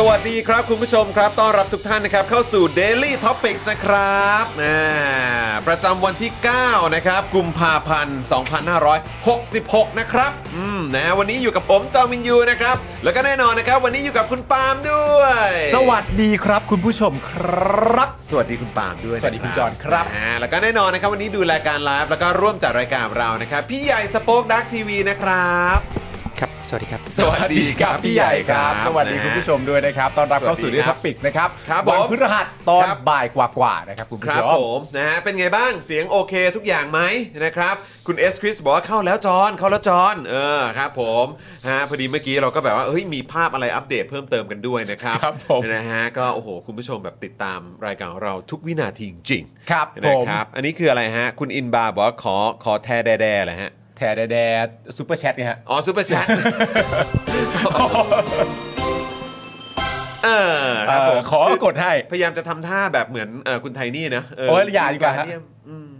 สวัสดีครับคุณผู้ชมครับต้อนรับทุกท่านนะครับเข้าสู่ Daily Topics นะครับอ่าประจำวันที่ 9 นะครับกุมภาพันธ์ 2566 นะครับอืมนะวันนี้อยู่กับผมจอมินยูนะครับ แล้วก็แน่นอนนะครับ วันนี้อยู่กับคุณปาล์มด้วย สวัสดีครับคุณผู้ชมครับ สวัสดีคุณปาล์มด้วยนะ สวัสดีคุณจอนครับ อ่าแล้วก็แน่นอนนะครับวันนี้ดูรายการไลฟ์แล้วก็ร่วมจัดรายการเรานะครับ พี่ใหญ่สป็อคดักทีวีนะครับ ครับ สวัสดีครับ สวัสดีครับพี่ใหญ่ครับ สวัสดีคุณผู้ชมด้วยนะครับต้อนรับเข้าสู่ Daily สวัสดีครับ Topics นะครับ ครับ วั ผม พฤหัสตอน ครับ บ่ายกว่าๆนะครับคุณ ค ผู้ รับ ช ผม มนะฮะเป็นไงบ้างเสียงโอเคทุกอย่างไหมนะครับ คุณเอสคริสบอกว่าเข้าแล้วจอนเข้าแล้วจอนเออครับผมฮะพอดีเมื่อกี้เราก็แบบว่าเฮ้ยมีภาพอะไรอัปเดตเพิ่มเติมกันด้วยนะครับ ครับผม นะฮะก็โอ้โหคุณผู้ชมแบบติดตามรายการของเราทุกวินาทีจริง ครับ ๆ ผ นะ ม ครับอันนี้คืออะไรฮะ คุณอินบาร์บอกว่าขอขอแทแดแดเหรอฮะ แทแดแดซูเปอร์แชทเนี่ยฮะ อ๋อซูเปอร์ แชท เออครับผม เอ่อขอกดให้ พยายามจะทำท่าแบบเหมือนเอ่อคุณไทนี่นะเ โอ้ยอย่าดีกว่าฮะ เยี่ยมอืม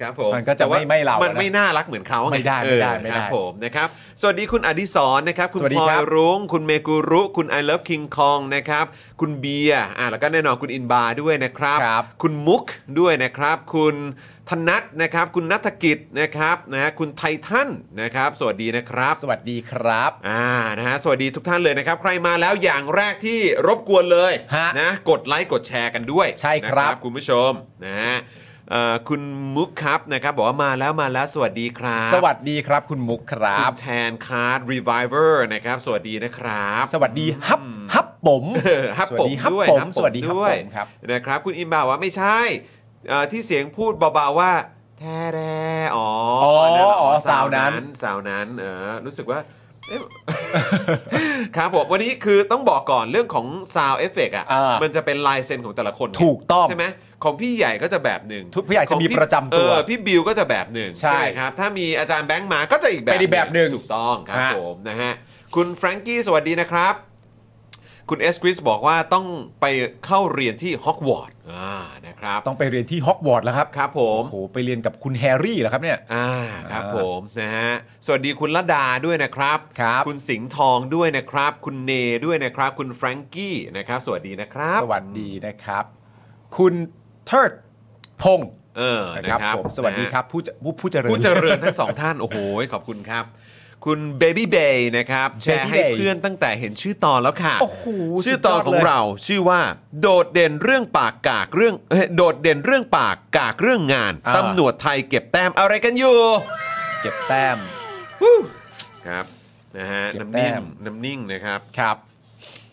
ครับผม มันก็จะ แต่ว่ ไม่ไม่เรา มัน นะ ไม่น่ารักเหมือนเขาง ไม่ได้ไม่ได้ เออ ไม่ได้ ครับผมนะครับ สวัสดีคุณอดิศรนะครับ คุณ สวัสดี พลอยครับ รุ้ง คุณเมกุรุ คุณ I love King Kong นะครับ คุณเบียร์อ่ะแล้วก็แน่นอนคุณอินบาร์ด้วยนะครับ ครับ คุณมุกด้วยนะครับ คุณธนัทนะครับ คุณนัฐกิจนะครับนะฮะคุณไททันนะครับ สวัสดีนะครับ สวัสดีครับ อ่านะฮะสวัสดีทุกท่านเลยนะครับ ใครมาแล้วอย่างแรกที่รบกวนเลย ฮะ นะกดไลค์กดแชร์กันด้วย ใช่ครับ นะคุณผู้ชมนะฮะเอ่อคุณมุกครับนะครับบอกว่ามาแล้วมาแล้วสวัสดีครับ สวัสดีครับคุณมุกครั คุ บ ณแทนคาร์ดรีไวเวอร์นะครับ สวัสดีนะครับ สวัสดีฮับฮับผม เออฮับ สผวัส ม ดีฮับ ด้วย ผม ฮับ สวัสดีฮับ ด้ ผ วย มครับ นะครับ คุณอิมบาวว่าไม่ใช่เอ่อที่เสียงพูดเบาๆว่าแท้แร่อ๋ออ อ นั่นเหร อ๋อสาวนั้น สาวนั้นเออรู้สึกว่าเอ๊ะ ครับผมวันนี้คือต้องบอกก่อนเรื่องของซาวเอฟเฟกอ่ะ อ่ามั มันจะเป็นลายเซ็นของแต่ละคนไง ถูกต้อง ใช่ไหมของพี่ใหญ่ก็จะแบบหนึ่ง ทุกพี่ใหญ่จะมี ของ ประจำตัว เออพี่บิวก็จะแบบหนึ่ง ใช่ ไหมครับ ถ้ามีอาจารย์แบงค์มาก็จะอีกแบบ เป็นอีกแบบหนึ่ง ถูกต้องครับ ฮะ ผมนะฮะคุณแฟรงกี้สวัสดีนะครับ คุณเอสคริสบอกว่าต้องไปเข้าเรียนที่ฮอกวอตส์อ่านะครับ ต้องไปเรียนที่ฮอกวอตส์แล้วครับ ครับผ โอ้ ม โหไปเรียนกับคุณแฮร์รี่เหรอครับเนี่ย อ่าครับ อ่า ผมนะฮะสวัสดีคุณละดาด้วยนะครับ ครับ ณสิงห์ทองด้วยนะครับ คุณเนด้วยนะครับ คุณแฟรงกี้นะครับ สวัสดีนะครับ สวัสดีนะครับ คุณเทิดพงศ์ เออ นะ นะครับ ครับ ผมสวัสดีครับผู้จะผู้ผู้เจริญ ผู้เจริญทั้งสองท่าน โอ้โห ขอบคุณครับ คุณเบบี้เบย์นะครับ แชร์ให้ Bay เพื่อนตั้งแต่เห็นชื่อตอนแล้วค่ะ โอ้โห ชื่อตอน สุดยอดเลย ของเราชื่อว่า โดดเด่นเรื่องปากกากเรื่องเอ้ยโดดเด่นเรื่องปากกากเรื่องงาน อ่า ตำรวจไทยเก็บแต้มอะไรกันอยู่ เก็บแต้ม ครับนะฮะ เก็บ น้ำ แต้ นิ่ง ม น้ำนิ่งนะครับ ครับ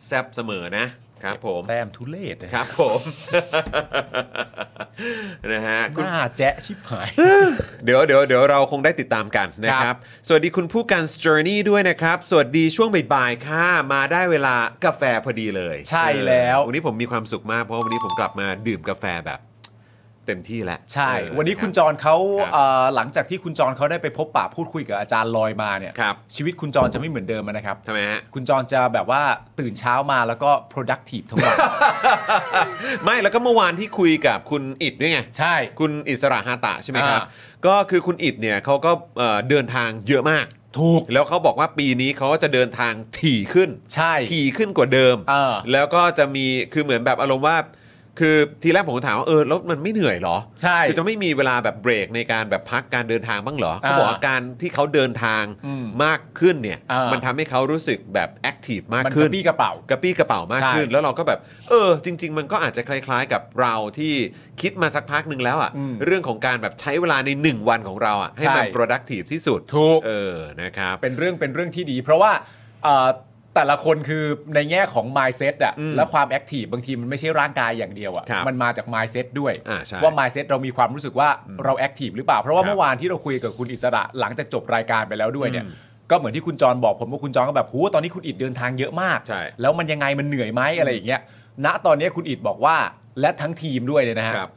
แซบเสมอนะครับผม แต้มทุเลศนะครับ ผม นะฮะ ห คุณ น้าแจ๊ะชิบหาย เดี๋ยวเดี๋ยวเดี๋ยวเราคงได้ติดตามกันนะค ครั รับ บ สวัสดีคุณผู้การ Journey ด้วยนะครับ สวัสดีช่วงบ่ายๆค่ะ มาได้เวลากาแฟพอดีเลย ใช่แล้ว เออวันนี้ผมมีความสุขมากเพราะวันนี้ผมกลับมาดื่มกาแฟแบบ เต็มที่แล้ว ใช่ เออ วันะนี้รับ คุณจรเขา ครับ เอ่อหลังจากที่คุณจรเขาได้ไปพบปะพูดคุยกับอาจารย์ลอยมาเนี่ย ครับ ชีวิตคุณจรจะไม่เหมือนเดิมแล้วนะครับ ทำไมฮะ คุณจรจะแบบว่าตื่นเช้ามาแล้วก็ productive ทั้งวัน ไม่แล้วก็เมื่อวานที่คุยกับคุณอิดด้วยไง ใช่ คุณอิสระฮาตะใช่ไหมครับ อ่า ก็คือคุณอิดเนี่ยเขาก็เอ่อเดินทางเยอะมาก ถูก แล้วเขาบอกว่าปีนี้เขาก็จะเดินทางถี่ขึ้น ใช่ ถี่ขึ้นกว่าเดิม เออ แล้วก็จะมีคือเหมือนแบบอารมณ์ว่า คือทีแรกผมก็ถามว่าเออแล้วมันไม่เหนื่อยเหรอ ใช่ คือจะไม่มีเวลาแบบเบรกในการแบบพักการเดินทางบ้างเหรอ อ่า เขาบอกว่าการที่เขาเดินทาง อืม มากขึ้นเนี่ย อ่ามั มันทำให้เขารู้สึกแบบแอคทีฟมาก มันก ขึ้น ระปี้กระเป๋า กระปี้กระเป๋ามาก ใช่ ขึ้น แล้วเราก็แบบเออ จริง ๆ มันก็อาจจะคล้าย ๆ กับเราที่คิดมาสักพักหนึ่งแล้วอะ่ะ อืม เรื่องของการแบบใช้เวลาใน 1 วันของเราอะ่ะให้มัน ใช่ productive ที่สุด ถูก เออนะครับ เป็นเรื่องเป็นเรื่องที่ดี เพราะว่าเอ่อแต่ละคนคือในแง่ของ mindset อะ อืม และความ active บางทีมันไม่ใช่ร่างกายอย่างเดียว ครั อะ บ มันมาจาก mindset ด้วย อ่าใช่ ว่า mindset เรามีความรู้สึกว่าเรา active หรือเปล่า เพราะคว่ารับ เมื่อวานที่เราคุยกับคุณอิสระหลังจากจบรายการไปแล้วด้วยเนี่ย อืม ก็เหมือนที่คุณจรบอกผมว่าคุณจรก็แบบหูตอนนี้คุณอิดเดินทางเยอะมาก ใช่ แล้วมันยังไงมันเหนื่อยไหมอะไรอย่างเงี้ยณตอนนี้คุณอิดบอกว่าและทั้งทีมด้วยเลยนะฮะ ครับ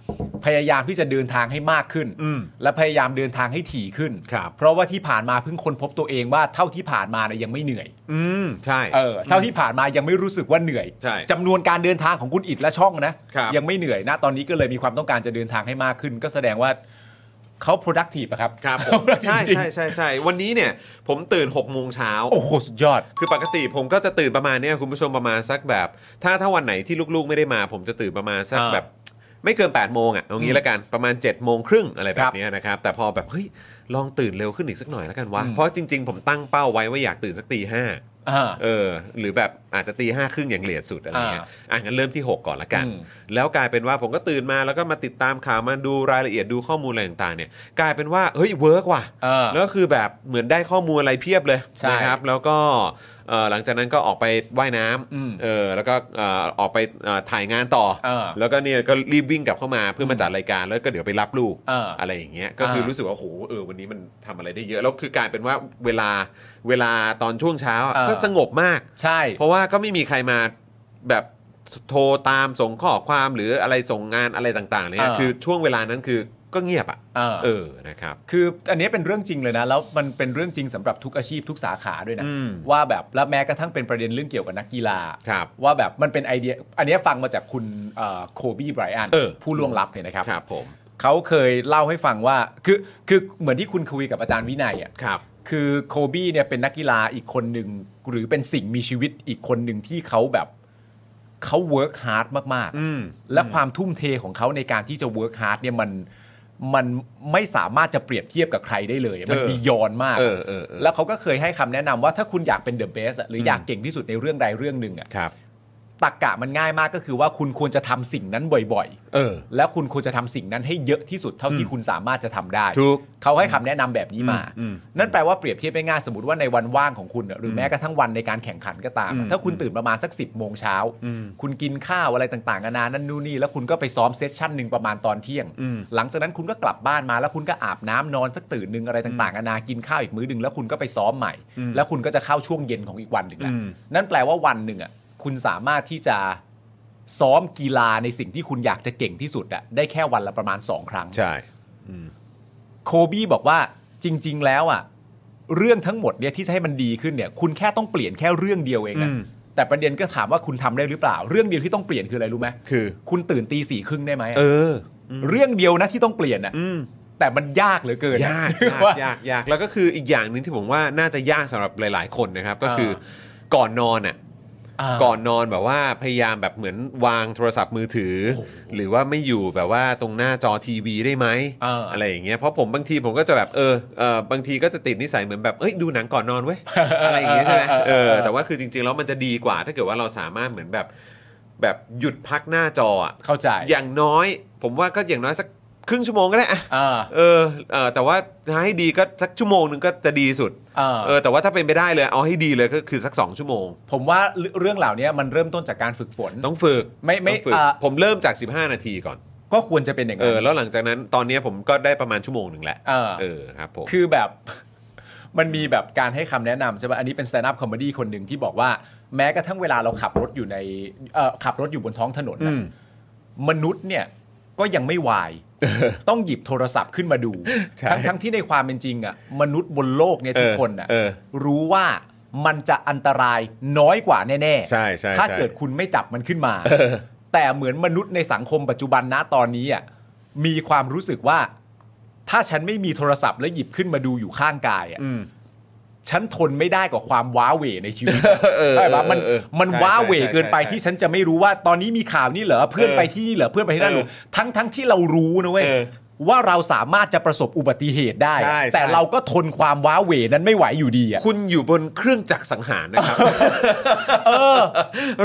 พยายามที่จะเดินทางให้มากขึ้น อืม และพยายามเดินทางให้ถี่ขึ้น ครับ เพราะว่าที่ผ่านมาเพิ่งค้นพบตัวเองว่าเท่าที่ผ่านมาเนี่ยยังไม่เหนื่อย อืมใช่ เออ เท่าที่ผ่านมายังไม่รู้สึกว่าเหนื่อย ใช่ จำนวนการเดินทางของคุณอิดและช่องนะครับ ยังไม่เหนื่อยนะตอนนี้ก็เลยมีความต้องการจะเดินทางให้มากขึ้น ก็แสดงว่าเขา productive อะครับ ครับผ เขา ม productive ใช่ จริง ใช่ใช่ใช่วันนี้เนี่ยผมตื่น6กโมงเช้า โอ้โหสุดยอด คือปกติผมก็จะตื่นประมาณเนี้ยคุณผู้ชมประมาณสักแบบ ถ้าถ้าวันไหนที่ลูกๆไม่ได้มา ผมจะตื่นประมาณสัก อ่า แบบ ไม่เกิน8ปดโมงอ่ะตรงนี้ละกันประมาณ7จ็ดโมงครึ่งอะไรแบ ครับ บ เนี้ยนะครับ แต่พอแบบเฮ้ยลองตื่นเร็วขึ้นอีกสักหน่อยละกันวะ อืม เพราะจริง ๆ ผมตั้งเป้าไว้ว่าอยากตื่นสักตีห้า อ่า เออ หรือแบบอาจจะตีห้าครึ่งอย่างเลทสุดอะไรเงี้ยอ่ะงั้นเริ่มที่ 6 ก่อนละกัน อืม แล้วกลายเป็นว่าผมก็ตื่นมาแล้วก็มาติดตามข่าวมาดูรายละเอียดดูข้อมูลอะไรต่างๆเนี่ยกลายเป็นว่าเฮ้ยเวิร์กว่ะ อ่า แล้วคือแบบเหมือนได้ข้อมูลอะไรเพียบเลย ใช่ นะครับ แล้วก็เอ่อหลังจากนั้นก็ออกไปว่ายน้ อืม ำเออแล้วก็เอ่อออกไปเอ่อถ่ายงานต่อ เออ แล้วก็เนี่ยก็รีบวิ่งกลับเข้ามาเพื่อมาจัดรายการแล้วก็เดี๋ยวไปรับลูก เอออ ไรอย่างเงี้ยก็คือ เออ รู้สึกว่าโอ้โหเออวันนี้มันทำอะไรได้เยอะแล้วคือกลายเป็นว่าเวลาเวลาตอนช่วงเช้าอะ เออ ก็สงบมาก ใช่ เพราะว่าก็ไม่มีใครมาแบบโทรตามส่งข้อความหรืออะไรส่งงานอะไรต่างๆเนี่ย เออ คือช่วงเวลานั้นคือก็เงียบอ่ะ อ่า เออนะครับ คืออันนี้เป็นเรื่องจริงเลยนะ แล้วมันเป็นเรื่องจริงสำหรับทุกอาชีพทุกสาขาด้วยนะ อืม ว่าแบบและแม้กระทั่งเป็นประเด็นเรื่องเกี่ยวกับนักกีฬา ครับ ว่าแบบมันเป็นไอเดีย อันนี้ฟังมาจากคุณโคบี้ไบรอัน เออ ผู้ล่วงลับเนี่ยนะครับ ครับผม เขาเคยเล่าให้ฟังว่าคือคือเหมือนที่คุณคุยกับอาจารย์วินัยอ่ะ ครับ คือโคบี้เนี่ยเป็นนักกีฬาอีกคนหนึ่งหรือเป็นสิ่งมีชีวิตอีกคนหนึ่งที่เขาแบบเขาเวิร์กฮาร์ดมากๆ อืม และความทุ่มเทของเขาในการที่จะ work hard เนี่ยมันมันไม่สามารถจะเปรียบเทียบกับใครได้เลย มัน เออ บียอนมาก เออเออเออ แล้วเขาก็เคยให้คำแนะนำว่าถ้าคุณอยากเป็น the best อะหรืออยากเก่งที่สุดในเรื่องใดเรื่องหนึ่งอะ ครับ ตรกกะมันง่ายมากก็คือว่าคุณควรจะทำสิ่งนั้นบ่อย เออ ๆ และคุณควรจะทำสิ่งนั้นให้เยอะที่สุดเท่าที่คุณสามารถจะทำได้ ถูก เขาให้คำแนะนำแบบนี้มา อืม นั่นแปลว่าเปรียบเทียบง่ายๆสมมติว่าในวันว่างของคุณน่ะหรือแม้กระทั่งวันในการแข่งขันก็ตาม อืม ถ้าคุณตื่นประมาณสัก10บโมงเช้า อืม คุณกินข้าวอะไรต่างๆนานานั่นนู่นนี่ แล้วคุณก็ไปซ้อมเซสชั่นหนึ่งประมาณตอนเที่ยง อืม หลังจากนั้นคุณก็กลับบ้านมาแล้วคุณก็อาบน้ำนอนสักตื่นหนึ่งอะไรต่างๆนานากินข้าวอีกมื้อหนึ่งแล้วคุณก็ไปซ้อมใหม่ อืม แล้วคุณก็จะเข้าช่วงเย็นของอีกวันหนึ่งแหละ อืม นั่นแปลว่าวันหนึ่งอ่ะคุณสามารถที่จะซ้อมกีฬาในสิ่งที่คุณอยากจะเก่งที่สุดอะได้แค่วันละประมาณสองครั้ง ใช่ โคบี้บอกว่าจริง ๆ แล้วอ่ะเรื่องทั้งหมดเนี่ยที่จะให้มันดีขึ้นเนี่ย คุณแค่ต้องเปลี่ยนแค่เรื่องเดียวเองอะ อืม แต่ประเด็นก็ถามว่าคุณทำได้หรือเปล่า เรื่องเดียวที่ต้องเปลี่ยนคืออะไรรู้ไหม คือ คุณตื่นตีสี่ครึ่งได้ไหมอะ เออ เรื่องเดียวนะที่ต้องเปลี่ยนอ่ะ อืม แต่มันยากเหลือเกิน ยากยาก ว่ ยากยากแล้วก็คืออีกอย่างหนึ่งที่ผมว่าน่าจะยากสำหรับหลาย ๆ คนนะครับ ก็ อ่า คือก่อนนอนอ่ะ อ่า ก่อนนอนแบบว่าพยายามแบบเหมือนวางโทรศัพท์มือถือ หรือว่าไม่อยู่แบบว่าตรงหน้าจอทีวีได้ไหม เอออ ไรอย่างเงี้ยเพราะผมบางทีผมก็จะแบบเออเออบางทีก็จะติดนิสัยเหมือนแบบเอ้ยดูหนังก่อนนอนเว้ย อะไรอย่างเงี้ยใช่ไหม เออเอ เอ อ อแต่ว่าคือจริง ๆ แล้วมันจะดีกว่า ถ้าเกิดว่าเราสามารถเหมือนแบบแบบหยุดพักหน้าจออะ เข้าใจ อย่างน้อย ผมว่าก็อย่างน้อยสักครึ่งชั่วโมงก็ได้อะ อ่า เออเออแต่ว่าถ้าให้ดีก็สักชั่วโมงหนึ่งก็จะดีสุด อ่า เออแต่ว่าถ้าเป็นไปได้เลยเอาให้ดีเลยก็คือสักสองชั่วโมง ผมว่าเรื่องเหล่านี้มันเริ่มต้นจากการฝึกฝน ต้องฝึก ไม่ไม่ ต้องฝึก อ่า ผมเริ่มจาก 15 นาทีก่อน ก็ควรจะเป็นอย่าง เอ นั้ อน แล้วหลังจากนั้นตอนนี้ผมก็ได้ประมาณชั่วโมงหนึ่งแหละ เออ เออครับผม คือแบบ มันมีแบบการให้คำแนะนำใช่ป่ะอันนี้เป็น stand up comedy คนหนึ่งที่บอกว่าแม้กระทั่งเวลาเราขับรถอยู่ในเอ่อขับรถอยู่บนท้องถนน อื นะ ม มนุษย์เนี่ย ก็ยังไม่วาย ต้องหยิบโทรศัพท์ขึ้นมาดู ใช่ ทั้งทั้งที่ในความเป็นจริงอ่ะมนุษย์บนโลกเนี่ยทุก เออ คนน่ะ เออ รู้ว่ามันจะอันตรายน้อยกว่าแน่ๆ ใช่ใช่ ถ้า ใช่ เกิดคุณไม่จับมันขึ้นมา แต่เหมือนมนุษย์ในสังคมปัจจุบันนะตอนนี้อ่ะมีความรู้สึกว่า ถ้าฉันไม่มีโทรศัพท์แล้วหยิบขึ้นมาดูอยู่ข้างกายอ่ะ อืม ฉันทนไม่ได้กับความว้าเหวในชีวิต เออ ใช่ปะมัน เออเออ มัน ใช่ ว้าเหว ใช่ เกินไป ใช่ ที่ฉันจะไม่รู้ว่าตอนนี้มีข่าวนี่เหรอเพื่อน เออ ไปที่นี่เหรอเพื่อนไปที่นั่นเหรอ เอ ทั้งทั้งที่เรารู้นะเว้ย เออ ว่าเราสามารถจะประสบอุบัติเหตุได้ ใช่ใช่ แต่เราก็ทนความว้าเหวนั้นไม่ไหวอยู่ดีอ่ะ คุณอยู่บนเครื่องจักรสังหารนะครับ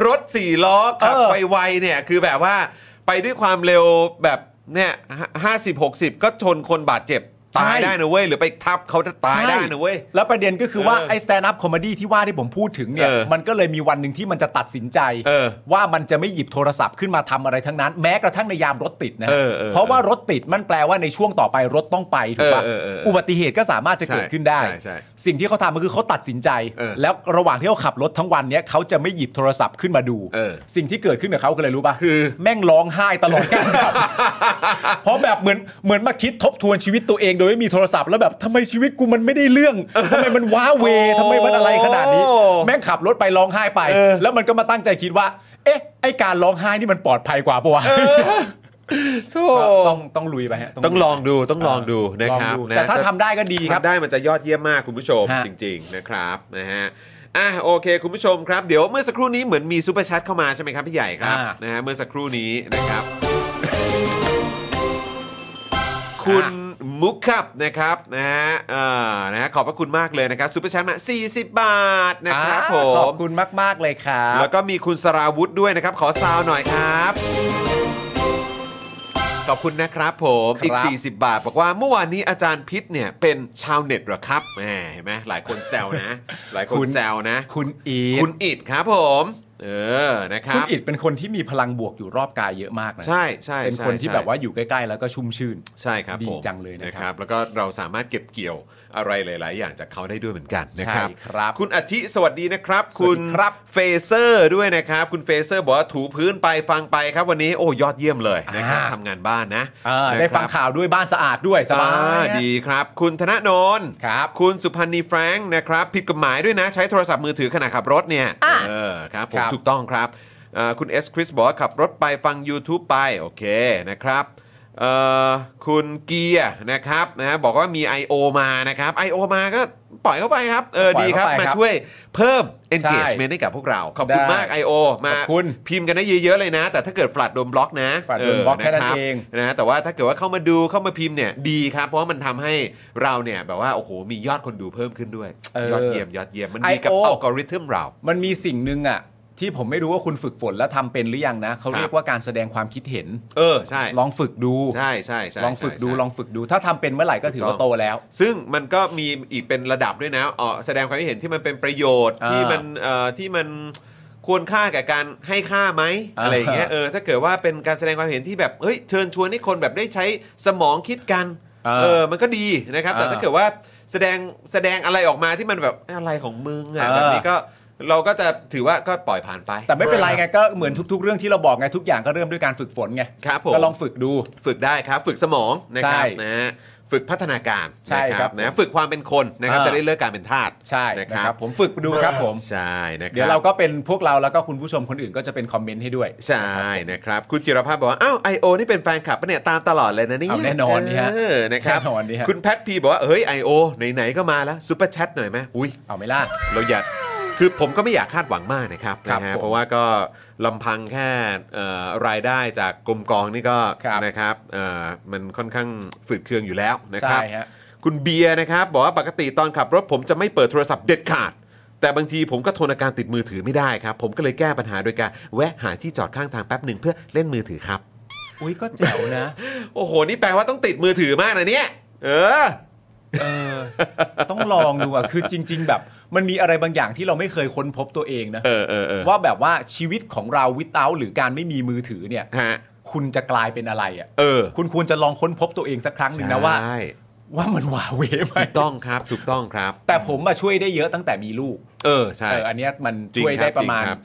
รถสี่ล้อขับ เออ ไปไวเนี่ยคือแบบว่าไปด้วยความเร็วแบบเนี่ยห้าสิบหกสิบก็ชนคนบาดเจ็บตายได้นะเว้ย หรือไปทับเขาจะตายได้นะเว้ย ใช่แล้วประเด็นก็คือว่า เออ ไอ้ stand up comedy ที่ว่าที่ผมพูดถึงเนี่ย เออ มันก็เลยมีวันหนึ่งที่มันจะตัดสินใจ เออ ว่ามันจะไม่หยิบโทรศัพท์ขึ้นมาทำอะไรทั้งนั้น แม้กระทั่งในยามรถติดนะ เออเออ เพราะว่ารถติดมันแปลว่าในช่วงต่อไปรถต้องไปถูกปะ เออเออเออเอออุ อุบัติเหตุก็สามารถจะเกิดขึ้นได้ ใช่ใช่ใช่ สิ่งที่เขาทำก็คือเขาตัดสินใจ เออ แล้วระหว่างที่เขาขับรถทั้งวันเนี้ยเขาจะไม่หยิบโทรศัพท์ขึ้นมาดู เออ สิ่งที่เกิดขึ้นกับเขาคืออะไรรู้ปะ คือ แม่งร้องไห้ตลอดการ ขับ เพราะแบบเหมือนเหมือนมาคิดทบทวนชีวิตตัวเองโดยไม่มีโทรศัพท์แล้วแบบทำไมชีวิตกูมันไม่ได้เรื่องทำไมมันว้าเวทำไมมันอะไรขนาดนี้ โอ้ แม่งขับรถไปร้องไห้ไป เออ แล้วมันก็มาตั้งใจคิดว่า เอ๊ะ ไอการร้องไห้นี่มันปลอดภัยกว่าปะวะ โถ่ ต้องต้องลุยไปฮะ ต้องลองดูต้องลองดูนะ ลอง ครับ ดู นะ แต่ถ้าทำได้ก็ดีครับ ทำได้มันจะยอดเยี่ยมมากคุณผู้ชม ฮะ จริง ๆ นะครับนะฮะอ่ะโอเค คุณผู้ชมครับ เดี๋ยวเมื่อสักครู่นี้เหมือนมีซูเปอร์แชทเข้ามาใช่ไหมครับพี่ใหญ่ครับนะฮะเมื่อสักครู่นี้นะครับ คุณมุกครับนะครับนะฮะเอ่อนะฮะขอบพระคุณมากเลยนะครับซูเปอร์แชทมา40 บาทนะครับ อ่า ผ ขอบ ม คุณมาก ๆ เลยครับ แล้วก็มีคุณสราวุธด้วยนะครับ ขอซาวหน่อยครับ ขอบคุณนะครับผม ครับ อีก 40 บาท บอกว่าเมื่อวานนี้อาจารย์พิษเนี่ยเป็นชาวเน็ตเหรอครับแหมเห็นไหมหลายคนแซว นะ หลายคนแซวนะ คุณอีท คุณอิดครับผมเออนะค คุณ รับ อิดเป็นคนที่มีพลังบวกอยู่รอบกายเยอะมากนะ ใช่ใช่ เป็น ใช่ คนที่ ใช่ แบบว่าอยู่ใกล้ ๆ แล้วก็ชุ่มชื่น ใช่ครับ ดี ผม จังเลยนะครับ แล้วก็เราสามารถเก็บเกี่ยวอะไรหลาย ๆ อย่างจากเขาได้ด้วยเหมือนกันนะครับ ใช่ครับ คุณอาทิสวัสดีนะครับ สวัสดีครับ เฟเซอร์ด้วยนะครับ คุณเฟเซอร์บอกว่าถูพื้นไปฟังไปครับวันนี้โอ้ยอดเยี่ยมเลยนะครับทำงานบ้านนะนะคอ่ารับ ได้ฟังข่าวด้วยบ้านสะอาดด้วยสบา อ่าย ดีครับ คุณธนาโนน ครับ คุณสุพันธ์นีแฟรงค์นะครับ ผิดกฎหมายด้วยนะ ใช้โทรศัพท์มือถือขณะขับรถเนี่ย อ่ะ เออครับผ ค ม รับ ถูกต้องครับอ่าคุณเอสคริสบอกว่าขับรถไปฟัง YouTube ไปโอเคนะครับเอ่อคุณเกียร์นะครับนะบอกว่ามี I.O. มานะครับ I.O. มาก็ปล่อยเข้าไปครับเออ ปล่อ ดี ย ค เข้า รับ ไป มา ครับ ช่วยเพิ่ม ใช่ engagement ให้กับพวกเรา ขอบคุณ ได้ มาก I.O. มา ขอบคุณ พิมพ์กันได้เยอะๆเลยนะ แต่ถ้าเกิดฝลัดโดนบล็อกนะ flat don't block แค่นั้น รับ เอง นะแต่ว่าถ้าเกิดว่าเข้ามาดูเข้ามาพิมพ์เนี่ยดีครับ เพราะว่ามันทำให้เราเนี่ยแบบว่าโอ้โหมียอดคนดูเพิ่มขึ้นด้วย เออย อดเยี่ยมยอดเยี่ยมมันดีกับ IO อัลกอริทึมเรา มันมีสิ่งหนึ่งอะที่ผมไม่รู้ว่าคุณฝึกฝนแล้วทำเป็นหรือยังนะเขาเรีคยรั ก บ ว่าการแสดงความคิดเห็น เออใช่ ลองฝึกดู ใช่ใช่ใช่ ลองฝึกดู ใช่ ลองฝึกดู ถ้าทำเป็นเมื่อไหร่ก็ถือ ถู ว่าก ต้อง โตแล้ว ซึ่งมันก็มีอีกเป็นระดับด้วยนะเออแสดงความคิดเห็นที่มันเป็นประโยชน์ อ่า ที่มันเอ่อที่มันควรค่าแก่การให้ค่าไหม อ่า อะไรอย่างเงี้ยเออถ้าเกิดว่าเป็นการแสดงความเห็นที่แบบเฮ้ยเชิญชวนให้คนแบบได้ใช้สมองคิดกัน อ่า เออมันก็ดีนะครับ แต่ อ่า ถ้าเกิดว่าแสดงแสดงอะไรออกมาที่มันแบบอะไรของมึงอ่ะ อ่า แบบนี้ก็เราก็จะถือว่าก็ปล่อยผ่านไป แต่ไม่เป็นไรไงก็เหมือนทุก ๆ เรื่องที่เราบอกไงทุกอย่างก็เริ่มด้วยการฝึกฝนไง ครับผม ก็ลองฝึกดู ฝึกได้ครับ ฝึกสมองนะครับ ใช่ นะฮะฝึกพัฒนาการ ใช่ นะครับ นะฝึกความเป็นคนนะครับ อ่า จะได้เลิกการเป็นทาส ใช่ นะ นะ ค ค รั รั บบ ผมฝึกดูครับผม ใช่นะครับ เดี๋ยวเราก็เป็นพวกเราแล้วก็คุณผู้ชมคนอื่นก็จะเป็นคอมเมนต์ให้ด้วย ใช่นะครับ คุณจิรภาพบอกว่า อ้าวไอโอนี่เป็นแฟนคลับปะเนี่ยตามตลอดเลยนะเนี่ย เอาแน่นอนดิฮะ เออนะครับ แน่นอนดิฮะ คุณแพทพีบอกว่า เฮ้ยไอโอไหนๆก็มาแล้วซูเปอร์แชทหน่อยไหมอุ้ย เอาไหม่ล่ะ เราอยากคือผมก็ไม่อยากคาดหวังมากนะครับ ครับ นะฮะ ผม เพราะว่าก็ลำพังแค่เอ่อรายได้จากกรมกองนี่ก็ ครับ นะครับเอ่อมันค่อนข้างฝืดเคืองอยู่แล้วนะครับ ใช่ฮะ คุณเบียร์นะครับ บอกว่าปกติตอนขับรถผมจะไม่เปิดโทรศัพท์เด็ดขาด แต่บางทีผมก็ทนอาการติดมือถือไม่ได้ครับ ผมก็เลยแก้ปัญหาโดยการแวะหาที่จอดข้างทางแป๊บหนึ่งเพื่อเล่นมือถือครับ อุ้ยก็แจ๋วนะ โอ้โห นี่แปลว่าต้องติดมือถือมากนะเนี่ยเออ เออต้องลองดูอ่ะคือจริง ๆ แบบ มันมีอะไรบางอย่างที่เราไม่เคยค้นพบตัวเองนะ เออเออเออ ว่าแบบว่าชีวิตของเราวิต o าหรือการไม่มีมือถือเนี่ย ฮะ คุณจะกลายเป็นอะไรอ่ะ เออ คุณควรจะลองค้นพบตัวเองสักครั้งหนึ่งนะว่า ใช่ ว่ามันหวาเหวไหม ถูกต้องครับถูกต้องครับ แต่ผมมาช่วยได้เยอะตั้งแต่มีลูก เออใช่ เอออันเนี้ยมัน จริง ช่วยได้ ครับ ประมาจณริงครับ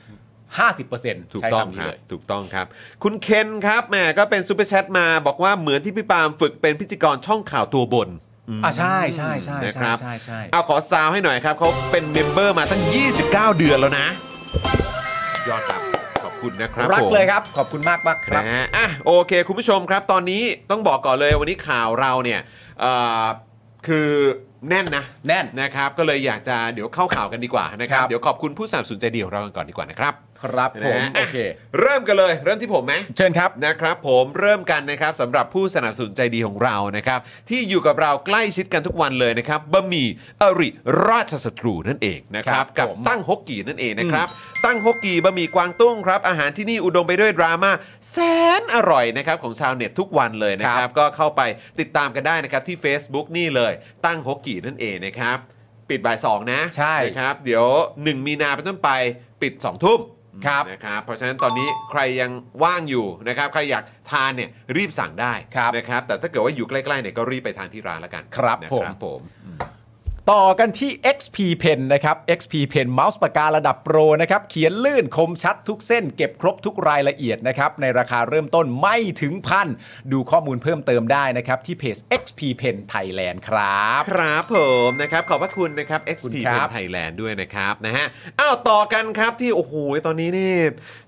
50% ถูก ใช้ ต้องคคำนี้ รับ เลย ถูกต้องครับ คุณเคนครับแหมก็เป็นซูเปอร์แชทมาบอกว่าเหมือนที่พี่ปาล์มฝึกเป็นพิธีกรช่องข่าวตัวบนม อ่ะใช่ใช่ใช่ นะ ใช่ ครับ ใช่ใช่ เอาขอซาวให้หน่อยครับเขาเป็นเมมเบอร์มาตั้ง 29 เดือนแล้วนะ ยอดครับขอบคุณนะครับ รัก ผม เลยครับ ขอบคุณมากมากครับ นะฮะอ่ะโอเค คุณผู้ชมครับ ตอนนี้ต้องบอกก่อนเลยวันนี้ข่าวเราเนี่ยเอ่อคือแน่นนะ แน่น นะครับ ก็เลยอยากจะเดี๋ยวเข้าข่าวกันดีกว่านะครับ ครับ เดี๋ยวขอบคุณผู้สนับสนุนใจดีของเรากันก่อนดีกว่านะครับ ครับผ นะ ม ฮะ โอเค เริ่มกันเลยเริ่มที่ผมไหม เชิญครับ นะครับผมเริ่มกันนะครับสำหรับผู้สนับสนุนใจดีของเรานะครับ ที่อยู่กับเราใกล้ชิดกันทุกวันเลยนะครับบะหมี่อริราชศัตรูนั่นเองนะครับ ครั กั บบ ผม ตั้งฮกกีนั่นเองนะครับ ตั้งฮกกีบะหมี่กวางตุ้งครับอาหารที่นี่อุดมไปด้วยดราม่าแสนอร่อยนะครับของชาวเน็ตทุกวันเลยนะค ครั รับบ ก็เข้าไปติดตามกันได้นะครับที่ Facebook นี่เลยตั้งฮกกีนั่นเองนะครับปิดบ่ายสองนะ ใช่ นะครับเดี๋ยว 1 มีนาเป็นต้นไปปิดสองทุ่ม ครับ นะครับเพราะฉะนั้นตอนนี้ใครยังว่างอยู่นะครับใครอยากทานเนี่ยรีบสั่งได้ ครับ นะครับแต่ถ้าเกิดว่าอยู่ใกล้ๆเนี่ยก็รีบไปทานที่ร้านละกัน ครับ นะ ผม ผม ต่อกันที่ XP Pen นะครับ XP Pen เมาส์ปากการะดับโปรนะครับ เขียนลื่นคมชัดทุกเส้น เก็บครบทุกรายละเอียดนะครับ ในราคาเริ่มต้นไม่ถึงพัน ดูข้อมูลเพิ่มเติมได้นะครับ ที่เพจ XP Pen Thailand ครับ ครับผมนะครับขอบพระคุณนะครับ XP ครั Pen บ Thailand ด้วยนะครับนะฮะอ้าวต่อกันครับที่โอ้โหตอนนี้นี่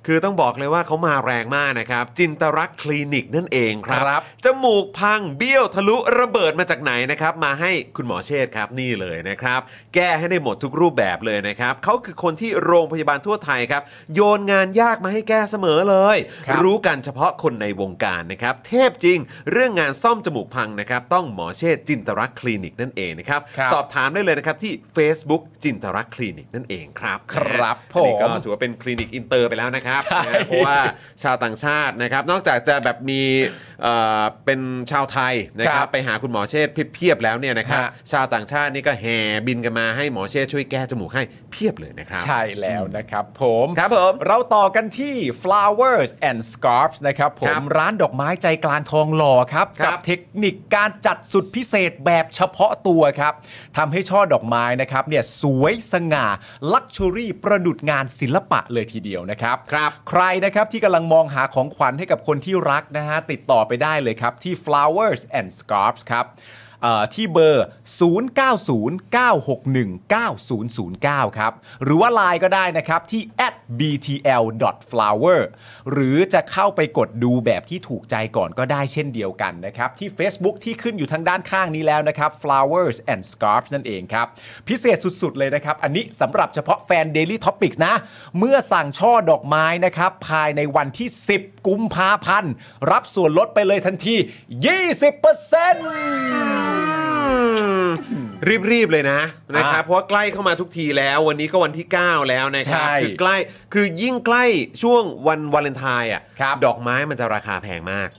คือต้องบอกเลยว่าเขามาแรงมากนะครับ จินตรักษณ์คลินิกนั่นเองครั ครับ จมูกพังเบี้ยวทะลุระเบิดมาจากไหนนะครับ มาให้คุณหมอเชษฐ์ครับนี่เลยนะครับ แก้ให้ได้หมดทุกรูปแบบเลยนะครับเขาคือคนที่โรงพยาบาลทั่วไทยครับ โยนงานยากมาให้แก้เสมอเลย ครับ รู้กันเฉพาะคนในวงการนะครับ เทพจริง เรื่องงานซ่อมจมูกพังนะครับ ต้องหมอเชษจินตรักษณ์คลินิกนั่นเองนะครับ ครับ สอบถามได้เลยนะครับที่ Facebook จินตรักษณ์คลินิกนั่นเองครับ ครับ นะฮะอันนี้ก็ ผม ถือว่าเป็นคลินิกอินเตอร์ไปแล้วนะครับ ใช่ นะฮะเพราะว่าชาวต่างชาตินะครับ นอกจากจะแบบมีเอ่อเป็นชาวไทยนะค ครั รับบ ไปหาคุณหมอเชษเพียบๆแล้วเนี่ยนะครับ ฮะ ชาวต่างชาตินี่ก็แห่บินกันมาให้หมอเชษช่วยแก้จมูกให้เพียบเลยนะครับ ใช่แล้วนะครับผม ครับผม เราต่อกันที่ flowers and scarfs นะครับผ ค ม รับ ร้านดอกไม้ใจกลางทองหล่อครับ ครับ กับเทคนิคการจัดสุดพิเศษแบบเฉพาะตัวครับทำให้ช่อดอกไม้นะครับเนี่ยสวยสง่าลักชัวรี่ประดุดงานศิลปะเลยทีเดียวนะครับ ครับ ใครนะครับที่กำลังมองหาของขวัญให้กับคนที่รักนะฮะติดต่อไปได้เลยครับที่ flowers and scarfs ครับเอ่อที่เบอร์ 0909619009 ครับ หรือว่า Line ก็ได้นะครับที่ at @btl.flower หรือจะเข้าไปกดดูแบบที่ถูกใจก่อนก็ได้เช่นเดียวกันนะครับ ที่ Facebook ที่ขึ้นอยู่ทางด้านข้างนี้แล้วนะครับ flowers and scarfs นั่นเองครับ พิเศษสุดๆเลยนะครับ อันนี้สำหรับเฉพาะแฟน Daily Topics นะ เมื่อสั่งช่อดอกไม้นะครับ ภายในวันที่ 10 กุมภาพันธ์ รับส่วนลดไปเลยทันที 20% รีบ ๆ เลยนะนะครับ อ่ะ เพราะว่าใกล้เข้ามาทุกทีแล้ว วันนี้ก็วันที่ 9 แล้วนะครับ ใช่ คืใกล้คือยิ่งใกล้ช่วงวันวาเลนไทน์อ่ะ ครับ ดอกไม้มันจะราคาแพงมาก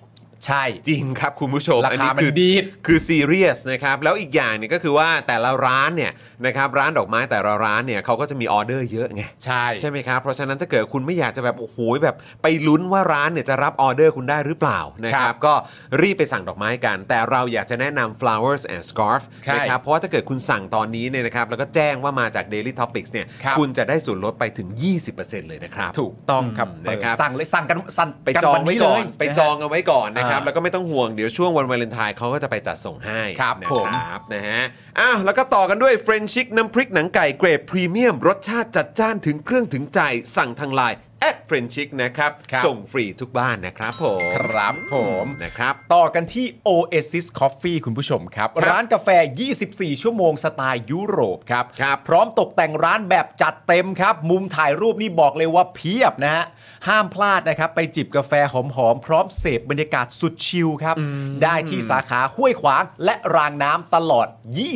ใช่ จริงครับคุณผู้ชม ราคา คื มันดีด คือซีเรียสนะครับแล้วอีกอย่างเนี่ยก็คือว่าแต่ละร้านเนี่ยนะครับร้านดอกไม้แต่ละร้านเนี่ยเขาก็จะมีออเดอร์เยอะไง ใช่ ใช่ไหมครับเพราะฉะนั้นถ้าเกิดคุณไม่อยากจะแบบโอ้โหแบบไปลุ้นว่าร้านเนี่ยจะรับออเดอร์คุณได้หรือเปล่านะค ครั รับบ ก็รีบไปสั่งดอกไม้กัน แต่เราอยากจะแนะนำ flowers and scarf ใช่ นะครับเพราะว่าถ้าเกิดคุณสั่งตอนนี้เนี่ยนะครับแล้วก็แจ้งว่ามาจาก daily topics เนี่ย ครับ ณจะได้ส่วนลดไปถึง 20%เลยนะครับ ถูกต้องครับ มนะครับ สั่งเลยสั่งกันสั่ง ไปจองไว้ก่อน กัวัเลย ไปจองเอาไว้ก่อนนะครับ อ่า แล้วก็ไม่ต้องห่วงเดี๋ยวช่วงวันวาเลนไทน์เขาก็จะไปจัดส่งให้ ครับ นะ ผม ครับนะฮะอ้าวแล้วก็ต่อกันด้วยเฟรนชิกน้ำพริกหนังไก่เกรดพรีเมียม รสชาติจัดจ้านถึงเครื่องถึงใจ สั่งทางไลน์แอดเฟรนชิกนะครับ ส่งฟรีทุกบ้านนะครับผม ครับผม นะครับ ต่อกันที่ Oasis Coffee คุณผู้ชมครับ ครับ ร้านกาแฟ 24 ชั่วโมงสไตล์ยุโรปครับ ครับ พร้อมตกแต่งร้านแบบจัดเต็มครับ มุมถ่ายรูปนี่บอกเลยว่าเพียบนะฮะ ห้ามพลาดนะครับ ไปจิบกาแฟหอมๆ พร้อมเสพบรรยากาศสุดชิลครับ ได้ที่สาขาห้วยขวาง และรางน้ำตลอด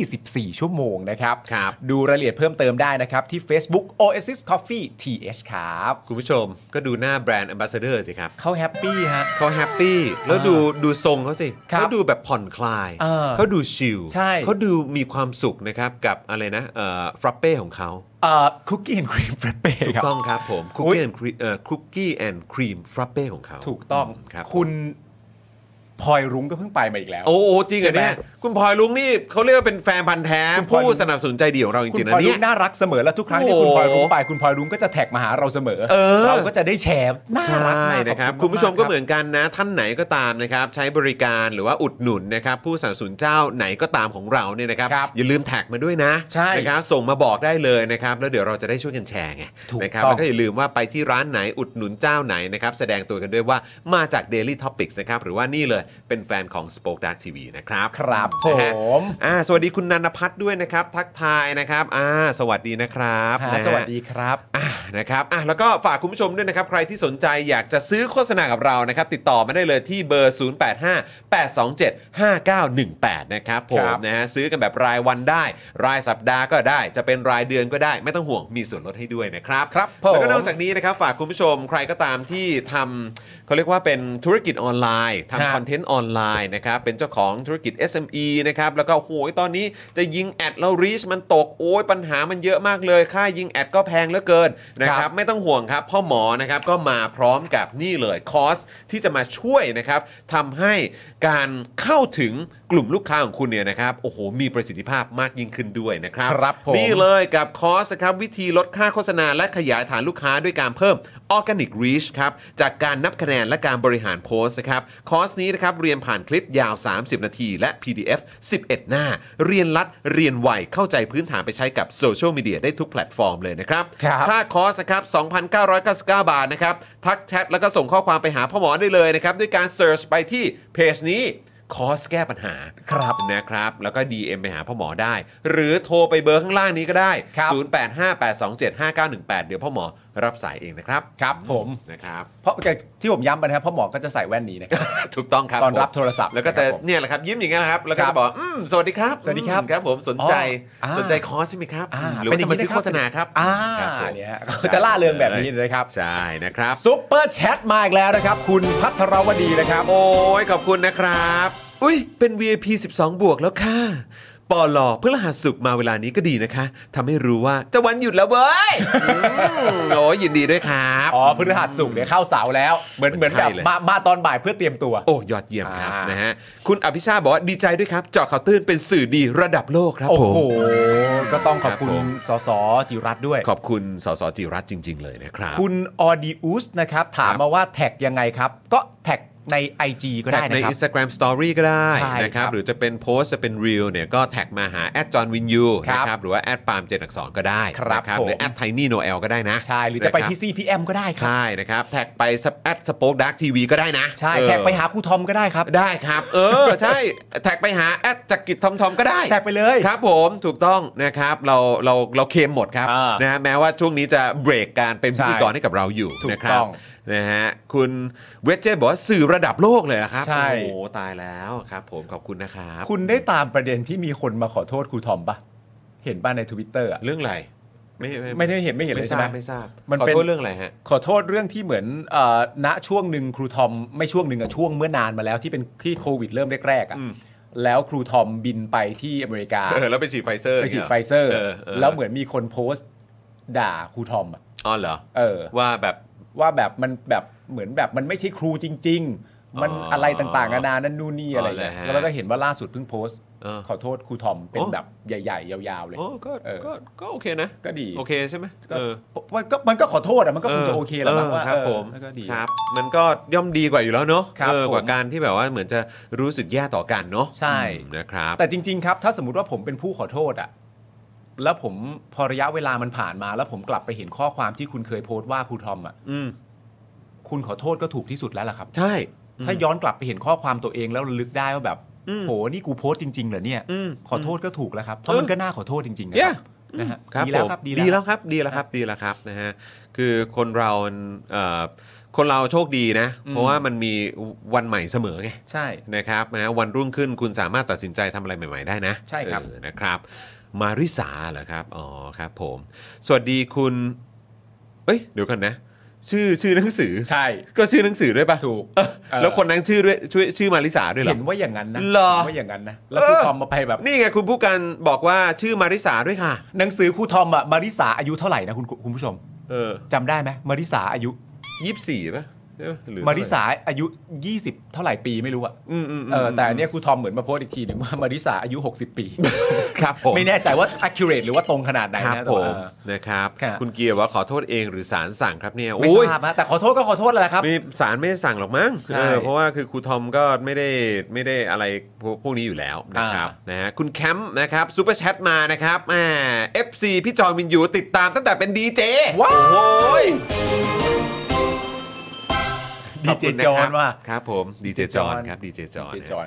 24 ชั่วโมงนะครับ ครับ ดูรายละเอียดเพิ่มเติมได้นะครับ ที่ Facebook Oasis Coffee TH ครับ คุณผู้ชมก็ดูหน้าแบรนด์ a m b a s s a d o r สิครับ เขาแฮปปี้ฮะ เขาแฮปปี้แล้วดูดูทรงเขาสิ ครับ เขาดูแบบผ่อนคลาย เออ เขาดูชิล ใช่ เขาดูมีความสุขนะครับกับอะไรนะเอ่อฟรัปเป้ของเขา คุกกี้แอนด์ครีมเฟรเป้ ถูก ครับ ต้องครับผมคุก อุ๊ย กี้แอนด์ครีมคุกกี้แอนด์ครีมฟรัปเป้ของเขา ถูกต้อง มครับ คุณ พลอยรุ้งก็เพิ่งไปมาอีกแล้ว โอ้โหจริงเหรอเนี่ย ใช่ไหม คุณพลอยลุงนี่เขาเรียกว่าเป็นแฟนพันธ์แท้ คุณพลอยลุ ผู้ ง สนับสนุนใจดีของเราจ คุ ริ ณ งๆนะพลอยรุ้ เนี่ย งน่ารักเสมอและทุกครั้งที่คุณ โอ้โห พลอยรุ้งไปคุณพลอยรุ้งก็จะแท็กมาหาเราเสมอ เออ ก็จะได้แชร์น่า ใช รัก่ มาก นะครับ ขอ คุณผู้ชมก็เหมื าๆ อนกันนะ ท่านไหนก็ตามนะครับใช้บริการหรือว่าอุดหนุนนะครับผู้สนับสนุนเจ้าไหนก็ตามของเราเนี่ยนะครับ ครับ อย่าลืมแท็กมาด้วยนะ ใช่ นะครับส่งมาบอกได้เลยนะครับแล้วเดี๋ยวเราจะได้ช่วยกันแชร์ไง ถูก นะครับ ต้อง แล้วก็อย่าลืมว่าไปที่ร้านไหนอุดหนุนเจ้าไหนนะครับแสดงตัวกันด้วยว่ามาจาก Daily Topics นะครับหรือว่านี่เลยเป็นแฟนของ Spoke Dark TV นะครับ ครับผ นะฮะ ม อ่าสวัสดีคุณนันพัฒน์ด้วยนะครับ ทักทายนะครับอ่าสวัสดีนะครับ ฮะ นะฮะ สวัสดีครับ อ่านะครับอ่ะแล้วก็ฝากคุณผู้ชมด้วยนะครับ ใครที่สนใจอยากจะซื้อโฆษณากับเรานะครับ ติดต่อมาได้เลยที่เบอร์ 0858275918 นะครับผ ค ม รับ นะฮะซื้อกันแบบรายวันได้ รายสัปดาห์ก็ได้ จะเป็นรายเดือนก็ได้ ไม่ต้องห่วงมีส่วนลดให้ด้วยนะครับ ครับผม แล้วก็นอกจากนี้นะครับฝากคุณผู้ชมใครก็ตามที่ทำเขาเรียกว่าเป็นธุรกิจออนไลน์ ครั ทำ บ คอนเทนต์ออนไลน์นะครับเป็นเจ้าของธุรกิจ SME นะครับแล้วก็โอ้โหตอนนี้จะยิงแอดแล้วรีชมันตกโอ้ยปัญหามันเยอะมากเลย ค่ายิงแอดก็แพงเหลือเกินนะค ครั รับบ ไม่ต้องห่วงครับพ่อหมอนะครับก็มาพร้อมกับนี่เลยคอร์สที่จะมาช่วยนะครับทำให้การเข้าถึงกลุ่มลูกค้าของคุณเนี่ยนะครับโอ้โหมีประสิทธิภาพมากยิ่งขึ้นด้วยนะครับ ครับผม นี่เลยกับคอร์สครับวิธีลดค่าโฆษณาและขยายฐานลูกค้าด้วยการเพิ่ม Organic Reach ครับจากการนับคะแนนและการบริหารโพสต์นะครับคอร์สนี้นะครับเรียนผ่านคลิปยาว 30 นาที และ PDF 11 หน้า เรียนรัดเรียนไวเข้าใจพื้นฐานไปใช้กับโซเชียลมีเดียได้ทุกแพลตฟอร์มเลยนะครับ ครับ ค่าคอร์สนะครับ 2,999 บาทนะครับ ทักแชทแล้วก็ส่งข้อความไปหาพ่อหมอได้เลยนะครับ ด้วยการเซิร์ชไปที่เพจนี้คอร์สแก้ปัญหา ครับ นะครับ แล้วก็ DM ไปหาพ่อหมอได้ หรือโทรไปเบอร์ข้างล่างนี้ก็ได้ ครับ 0858275918 เดี๋ยวพ่อหมอรับสายเองนะครับ ครับผม นะครับ เพราะที่ผมย้ำไปนะครับเพ่อหมอก็จะใส่แว่นนี้นะครับ ถูกต้องครับ ตอนรับ ผม โทรศัพท์ แล้วก็จะ นะครับผม เนี่ยแหละครับยิ้มอย่างเงี้ยแหละครับ แล้วก็ ครั จะ บ บอกอืมสวัสดีครับ สวัสดีครับ อืมครับผมสนใจ อ๋ออ่า สนใจคอร์สใช่ไหมครับ อ่า หรือว่าจะมาซื้อโฆษณาครับ อ่า ครับผม เนี่ยฮะเขาจะล่าเริงแบบนี้นะครับ ใช่นะครับ ซุปเปอร์แชทมาอีกแล้วนะครับ คุณพัทรวดีนะครับ โอ้ยขอบคุณนะครับ อุ้ยเป็น VIP 12 บวกแล้วค่ะปอลอเพื่อรหัสสุขมาเวลานี้ก็ดีนะคะทำให้รู้ว่าจะวันหยุดแล้วเว้ ยอืมโอ้ยยินดีด้วยครับ อ๋อพฤหัสสุกร์เนี่ยเข้าเสาร์แล้ว เหมือนเหมือน ใช่ แบบ เลย มามาตอนบ่ายเพื่อเตรียมตัว โอ้ยอดเยี่ยมครับ อ่าน นะฮะคุณอภิชาติบอกว่าดีใจด้วยครับเจอข่าวตื้นเป็นสื่อดีระดับโลกครับ โอ้ ผม โห ก็ต้องขอบคุ ค ณ รับผม สสจิรัตน์ด้วย ขอบคุณสสจิรัตน์จริง ๆ เลยนะครับ คุณออดิอุสนะครับ ถาม ครับ มาว่าแท็กยังไงครับ ก็แท็กใน IG ก็ได้ แท็ก นะ ใน ครับ Instagram Story ก็ได้ ใช่ นะค ครั รับบ หรือจะเป็นโพสต์จะเป็น r e e l เนี่ยก็แท็กมาหาแอดจอห์นวินยู ครับ นะครับหรือว่าแอดปาล์มเจนอักษรก็ได้ ครับ นะ ผม หรือแอดไทนี่โนเอลก็ได้นะ ใช่ หรือจะไป นคบ ที่ CPM ก็ได้ครับ ใช่นะครับ แท็กไปแอดสปอคดักทีวีก็ได้นะ ใช่ เออ แท็กไปหาครูทอมก็ได้ครับ ได้ครับ เออ ใช่ แท็กไปหาแอดจักรกิจทอมทอมก็ได้ แท็กไปเลย ครับผมถูกต้องนะครับเราเราเราเคมหมดครับ อ่าน นะฮะแม้ว่าช่วงนี้จะเบรกการเป็นพิธีกร ใช่ ให้กับเราอยู่ ถูก นะครั ต้ บ อง นะฮะคุณเวจเจบอกว่าสื่อระดับโลกเลยนะครับ ใช่ โอ้โหตายแล้วครับ ผมขอบคุณนะครับ คุณได้ตามประเด็นที่มีคนมาขอโทษครูทอมปะเห็นป่ะในทวิตเตอร์ เรื่องอะไรไม่ ไม่ได้เห็นไม่เห็นเล ไม่ทยใช่ ราบไหมไม่ทราบ มัน ขอ เป็น โทษเรื่องอะไรฮะ ขอโทษเรื่องที่เหมือนเอ่อณช่วงหนึ่งครูทอมไม่ช่วงหนึ่งอะช่วงเมื่อนานมาแล้วที่เป็นที่โควิดเริ่มแรกๆอะ อืม แล้วครูทอมบินไปที่อเมริกา เออแล้วไปฉีดไฟเซอร์ ไปฉีดไฟเซอร์ แล้วเหมือนมีคนโพสต์ด่าครูทอมอะ อ๋อเหรอ เออ ว่าแบบ ว่าแบบมันแบบเหมือนแบบมันไม่ใช่ครูจริง ๆ มัน อ๋ออ อะไรต่างๆนานานั่นนู่นนี่อะไรเนี่ย อ๋อเหรอฮะ แล้วเราก็เห็นว่าล่าสุดเพิ่งโพสต์ เออ ขอโทษครูทอมเป็น โอ้ แบบใหญ่ๆ ยาวๆเลย โอ้ก็ เออ ก็ก็โอเคนะ ก็ดี โอเคใช่ไหม ก็ เออ มันก็มันก็ขอโทษอะมันก็คงจะโอเคแหล้วมั้งว่า ครับ เออ ผม แล้วก็ดี ครับ มันก็ย่อมดีกว่าอยู่แล้วเนอะ ครับ เออ ผม กว่าการที่แบบว่าเหมือนจะรู้สึกแย่ต่อกันเนอะ ใช่ อืมนะครับ แต่จริง ๆ ครับ ถ้าสมมติว่าผมเป็นผู้ขอโทษอะแล้วผมพอระยะเวลามันผ่านมา แล้วผมกลับไปเห็นข้อความที่คุณเคยโพสต์ว่าครูทอมอะ อืม คุณขอโทษก็ถูกที่สุดแล้วล่ะครับ ใช่ ถ้าย้อนกลับไปเห็นข้อความตัวเองแล้วระลึกได้ว่าแบบ อืม โหนี่กูโพสต์จริงๆเหรอเนี่ย อืม ขอโทษก็ถูกแล้วครับเพ เอ ราะ อ มันก็น่าขอโทษจริงๆนะ เย้ ครับนะฮะ ครับ ดีแล้ว ผม ครับ ดี ดี แล้ แล้ว ว ครับดีแล้วครับดีแล้วครับนะฮะคือคนเรามันเอ่อคนเราโชคดีนะ อืม เพราะว่ามันมีวันใหม่เสมอไง ใช่ นะครับนะวันรุ่งขึ้นคุณสามารถตัดสินใจทำอะไรใหม่ๆได้นะ ใช่ครับ เออนะครับ มาริสาเหรอครับอ๋อครับผม สวัสดีคุณ เอ้ยเดี๋ยวกันนะ ชื่อชื่อหนังสือ ใช่ ก็ชื่อหนังสือด้วยปะ ถูก เออ เออ แล้วคนนั้นชื่อด้วยชื่อชื่อมาริสาด้วยเหรอ เห็นว่าอย่างนั้นนะ เหรอ เห็นว่าอย่างนั้นนะแล้วครูทอมมาไปแบบ นี่ไงคุณผู้การบอกว่าชื่อมาริสาด้วยค่ะ หนังสือครูทอมอะมาริสาอายุเท่าไหร่นะคุณคุณผู้ชม เออ จำได้ไหมมาริสาอายุ ยี่สิบสี่ป่ะ ใช่ไหหรือ มาริสาอายุ 20 เท่าไหร่ปีไม่รู้อะ อืมอืมม เออแต่อันเนี้ยครูทอมเหมือนมาโพสต์อีกทีหนึ่งว่ามาริสาอายุ 60 ปี ครับผม ไม่แน่ใจว่า accurate หรือว่าตรงขนาดไหน ครับผนะแต่ว่า มนะครับ ค่ะ คุณเกียร์ว่าขอโทษเองหรือสารสั่งครับเนี่ย ไม่ โอ้ย ทราบฮะแต่ขอโทษก็ขอโทษแหละครับ มีสารไม่ได้สั่งหรอกมั้ง ใช่ เออเพราะว่าคือครูทอมก็ไม่ได้ไม่ได้อะไรพวกพวกนี้อยู่แล้วนะครับนะฮะคุณแคมป์นะครับซูเปอร์แชทมานะครับแหม FC พี่จอมินยูติดตามตั้งแต่เป็นดีเจ ว้าว โอ้ย ดีเจจอนว่า ครับผมดีเจจอนครับดีเจจอน ดีเจจอน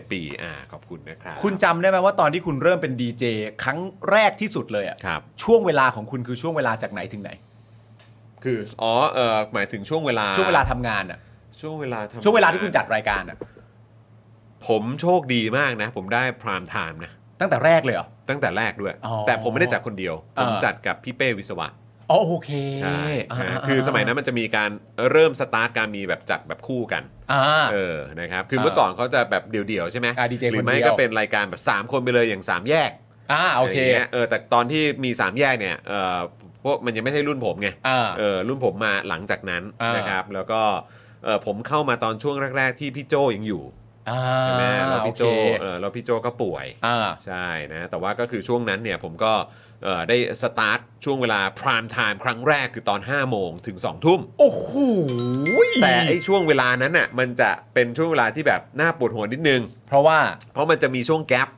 27 ปีอ่าขอบคุณนะครับ คุณจำได้ไหมว่าตอนที่คุณเริ่มเป็นดีเจครั้งแรกที่สุดเลยอะ ครับ ช่วงเวลาของคุณคือช่วงเวลาจากไหนถึงไหน คืออ๋อเออหมายถึงช่วงเวลา ช่วงเวลาทำงานอะ ช่วงเวลาำ ช่วงเวลาที่คุณจัดรายการอะ ผมโชคดีมากนะ ผมได้พรามไทม์นะ ตั้งแต่แรกเลยเหรอ ตั้งแต่แรกด้วย อ๋อ แต่ผมไม่ได้จัดคนเดียว ผม เออ จัดกับพี่เป้วิศวะ อ๋อโอเค ใช่ า ฮะคือสมัยนั้นมันจะมีการเริ่มสตาร์ทการมีแบบจัดแบบคู่กัน อ่า เออนะครับคือ เออ เมื่อก่อนเขาจะแบบเดี่ยวๆใช่ไหม อ่า DJ หรือไม่ คนเดียว ก็เป็นรายการแบบ 3 คนไปเลยอย่าง 3 แยก อ่าโอเค ะไรย่างงี้ยเออแต่ตอนที่มี 3 แยกเนี่ยเออพวกมันยังไม่ใช่รุ่นผมไง อ่า เออรุ่นผมมาหลังจากนั้น อ่าน นะครับแล้วก็เออผมเข้ามาตอนช่วงแรก ๆ ที่พี่โจยังอยู่ อ่า ใช่ไหมแล้ว โอ พี่ เค โจเออแล้วพี่โจก็ป่วย อ่า ใช่นะแต่ว่าก็คือช่วงนั้นเนี่ยผมก็เอ่อได้สตาร์ทช่วงเวลาพรามไทม์ครั้งแรกคือตอน 5 โมงถึง 2 ทุ่ม โอ้โห แต่ไอ้ช่วงเวลานั้นน่ะมันจะเป็นช่วงเวลาที่แบบน่าปวดหัวนิดนึง เพราะว่า เพราะมันจะมีช่วงแกลบ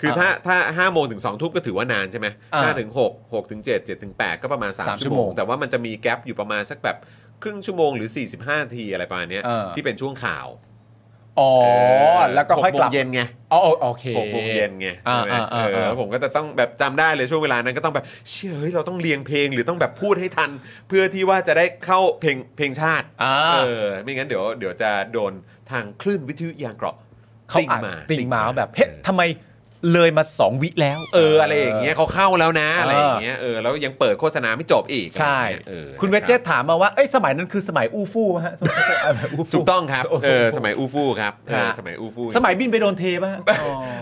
คือ เออ ถ้าถ้า5โมงถึง 2 ทุ่มก็ถือว่านานใช่ไหม เออ 5ถึง6 6ถึง7 7ถึง8ก็ประมาณ สาม 3 ชั่ ชั่ว ว โม โม ง ง แต่ว่ามันจะมีแกลบอยู่ประมาณสักแบบครึ่งชั่วโมงหรือ 45นาทีอะไรประมาณเนี้ย เออ ที่เป็นช่วงข่าว อ๋อ เ แล้วก็ค่อยกลับ หโมงเย็นไง อ๋อโอเค หกโมงเย็นไงใช่ไหม อ่า เอ อ่าอ่า อแล้วผมก็จะต้องแบบจำได้เลยช่วงเวลานั้นก็ต้องแบบเชื่อเฮ้ยเราต้องเรียงเพลงหรือต้องแบบพูดให้ทัน เพื่อที่ว่าจะได้เข้าเพลงเพลงชาติ อ่า เออไม่งั้นเดี๋ยวเดี๋ยวจะโดนทางคลื่นวิทยุยางเกราะ เขาอ่านติ่งมาว่าแบบเฮ้ยทำไมเลยมาสองวิแล้ว เอออะไรอย่างเงี้ยเขาเข้าแล้วนะ เอออ อะไรอย่างเงี้ยเออแล้วยังเปิดโฆษณาไม่จบอีก ใช่ อะไรอย่างเงี้ยออ คุณเวจเจตถามมาว่า เอ้ย สมัยนั้นคือสมัยอูฟู่ไหมฮะฟู่ ถูกต้องครับ โอ้โห เออสมัยอูฟู่ครับเออ ฮะ สมัยอูฟู่ สมัยบินไปโดนเทป่ะฮะ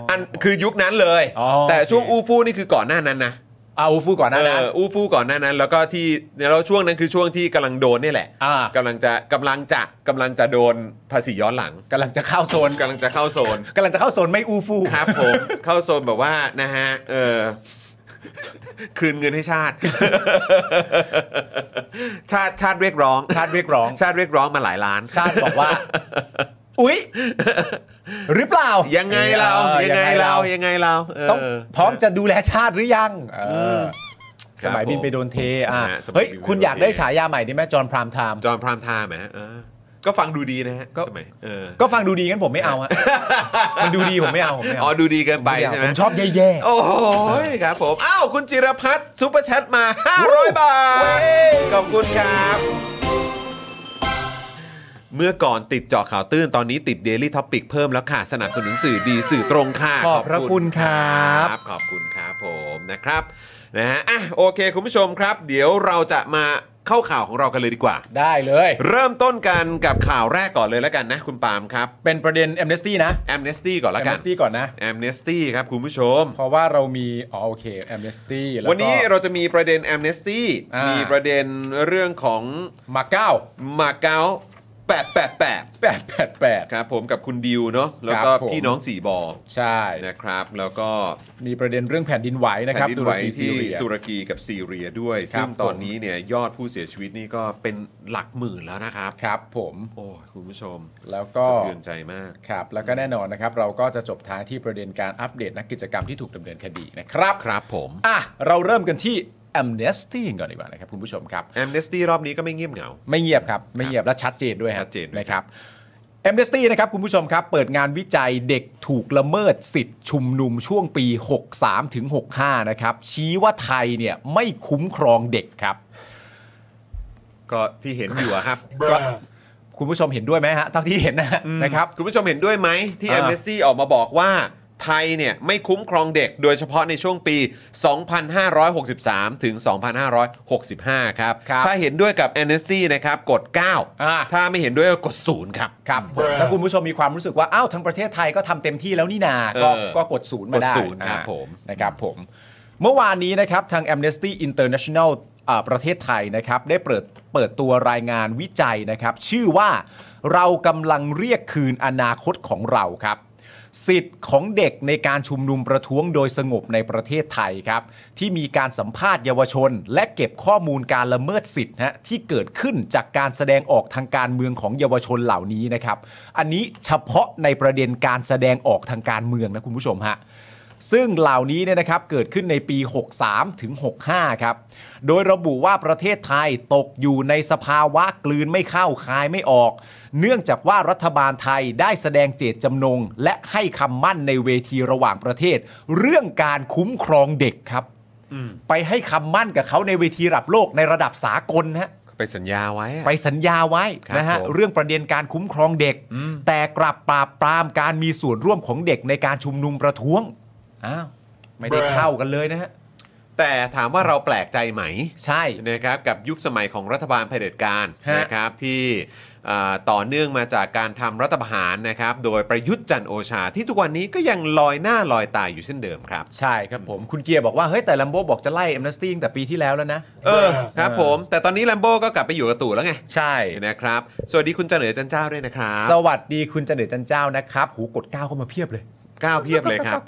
อันคือยุคนั้นเลย อ๋อ แต่ช่วง โอเค อูฟู่นี่คือก่อนหน้านั้นนะ เอาอูฟู่ก่อนหน้านั้น เอออู้ฟู่ก่อนหน้านั้น แล้วก็ที่แล้วช่วงนั้นคือช่วงที่กำลังโดนนี่แหละ อ่า กำลังจะกำลังจะกำลังจะโดนภาษีย้อนหลัง กำลังจะเข้าโซน กำลังจะเข้าโซน กำลังจะเข้าโซนไม่อูฟู่ ครับผม เข้าโซนแบบว่านะฮะเอ อคืนเงินให้ชาติ ชาติชาติเรียกร้อง ชาติเรียก ร้อง ชาติเรียกร้องมาหลายล้าน ชาติบอก ว่า อุ๊ย หรือเปล่า ยั ยังไงเรายังไงเรายังไงเราเ ต้องพร้อมจะดูแลชาติหรือยังเอออ ค ส รับ มัยบินไปโดนเทอ่ะ นะฮะสมัย เฮ้ย บินไปโดน คุณอยาก เท ได้ฉายาใหม่ดิแม่จอห์นพรามไทม์ จอห์นพรามไทม์นะเออก็ฟังดูดีนะฮะ ก็ สมัยเออ ก็ฟังดูดีงั้นผมไม่ เอาฮะ มันดูดีผมไม่เอาผมไม่ อ๋อ เอา ดูดีเกินไป ม่เอา ใช่ไหม ผมชอบแย่ โอ้โหครับผม อ้าว คุณจิรพัฒน์ซุปเปอร์แชทมา 500 บาท ขอบคุณครับ เมื่อก่อนติดเจาะข่าวตื้น ตอนนี้ติด Daily Topic เพิ่มแล้วค่ะ สนับสนุนสื่อดีสื่อตรงค่ะ ๆขอบพระคุณครับ ขอบคุณครับผมนะครับนะฮะอ่ะโอเค คุณผู้ชมครับ เดี๋ยวเราจะมาเข้าข่าวของเรากันเลยดีกว่า ได้เลย เริ่มต้นกันกับข่าวแรกก่อนเลยแล้วกันนะ คุณปาล์มครับ เป็นประเด็น a อ n e s t y นะ แอมเนสตี้ก่อน a ละ m กั n น e s t y ก่อนนะ แอมเนสตี้ครับคุณผู้ชม เพราะว่าเรามี อ๋อโอเค a m n e s t y แล้วก็ วันนี้เราจะมีประเด็นแอมเนสตี้ อ่ามี มีประเด็นเรื่องของ มาเก้า มาเก๊า888 แปดแปดแปด ครับผมกับคุณดิวเนาะแล้วก็ ครับผม พี่น้องสีบอ ใช่ นะครับ แล้วก็ มีประเด็นเรื่องแผ่นดินไหวนะ แผ่ คนรับ ดินไหว ตุรกีซี ที่ เรีย ตุรกีกับซีเรียด้วย ครับ ซึ่งตอน ผม นี้เนี่ยยอดผู้เสียชีวิตนี่ก็เป็นหลักหมื่นแล้วนะครับ ครับผม โอ้ยคุณผู้ชม แล้วก็ สะเทือนใจมาก ครับ แล้วก็แน่นอนนะครับ เราก็จะจบท้ายที่ประเด็นการอัปเดตนักกิจกรรมที่ถูกดำเนินคดีนะครับ ครับผม อ่ะ เราเริ่มกันที่ a m n e s t y ก่อนดีกว่านะครับคุณผู้ชมครับ แอมเนสตี้รอบนี้ก็ไม่เงียบเหงา ไม่เงียบครับ ไม่เงียบและชัดเจนด้วยฮะ ชัดเจนด้วย นะครับเอมเนสตี้นะครับ คุณผู้ชมครับ เปิดงานวิจัยเด็กถูกละเมิดสิทธิ์ชุมนุมช่วงปี 63ถึง65 นะครับ ชี้ว่าไทยเนี่ยไม่คุ้มครองเด็กครับ ก็ที่เห็นอยู่อะครับ ก็คุณผู้ชมเห็นด้วยไหมฮะเท่าที่เห็นนะฮะนะครับ คุณผู้ชมเห็นด้วยไหมที่ a อ่าอ n e s t y ออกมาบอกว่าไทยเนี่ยไม่คุ้มครองเด็กโดยเฉพาะในช่วงปี 2563 ถึง 2565 ครับ ครับ ถ้าเห็นด้วยกับ a m n e s t y นะครับกด อ่า 9 ถ้าไม่เห็นด้วยก็กด 0 ครับ ครับถ้าคุณผู้ชมมีความรู้สึกว่าอ้าวทางประเทศไทยก็ทำเต็มที่แล้วนี่นาก็ เออ ก็กดศูนย์มาได้ กดศูนย์ครับ อ่า ผม นะครับผม เมื่อวานนี้นะครับ ทาง Amnesty International เอ่อประเทศไทยนะครับได้เปิดเปิดตัวรายงานวิจัยนะครับ ชื่อว่าเรากำลังเรียกคืนอนาคตของเราครับ สิทธิ์ของเด็กในการชุมนุมประท้วงโดยสงบในประเทศไทยครับ ที่มีการสัมภาษณ์เยาวชน และเก็บข้อมูลการละเมิดสิทธิ์นะฮะที่เกิดขึ้นจากการแสดงออกทางการเมืองของเยาวชนเหล่านี้นะครับ อันนี้เฉพาะในประเด็นการแสดงออกทางการเมืองนะคุณผู้ชมฮะ ซึ่งเหล่านี้เนี่ยนะครับเกิดขึ้นในปี 63 ถึง 65 ครับ โดยระบุว่าประเทศไทยตกอยู่ในสภาวะกลืนไม่เข้าคายไม่ออก เนื่องจากว่ารัฐบาลไทยได้แสดงเจตจำนง และให้คำมั่นในเวทีระหว่างประเทศ เรื่องการคุ้มครองเด็กครับ ไปให้คำมั่นกับเขาในเวทีระดับโลกในระดับสากลนะฮะ ไปสัญญาไว้อะ ไปสัญญาไว้ ครับ นะฮะ ผม เรื่องประเด็นการคุ้มครองเด็ก อืม แต่กลับปราบปรามการมีส่วนร่วมของเด็กในการชุมนุมประท้วงอ้าวไม่ได้เข้ากันเลยนะฮะ แต่ถามว่าเราแปลกใจไหม ใช่ นะครับกับยุคสมัยของรัฐบาลเผด็จการ ฮะ นะครับที่อ่าต่อเนื่องมาจากการทำรัฐประหารนะครับ โดยประยุทธ์จันทร์โอชา ที่ทุกวันนี้ก็ยังลอยหน้าลอยตายอยู่เช่นเดิมครับ ใช่ครับผมคุณเกียร์บอกว่าเฮ้ยแต่ลัมโบบอกจะไล่เอมเนสตี้ตั้งแต่ปีที่แล้วแล้วนะ เออครับผม แต่ตอนนี้แลมโบ้ก็กลับไปอยู่กับตู่แล้วไง ใช่ นะครับ สวัสดีคุณเจริญจันเจ้าด้วยนะครับ สวัสดีคุณจันเดชจันเจ้านะครับหูกดก้าวเข้ามาเพียบเลย ก้าวเพียบเลยครับ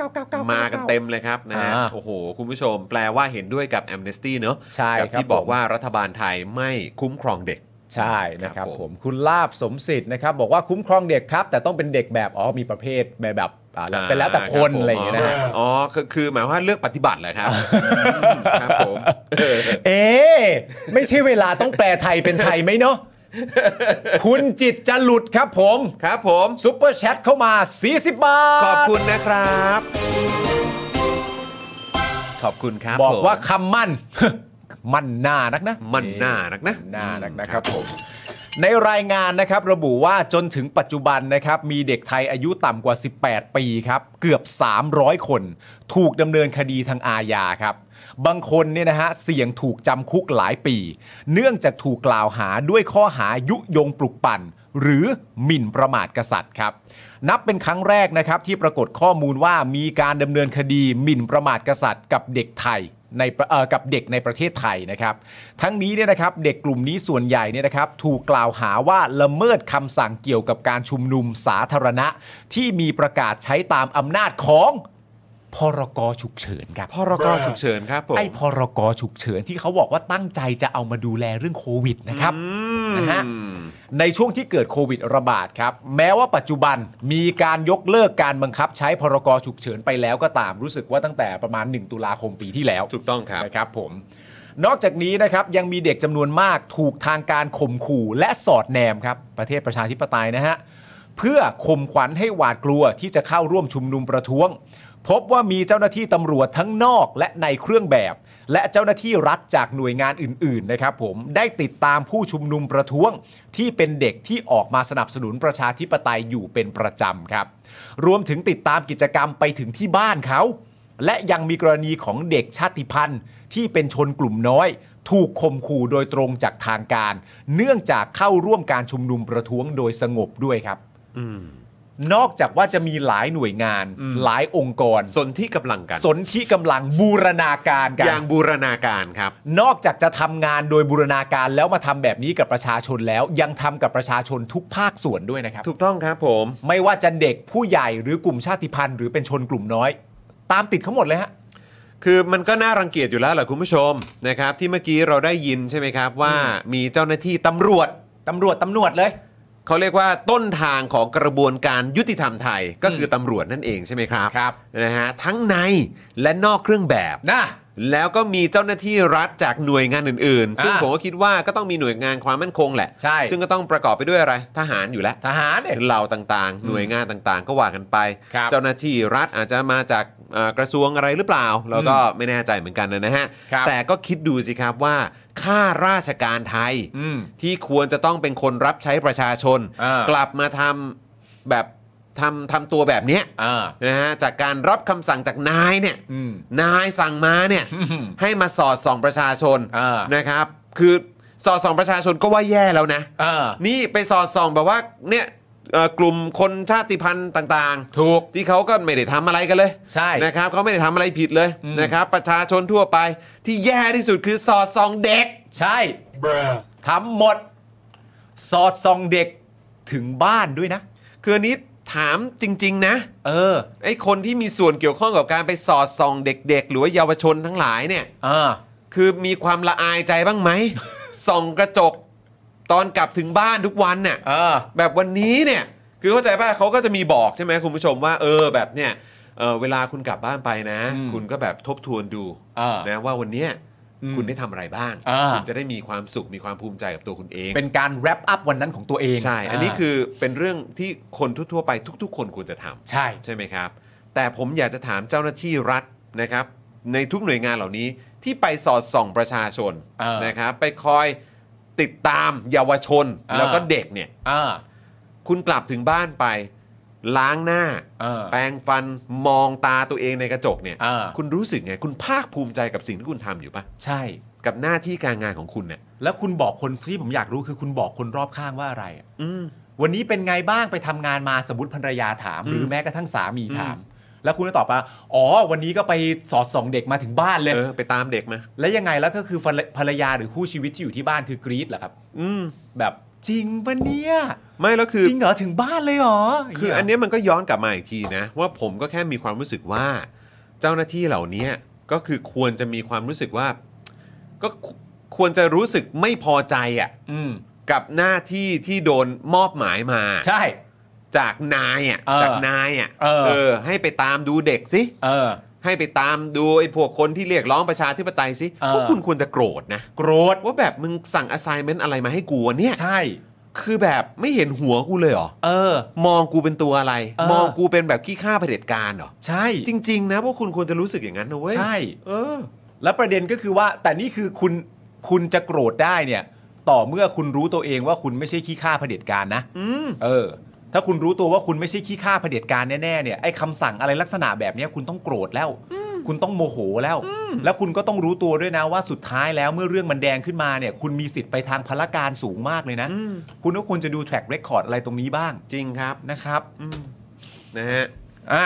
มากันเต็มเลยครับนะฮะ อ่า โอ้โห คุณผู้ชมแปลว่าเห็นด้วยกับแอมเนสตี้เนอะ ใช่ กั ครับ ที่บอก ผม ว่ารัฐบาลไทยไม่คุ้มครองเด็ก ใช่นะครับ ครับ ผ ผม มคุณลาบสมสิทธิ์นะครับบอกว่าคุ้มครองเด็กครับ แต่ต้องเป็นเด็กแบบอ๋อมีประเภทแบบแบบอ่าแล้วเป็นแล้วแต่คนอะไรอย่างเงี้ยนะฮะ ครับผมอ๋อคือคือหมายว่าเลือกปฏิบัติเหรอครับครับผมเออ เอ๊ะไม่ใช่เวลาต้องแปลไทยเป็นไทยไหมเนาะ คุณจิตจะหลุดครับผม ครับผม ซุปเปอร์แชทเข้ามา 40 บาท ขอบคุณนะครับ ขอบคุณครับ บอก ผม ว่าคำมั่น มั่นหน้านักนะ มันหน้านักนะ หน้านักนะครับผม ในรายงานนะครับระบุว่าจนถึงปัจจุบันนะครับมีเด็กไทยอายุต่ำกว่า 18 ปีครับ เกือบ 300 คน ถูกดำเนินคดีทางอาญาครับ บางคนเนี่ยนะฮะเสี่ยงถูกจำคุกหลายปี เนื่องจากถูกกล่าวหาด้วยข้อหายุยงปลุกปั่น หรือหมิ่นประมาทกษัตริย์ครับ นับเป็นครั้งแรกนะครับที่ปรากฏข้อมูลว่ามีการดำเนินคดีหมิ่นประมาทกษัตริย์กับเด็กไทย ในประเอ่อกับเด็กในประเทศไทยนะครับ ทั้งนี้เนี่ยนะครับเด็กกลุ่มนี้ส่วนใหญ่เนี่ยนะครับ ถูกกล่าวหาว่าละเมิดคำสั่งเกี่ยวกับการชุมนุมสาธารณะ ที่มีประกาศใช้ตามอำนาจของพรกฉุกเฉินครับ พรกฉุกเฉินครับผม ไอ้พรกฉุกเฉินที่เขาบอกว่าตั้งใจจะเอามาดูแลเรื่องโควิดนะครับ อืม นะฮะ ในช่วงที่เกิดโควิดระบาดครับ แม้ว่าปัจจุบันมีการยกเลิกการบังคับใช้พรกฉุกเฉินไปแล้วก็ตามรู้สึกว่าตั้งแต่ประมาณ 1 ตุลาคมปีที่แล้ว ถูกต้องครับ นะครับผม นอกจากนี้นะครับยังมีเด็กจำนวนมากถูกทางการข่มขู่และสอดแนมครับ ประเทศประชาธิปไตยนะฮะ เพื่อข่มขวัญให้หวาดกลัวที่จะเข้าร่วมชุมนุมประท้วง พบว่ามีเจ้าหน้าที่ตำรวจทั้งนอกและในเครื่องแบบ และเจ้าหน้าที่รัฐจากหน่วยงานอื่น ๆ นะครับผมได้ติดตามผู้ชุมนุมประท้วง ที่เป็นเด็กที่ออกมาสนับสนุนประชาธิปไตยอยู่เป็นประจำครับ รวมถึงติดตามกิจกรรมไปถึงที่บ้านเขา และยังมีกรณีของเด็กชาติพันธุ์ ที่เป็นชนกลุ่มน้อย ถูกข่มขู่โดยตรงจากทางการ เนื่องจากเข้าร่วมการชุมนุมประท้วงโดยสงบด้วยครับ นอกจากว่าจะมีหลายหน่วยงาน อืม หลายองค์กร สนที่กำลังกัน สนที่กำลังบูรณาการกั อย่าน งบูรณาการครับ นอกจากจะทำงานโดยบูรณาการแล้วมาทำแบบนี้กับประชาชนแล้ว ยังทำกับประชาชนทุกภาคส่วนด้วยนะครับ ถูกต้องครับผม ไม่ว่าจะเด็กผู้ใหญ่หรือกลุ่มชาติพันธุ์หรือเป็นชนกลุ่มน้อย ตามติดเขาหมดเลยฮะ คือมันก็น่ารังเกียจอยู่แล้วแหละคุณผู้ชมนะครับ ที่เมื่อกี้เราได้ยินใช่ไหมครับ ว่ามีเจ้าหน้าที่ตำรวจ ตำรวจตำรวจเลย เขาเรียกว่าต้นทางของกระบวนการยุติธรรมไทยก็คือตำรวจนั่นเองใช่ไหมครับ ครับ นะฮะทั้งในและนอกเครื่องแบบ นะ แล้วก็มีเจ้าหน้าที่รัฐจากหน่วยงานอื่นๆ ซึ่ง อ่า ผมก็คิดว่าก็ต้องมีหน่วยงานความมั่นคงแหละ ใช่ ซึ่งก็ต้องประกอบไปด้วยอะไร ทหารอยู่แล้ว ทหารเนี่ย เหล่าต่างๆ หน่วยงานต่างๆ ก็ว่ากันไป ครับ เจ้าหน้าที่รัฐอาจจะมาจากเอ่อกระทรวงอะไรหรือเปล่า เราก็ไม่แน่ใจเหมือนกันนะฮะ ครับ แต่ก็คิดดูสิครับว่าข้าราชการไทย อืม ที่ควรจะต้องเป็นคนรับใช้ประชาชน อ่าก กลับมาทำแบบทำทำตัวแบบเนี้ย อ่า นะฮะจากการรับคำสั่งจากนายเนี่ย อืม นายสั่งมาเนี่ย อืม ให้มาสอดส่องประชาชน อ่าน นะครับ คือสอดส่องประชาชนก็ว่าแย่แล้วนะ อ่า นี่ไปสอดส่องแบบว่าเนี่ย เอ่อกลุ่มคนชาติพันธุ์ต่างๆ ถูก ที่เขาก็ไม่ได้ทำอะไรกันเลย ใช่ นะครับเขาไม่ได้ทำอะไรผิดเลย อืม นะครับ ประชาชนทั่วไปที่แย่ที่สุดคือสอดส่องเด็ก ใช่ทำหมด สอดส่องเด็กถึงบ้านด้วยนะ คืออันนี้ถามจริง ๆ นะ เออ ไอ้คนที่มีส่วนเกี่ยวข้องกับการไปสอดส่องเด็ก ๆ หรือว่าเยาวชนทั้งหลายเนี่ย อ่า คือมีความละอายใจบ้างไหม ส่องกระจกตอนกลับถึงบ้านทุกวันเนี่ย เออ แบบวันนี้เนี่ย คือเข้าใจป่ะเขาก็จะมีบอกใช่ไหมคุณผู้ชมว่าเออแบบเนี่ยเออเวลาคุณกลับบ้านไปนะ อืม คุณก็แบบทบทวนดู อ่าน นะว่าวันเนี้ย อืม คุณได้ทำอะไรบ้าง อ่า คุณจะได้มีความสุขมีความภูมิใจกับตัวคุณเอง เป็นการ wrap up วันนั้นของตัวเอง ใช่ อันนี้ า คือเป็นเรื่องที่คนทั่วๆไปทุก ๆ คนควรจะทำ ใช่ ใช่ไหมครับ แต่ผมอยากจะถามเจ้าหน้าที่รัฐนะครับ ในทุกหน่วยงานเหล่านี้ที่ไปสอดส่องประชาชนนะครับ ไปคอยติดตามเยาวชนแล้วก็เด็กเนี่ย อ่า คุณกลับถึงบ้านไป ล้างหน้า เออ แปรงฟันมองตาตัวเองในกระจกเนี่ย เออ คุณรู้สึกไง คุณภาคภูมิใจกับสิ่งที่คุณทำอยู่ปะ ใช่ กับหน้าที่การงานของคุณเนี่ย แล้วคุณบอกคนที่ผมอยากรู้คือคุณบอกคนรอบข้างว่าอะไรอะ อืม วันนี้เป็นไงบ้างไปทำงานมาสมมติภรรยาถาม หรือแม้กระทั่งสามีถาม แล้วคุณก็ตอบว่าอ๋อ วันนี้ก็ไปสอดส่องเด็กมาถึงบ้านเลย เออ ไปตามเด็กมา แล้วยังไงแล้วก็คือภรรภรรยาหรือคู่ชีวิตที่อยู่ที่บ้านคือกรี๊ดเหรอครับ อืม แบบจริงปะเนี่ย ไม่แล้วคือ จริงเหรอถึงบ้านเลยเหรอ คือย่าง อัน เงี้ย เนี้ยมันก็ย้อนกลับมาอีกทีนะ ว่าผมก็แค่มีความรู้สึกว่า เจ้าหน้าที่เหล่านี้ก็คือควรจะมีความรู้สึกว่า ก็ควรจะรู้สึกไม่พอใจอ่ะ อืม กับหน้าที่ที่โดนมอบหมายมา ใช่ จากนายอ่ะ เออ จากนายอ่ะ เออ ให้ไปตามดูเด็กสิ เออ ให้ไปตามดูไอ้พวกคนที่เรียกร้องประชาธิปไตยสิ เออ พวกคุณควรจะโกรธนะ โกรธ ว่าแบบมึงสั่ง assignment อะไรมาให้กูวะเนี่ย ใช่ คือแบบไม่เห็นหัวกูเลยเหรอ เออ มองกูเป็นตัวอะไร เออ มองกูเป็นแบบขี้ข้าเผด็จการเหรอ ใช่ จริง ๆ นะพวกคุณควรจะรู้สึกอย่างนั้นนะเว้ย ใช่ เออ แล้วประเด็นก็คือว่า แต่นี่คือคุณคุณจะโกรธได้เนี่ย ต่อเมื่อคุณรู้ตัวเองว่าคุณไม่ใช่ขี้ข้าเผด็จการนะ อืม เออ ถ้าคุณรู้ตัวว่าคุณไม่ใช่ขี้ข้าเผด็จการแน่ๆเนี่ยไอ้คำสั่งอะไรลักษณะแบบเนี้ยคุณต้องโกรธแล้ว คุณต้องโมโหแล้ว แล้วคุณก็ต้องรู้ตัวด้วยนะว่าสุดท้ายแล้วเมื่อเรื่องมันแดงขึ้นมาเนี่ย คุณมีสิทธิ์ไปทางพละการสูงมากเลยนะ อืม คุณก็ควรจะดูแทร็กเรคคอร์ดอะไรตรงนี้บ้าง จริงครับ นะครับ อืมนะฮะ อ่ะ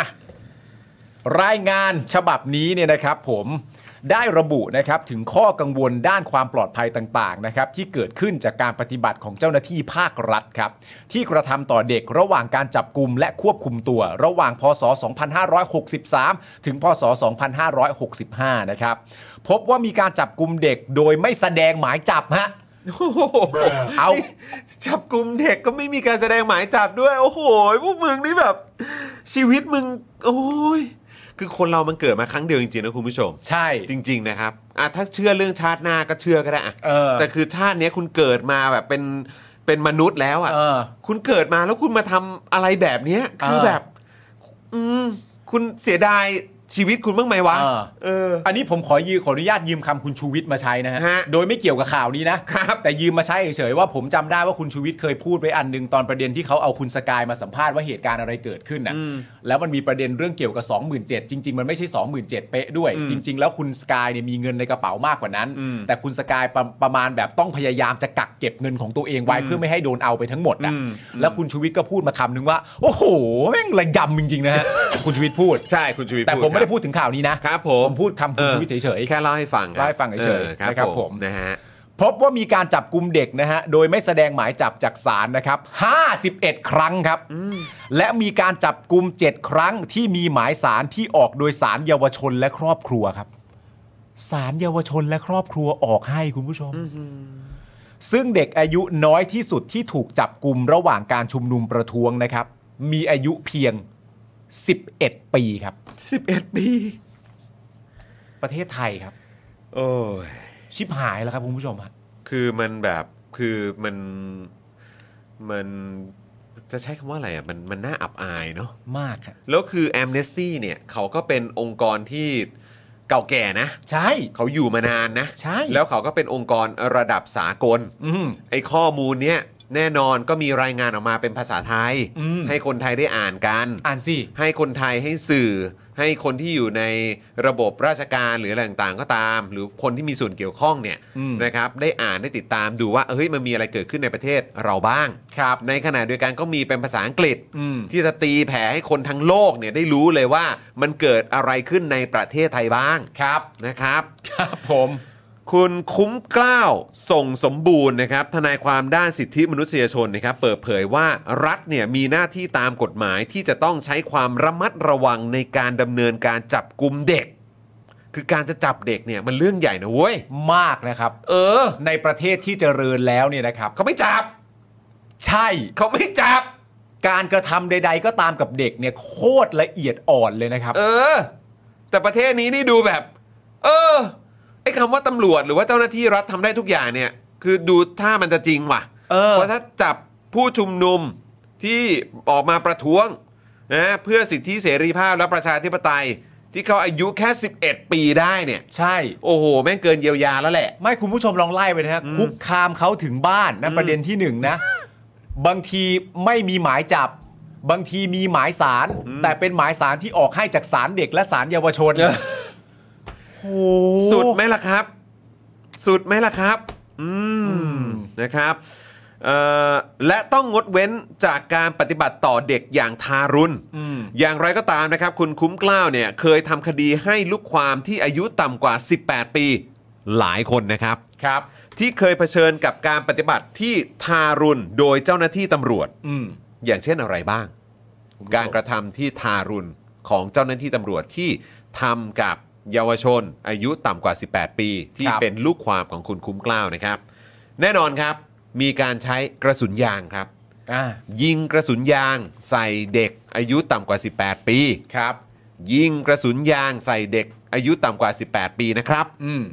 รายงานฉบับนี้เนี่ยนะครับผมได้ระบุนะครับถึงข้อกังวลด้านความปลอดภัยต่างๆนะครับที่เกิดขึ้นจากการปฏิบัติของเจ้าหน้าที่ภาครัฐครับที่กระทำต่อเด็กระหว่างการจับกลุ่มและควบคุมตัว ระหว่างพศ 2563 ถึงพศ 2565 นะครับพบว่ามีการจับกลุ่มเด็กโดยไม่แสดงหมายจับฮะ เอา จับกลุ่มเด็กก็ไม่มีการแสดงหมายจับด้วย โอ้โหพวกมึงนี่แบบ ชีวิตมึง โอ้ยคือคนเรามันเกิดมาครั้งเดียวจริงๆนะคุณผู้ชม ใช่ จริง ๆ นะครับอ่ะถ้าเชื่อเรื่องชาติหน้าก็เชื่อก็ได้อะ เออ แต่คือชาติเนี้ยคุณเกิดมาแบบเป็นเป็นมนุษย์แล้ว เอ อะ่ะ อ คุณเกิดมาแล้วคุณมาทำอะไรแบบเนี้ยคือ เออ แบบ อืมคุณเสียดายชีวิตคุณบ้างไหมวะ เออ เออ อันนี้ผมขอยืมขออนุญาตยืมคำคุณชูวิทย์มาใช้นะฮะ ฮะ โดยไม่เกี่ยวกับข่าวนี้นะครับ แต่ยืมมาใช้เฉยๆว่าผมจำได้ว่าคุณชูวิทย์เคยพูดไว้อันหนึงตอนประเด็นที่เขาเอาคุณสกายมาสัมภาษณ์ว่าเหตุการณ์อะไรเกิดขึ้นน่ะ แล้วมันมีประเด็นเรื่องเกี่ยวกับ 27,000 จริง ๆ มันไม่ใช่ 27,000 เป๊ะด้วย จริง ๆ แล้วคุณสกายเนี่ยมีเงินในกระเป๋ามากกว่านั้น แต่คุณสกายประประมาณแบบต้องพยายามจะกักเก็บเงินของตัวเองไว้เพื่อไม่ให้โดนเอาไปทั้งหมดน่ะแล้วคุณชูวิทย์ก็พูดมาคำนึงว่าโอ้โหแม่งระยำจริงๆนะฮะ คุณชูวิทย์พูด ใช่คุณชูวิทย์ แต่ผมไม่ได้ ครับ พูดถึงข่าวนี้นะ ครับผม ผมพูดคำคุณชูวิทย์เฉยๆ แค่เล่าให้ฟังครับ เล่าให้ฟังเฉยอๆอครับ นะครับ ผม ผม นะฮะ พบว่ามีการจับกลุ่มเด็กนะฮะ โดยไม่แสดงหมายจับจากศาลนะครับ 51 ครั้งครับ และมีการจับกลุ่ม7 ครั้งที่มีหมายสารที่ออกโดยสารเยาวชนและครอบครัวครับ สารเยาวชนและครอบครัวออกให้คุณผู้ชม ซึ่งเด็กอายุน้อยที่สุดที่ถูกจับกลุ่มระหว่างการชุมนุมประท้วงนะครับ มีอายุเพียง 11 ปีครับ 11 ปี ประเทศไทยครับ โอ้ย ชิบหายแล้วครับคุณผู้ชมฮะ คือมันแบบคือมันมันจะใช้คำว่าอะไรอ่ะมันมันน่าอับอายเนาะ มากครับ แล้วคือ Amnesty เนี่ยเขาก็เป็นองค์กรที่เก่าแก่นะ ใช่ เขาอยู่มานานนะ ใช่ แล้วเขาก็เป็นองค์กรระดับสากล อืม ไอ้ข้อมูลเนี้ย แน่นอนก็มีรายงานออกมาเป็นภาษาไทย อืม ให้คนไทยได้อ่านกัน อ่านสิ ให้คนไทยให้สื่อ ให้คนที่อยู่ในระบบราชการหรืออะไรต่างๆก็ตาม หรือคนที่มีส่วนเกี่ยวข้องเนี่ย อืม นะครับได้อ่านได้ติดตามดูว่าเฮ้ยมันมีอะไรเกิดขึ้นในประเทศเราบ้าง ครับ ในขณะเดียวกันก็มีเป็นภาษาอังกฤษ อืม ที่จะตีแผ่ให้คนทั้งโลกเนี่ยได้รู้เลยว่ามันเกิดอะไรขึ้นในประเทศไทยบ้าง ครับ นะครับ ครับผม คุณคุ้มเกล้าวส่งสมบูรณ์นะครับทนายความด้านสิทธิมนุษยชนนะครับเปิดเผยว่ารัฐเนี่ยมีหน้าที่ตามกฎหมายที่จะต้องใช้ความระมัดระวังในการดำเนินการจับกลุ่มเด็ก คือการจะจับเด็กเนี่ยมันเรื่องใหญ่นะเว้ย มากนะครับ เออ ในประเทศที่เจริญแล้วเนี่ยนะครับ เขาไม่จับ ใช่ เขาไม่จับ การกระทำใด ๆ ก็ตามกับเด็กเนี่ยโคตรละเอียดอ่อนเลยนะครับ เออ แต่ประเทศนี้นี่ดูแบบ เออไอ้คำว่าตำรวจหรือว่าเจ้าหน้าที่รัฐทำได้ทุกอย่างเนี่ย คือดูถ้ามันจะจริงว่ะ เออ เพราะถ้าจับผู้ชุมนุมที่ออกมาประท้วงนะเพื่อสิทธิเสรีภาพและประชาธิปไตย ที่เขาอายุแค่ 11 ปีได้เนี่ย ใช่ โอ้โห แม่งเกินเยียวยาแล้วแหละ ไม่คุณผู้ชมลองไล่ไปนะฮะคุกคามเขาถึงบ้านนะประเด็นที่หนึ่ง นะ บางทีไม่มีหมายจับ บางทีมีหมายสาร แต่เป็นหมายสารที่ออกให้จากสารเด็กและสารเยาวชนโอ้โห สุดไหมล่ะครับ สุดไหมล่ะครับ อืม นะครับเอ่อและต้องงดเว้นจากการปฏิบัติต่อเด็กอย่างทารุณ อืม อย่างไรก็ตามนะครับ คุณคุ้มเกล้าวเนี่ย เคยทำคดีให้ลูกความที่อายุต่ำกว่า 18 ปีหลายคนนะครับ ครับ ที่เคยเผชิญกับการปฏิบัติที่ทารุณโดยเจ้าหน้าที่ตำรวจ อืม อย่างเช่นอะไรบ้าง การกระทำที่ทารุณของเจ้าหน้าที่ตำรวจที่ทำกับเยาวชน อายุต่ำกว่า 18 ปี ที่ ครับ เป็นลูกความของคุณคุ้มเกล้าวนะครับ แน่นอนครับ มีการใช้กระสุนยางครับ อ่า ยิงกระสุนยางใส่เด็กอายุต่ำกว่า 18 ปี ครับ ยิงกระสุนยางใส่เด็กอายุต่ำกว่า 18 ปีนะครับ อืม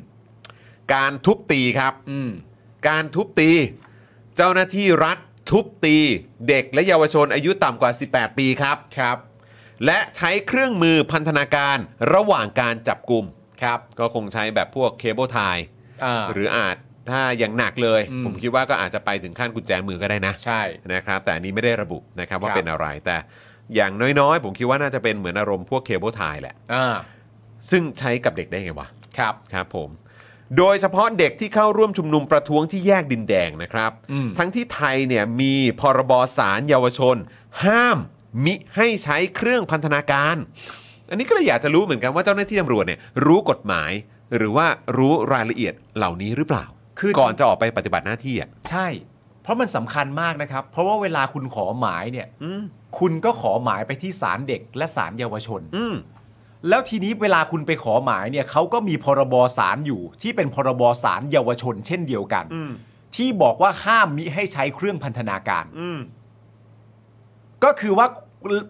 การทุบตีครับ อืม การทุบตี เจ้าหน้าที่รัฐทุบตี เด็กและเยาวชนอายุต่ำกว่า 18 ปีครับครับ และใช้เครื่องมือพันธนาการระหว่างการจับกลุ่ม ครับ ก็คงใช้แบบพวกเคเบิลไทย อ่า หรืออาจถ้าอย่างหนักเลย อืม ผมคิดว่าก็อาจจะไปถึงขั้นกุญแจมือก็ได้นะ ใช่ นะครับ แต่อันนี้ไม่ได้ระบุนะครับว่า ครับ เป็นอะไรแต่อย่างน้อยๆ ผมคิดว่าน่าจะเป็นเหมือนอารมณ์พวกเคเบิลไทยแหละ อ่า ซึ่งใช้กับเด็กได้ไงวะ ครับ ครับผม โดยเฉพาะเด็กที่เข้าร่วมชุมนุมประท้วงที่แยกดินแดงนะครับ อืม ทั้งที่ไทยเนี่ยมีพรบสารเยาวชน ห้ามมิให้ใช้เครื่องพันธนาการ อันนี้ก็เลยอยากจะรู้เหมือนกันว่าเจ้าหน้าที่ตำรวจเนี่ยรู้กฎหมาย หรือว่ารู้รายละเอียดเหล่านี้หรือเปล่า คือ ก่อนจะออกไปปฏิบัติหน้าที่อ่ะ ใช่ เพราะมันสำคัญมากนะครับ เพราะว่าเวลาคุณขอหมายเนี่ย อืม คุณก็ขอหมายไปที่ศาลเด็กและศาลเยาวชน อืม แล้วทีนี้เวลาคุณไปขอหมายเนี่ยเขาก็มีพรบสารอยู่ ที่เป็นพรบสารเยาวชน เช่นเดียวกัน อืม ที่บอกว่าห้ามมิให้ใช้เครื่องพันธนาการ อืม ก็คือว่า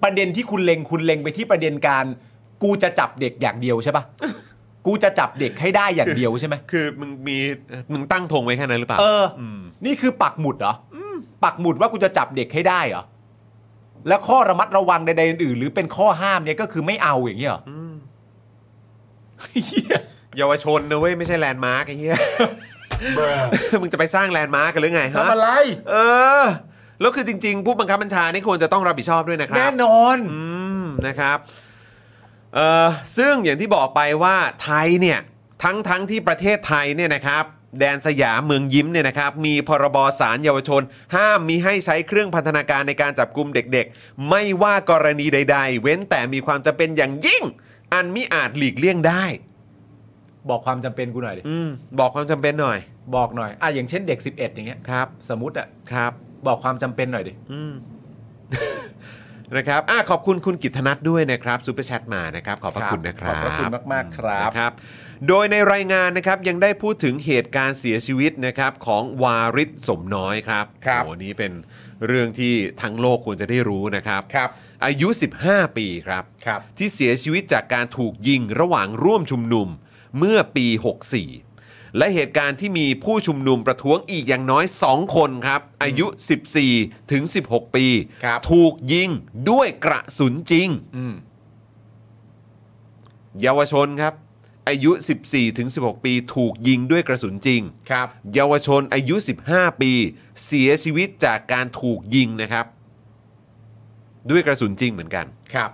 ประเด็นที่คุณเล็งคุณเล็งไปที่ประเด็นการ กูจะจับเด็กอย่างเดียวใช่ปะ กูจะจับเด็กให้ได้อย่างเดียวใช่ไหม คือมึงมีมึงตั้งธงไว้แค่นั้นหรือเปล่า เอออ ม นี่คือปักหมุดเหรออปักหมุดว่ากูจะจับเด็กให้ได้เหรอ แล้วข้อระมัดระวังใดๆอื่นๆหรือเป็นข้อห้ามเนี่ยก็คือไม่เอาอย่างเงี้ยเหรออเหี้ย เยาวชนนะเว้ยไม่ใช่แลนด์มาร์กไอ้เหี้ย มึงจะไปสร้างแลนด์มาร์กกันหรือไงฮะ ทำอะไร เออ แล้วคือจริงๆ ผู้บังคับบัญชานี่ควรจะต้องรับผิดชอบด้วยนะครั แน่นอน อืมนะครับเออซึ่งอย่างที่บอกไปว่าไทยเนี่ย ทั้งทั้งที่ประเทศไทยเนี่ยนะครับ แดนสยามเมืองยิ้มเนี่ยนะครับ มีพรบสารเยาวชน ห้ามมีให้ใช้เครื่องพันธนาการในการจับกลุ่มเด็กๆ ไม่ว่ากรณีใด ๆ เว้นแต่มีความจำเป็นอย่างยิ่ง อันมิอาจหลีกเลี่ยงได้ บอกความจำเป็นกูหน่อยดิ อืมบอกความจำเป็นหน่อย บอกหน่อย อ่ะอย่างเช่นเด็ก 11 อย่างเงี้ย ครับ สมมติอ่ะ ครับ บอกความจำเป็นหน่อยดิ อืม นะครับอ่ะขอบคุณคุณกิตนัทด้วยนะครับซูเปอร์แชทมานะครับ ขอบพระคุณนะครับ ขอบพระคุณมากๆครับ นะครับ โดยในรายงานนะครับยังได้พูดถึงเหตุการณ์เสียชีวิตนะครับของวาริศสมน้อยครับ ครับ โอ้โหนี้เป็นเรื่องที่ทั้งโลกควรจะได้รู้นะครับ ครับ อายุ 15 ปีครับ ครับ ที่เสียชีวิตจากการถูกยิงระหว่างร่วมชุมนุมเมื่อปี 64 และเหตุการณ์ที่มีผู้ชุมนุมประท้วงอีกอย่างน้อย 2 คนครับ อายุ 14 ถึง 16 ปี ครับ ถูกยิงด้วยกระสุนจริง อืม เยาวชนครับ อายุ 14-16 ปีถูกยิงด้วยกระสุนจริง ครับ เยาวชนอายุ 15 ปี เสียชีวิตจากการถูกยิงนะครับ ด้วยกระสุนจริงเหมือนกัน ครับ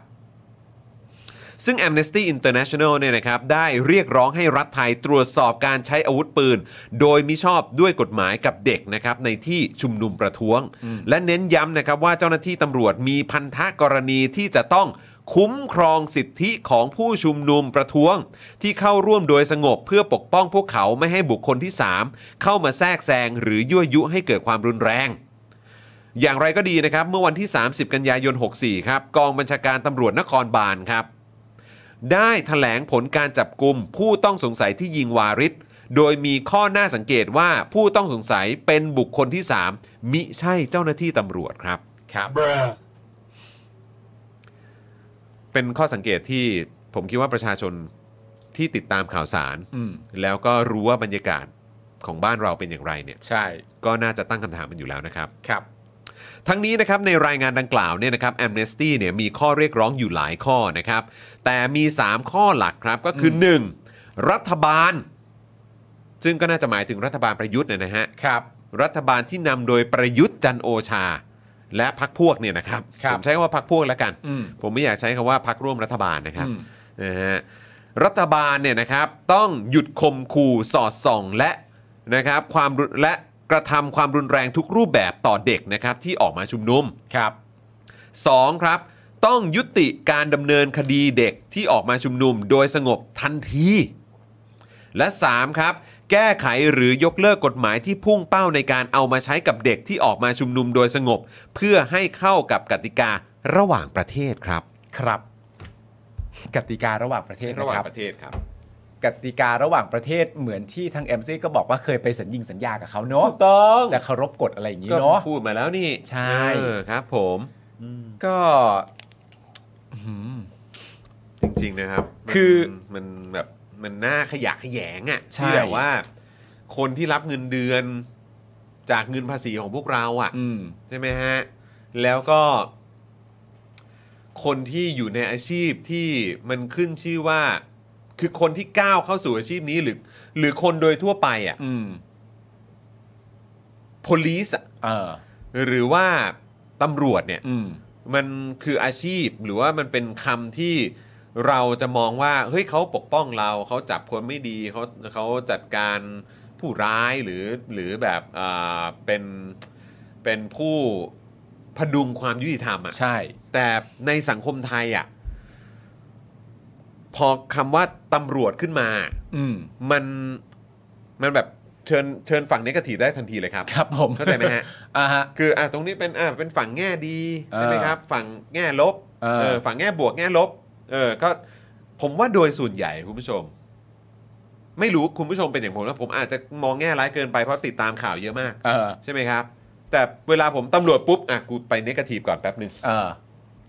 ซึ่ง Amnesty International เนี่ยนะครับได้เรียกร้องให้รัฐไทยตรวจสอบการใช้อาวุธปืน โดยมิชอบด้วยกฎหมายกับเด็กนะครับในที่ชุมนุมประท้วง และเน้นย้ำนะครับว่าเจ้าหน้าที่ตำรวจมีพันธะกรณีที่จะต้องคุ้มครองสิทธิของผู้ชุมนุมประท้วง ที่เข้าร่วมโดยสงบเพื่อปกป้องพวกเขาไม่ให้บุคคลที่สามเข้ามาแทรกแซงหรือยั่วยุให้เกิดความรุนแรง อย่างไรก็ดีนะครับเมื่อวันที่ 30 กันยายน 64 ครับกองบัญชาการตำรวจนครบาลครับ ได้ถแถลงผลการจับกลุ่มผู้ต้องสงสัยที่ยิงวาริศโดยมีข้อน่าสังเกตว่าผู้ต้องสงสัยเป็นบุคคลที่ 3 มิใช่เจ้าหน้าที่ตำรวจครับ ครับ เป็นข้อสังเกตที่ผมคิดว่าประชาชนที่ติดตามข่าวสาร อืม แล้วก็รู้ว่าบรรยากาศของบ้านเราเป็นอย่างไรเนี่ย ใช่ ก็น่าจะตั้งคำถามมันอยู่แล้วนะครับ ครับ ทั้งนี้นะครับในรายงานดังกล่าวเนี่ยนะครับแอมเนสตี้เนี่ยมีข้อเรียกร้องอยู่หลายข้อนะครับ แต่มี 3 ข้อหลักครับก็คือ 1. รัฐบาล ซึ่งก็น่าจะหมายถึงรัฐบาลประยุทธ์เนี่ยนะฮะ ครับ รัฐบาลที่นำโดยประยุทธ์จันทร์โอชา และพักพวกเนี่ยนะครับ ครับ ผมใช้คำว่าพักพวกแล้วกัน อืม ผมไม่อยากใช้คำว่าพักร่วมรัฐบาลนะครับ อืม นะฮะรัฐบาลเนี่ยนะครับต้องหยุดข่มขู่สอดส่องและนะครับความรุนและกระทำความรุนแรงทุกรูปแบบต่อเด็กนะครับที่ออกมาชุมนุม ครับ 2ครับต้องยุติการดำเนินคดีเด็กที่ออกมาชุมนุมโดยสงบทันที และ3ครับแก้ไขหรือยกเลิกกฎหมายที่พุ่งเป้าในการเอามาใช้กับเด็กที่ออกมาชุมนุมโดยสงบ เพื่อให้เข้ากับกติการะหว่างประเทศครับ ครับ กติการะหว่างประเทศนครับ ครับ กติการะหว่างประเทศเหมือนที่ทางเอ็มซีก็บอกว่าเคยไปสัญญิงสัญญากับเขาเนาะ ถูกต้อง จะเคารพกฎอะไรอย่างนี้ ก็ เนาะ พูดมาแล้วนี่ ใช่ เออครับ ผม ก็ จริงๆนะครับมัน คือ มันแบบมันน่าขยะแขยงอะ่ะ ใช่ ที่แบบว่า คนที่รับเงินเดือนจากเงินภาษีของพวกเราอ่ะ อืม ใช่ไหมฮะ แล้วก็ คนที่อยู่ในอาชีพที่มันขึ้นชื่อว่า คือคนที่ก้าวเข้าสู่อาชีพนี้หรือ หรือคนโดยทั่วไปอะ่ะ อืม police อะ เออ หรือว่าตำรวจเนี่ย อืม มันคืออาชีพหรือว่ามันเป็นคำที่เราจะมองว่าเฮ้ยเขาปกป้องเราเขาจับคนไม่ดีเขาเขาจัดการผู้ร้ายหรือหรือแบบอ่าเป็นเป็นผู้พดุงความยุติธรรมอะ ใช่ แต่ในสังคมไทยอ่ะพอคำว่าตำรวจขึ้นมา อืม มันมันแบบเชิญเชิญฝั่งเนกาทีฟได้ทันทีเลยครับ ครับผม เข้าใจไหมฮะ อ่าฮะ คืออ่ะตรงนี้เป็นอ่ะเป็นฝั่งแง่ดี ใช่ไหมครับ ฝั่งแง่ลบ เออ ฝั่งแง่บวกแง่ลบ เออก็ผมว่าโดยส่วนใหญ่คุณผู้ชม ไม่รู้คุณผู้ชมเป็นอย่างผมนะผมอาจจะมองแง่ร้ายเกินไปเพราะติดตามข่าวเยอะมาก เออ ใช่ไหมครับ แต่เวลาผมตำรวจปุ๊บอ่ะกูไปเนกาทีฟก่อนแป๊บนึง เออ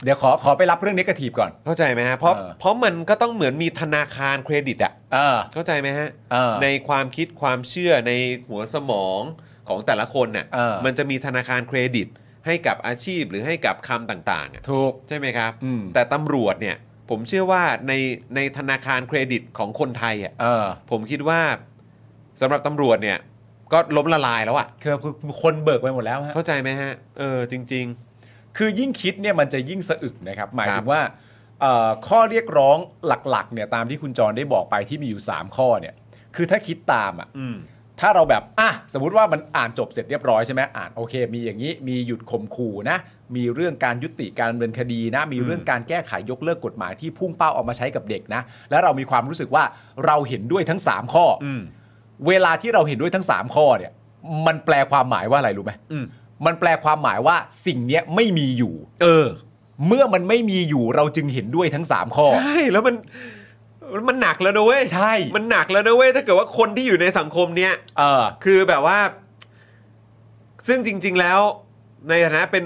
เดี๋ยวขอขอไปรับเรื่องนกาทีฟก่อน เข้าใจไหมฮะเพราะ เออ เพราะมันก็ต้องเหมือนมีธนาคารเครดิตอะ เออ เข้าใจไหมฮะ เออ ในความคิดความเชื่อในหัวสมองของแต่ละคนน่ะ เออ มันจะมีธนาคารเครดิต ให้กับอาชีพหรือให้กับคำต่างๆอะ ถูก ใช่ไหมครับ อืม แต่ตำรวจเนี่ยผมเชื่อว่าในในธนาคารเครดิตของคนไทยอะ เออ ผมคิดว่าสำหรับตำรวจเนี่ยก็ล้มละลายแล้วอะ คือคนเบิกไปหมดแล้วฮะ เข้าใจไหมฮะเออจริง คือยิ่งคิดเนี่ยมันจะยิ่งสะอึกนะครับ หมาย ครั ถึ บ งว่าเอ่อข้อเรียกร้องหลักๆเนี่ยตามที่คุณจรได้บอกไปที่มีอยู่ 3 ข้อเนี่ยคือถ้าคิดตามอ่ะ อืม ถ้าเราแบบอ่ะสมมติว่ามันอ่านจบเสร็จเรียบร้อยใช่ไหมอ่านโอเค มีอย่างนี้มีหยุดข่มขู่นะมีเรื่องการยุติการดำเนินคดีนะ มีเรื่องการแก้ไขยกเลิกกฎหมายที่พุ่งเป้าเออกมาใช้กับเด็กนะแล้วเรามีความรู้สึกว่าเราเห็นด้วยทั้ง 3 ข้ออ ม เวลาที่เราเห็นด้วยทั้ง 3 ข้อเนี่ยมันแปลความหมายว่าอะไรรู้ไหม ๆ อืม มันแปลความหมายว่าสิ่งเนี้ยไม่มีอยู่ เออ เมื่อมันไม่มีอยู่เราจึงเห็นด้วยทั้ง 3 ข้อ ใช่แล้วมันมันหนักแล้วนะเว้ย ใช่ มันหนักแล้วนะเว้ยถ้าเกิดว่าคนที่อยู่ในสังคมเนี้ย เออ คือแบบว่า ซึ่งจริง ๆแล้ว ในฐานะเป็น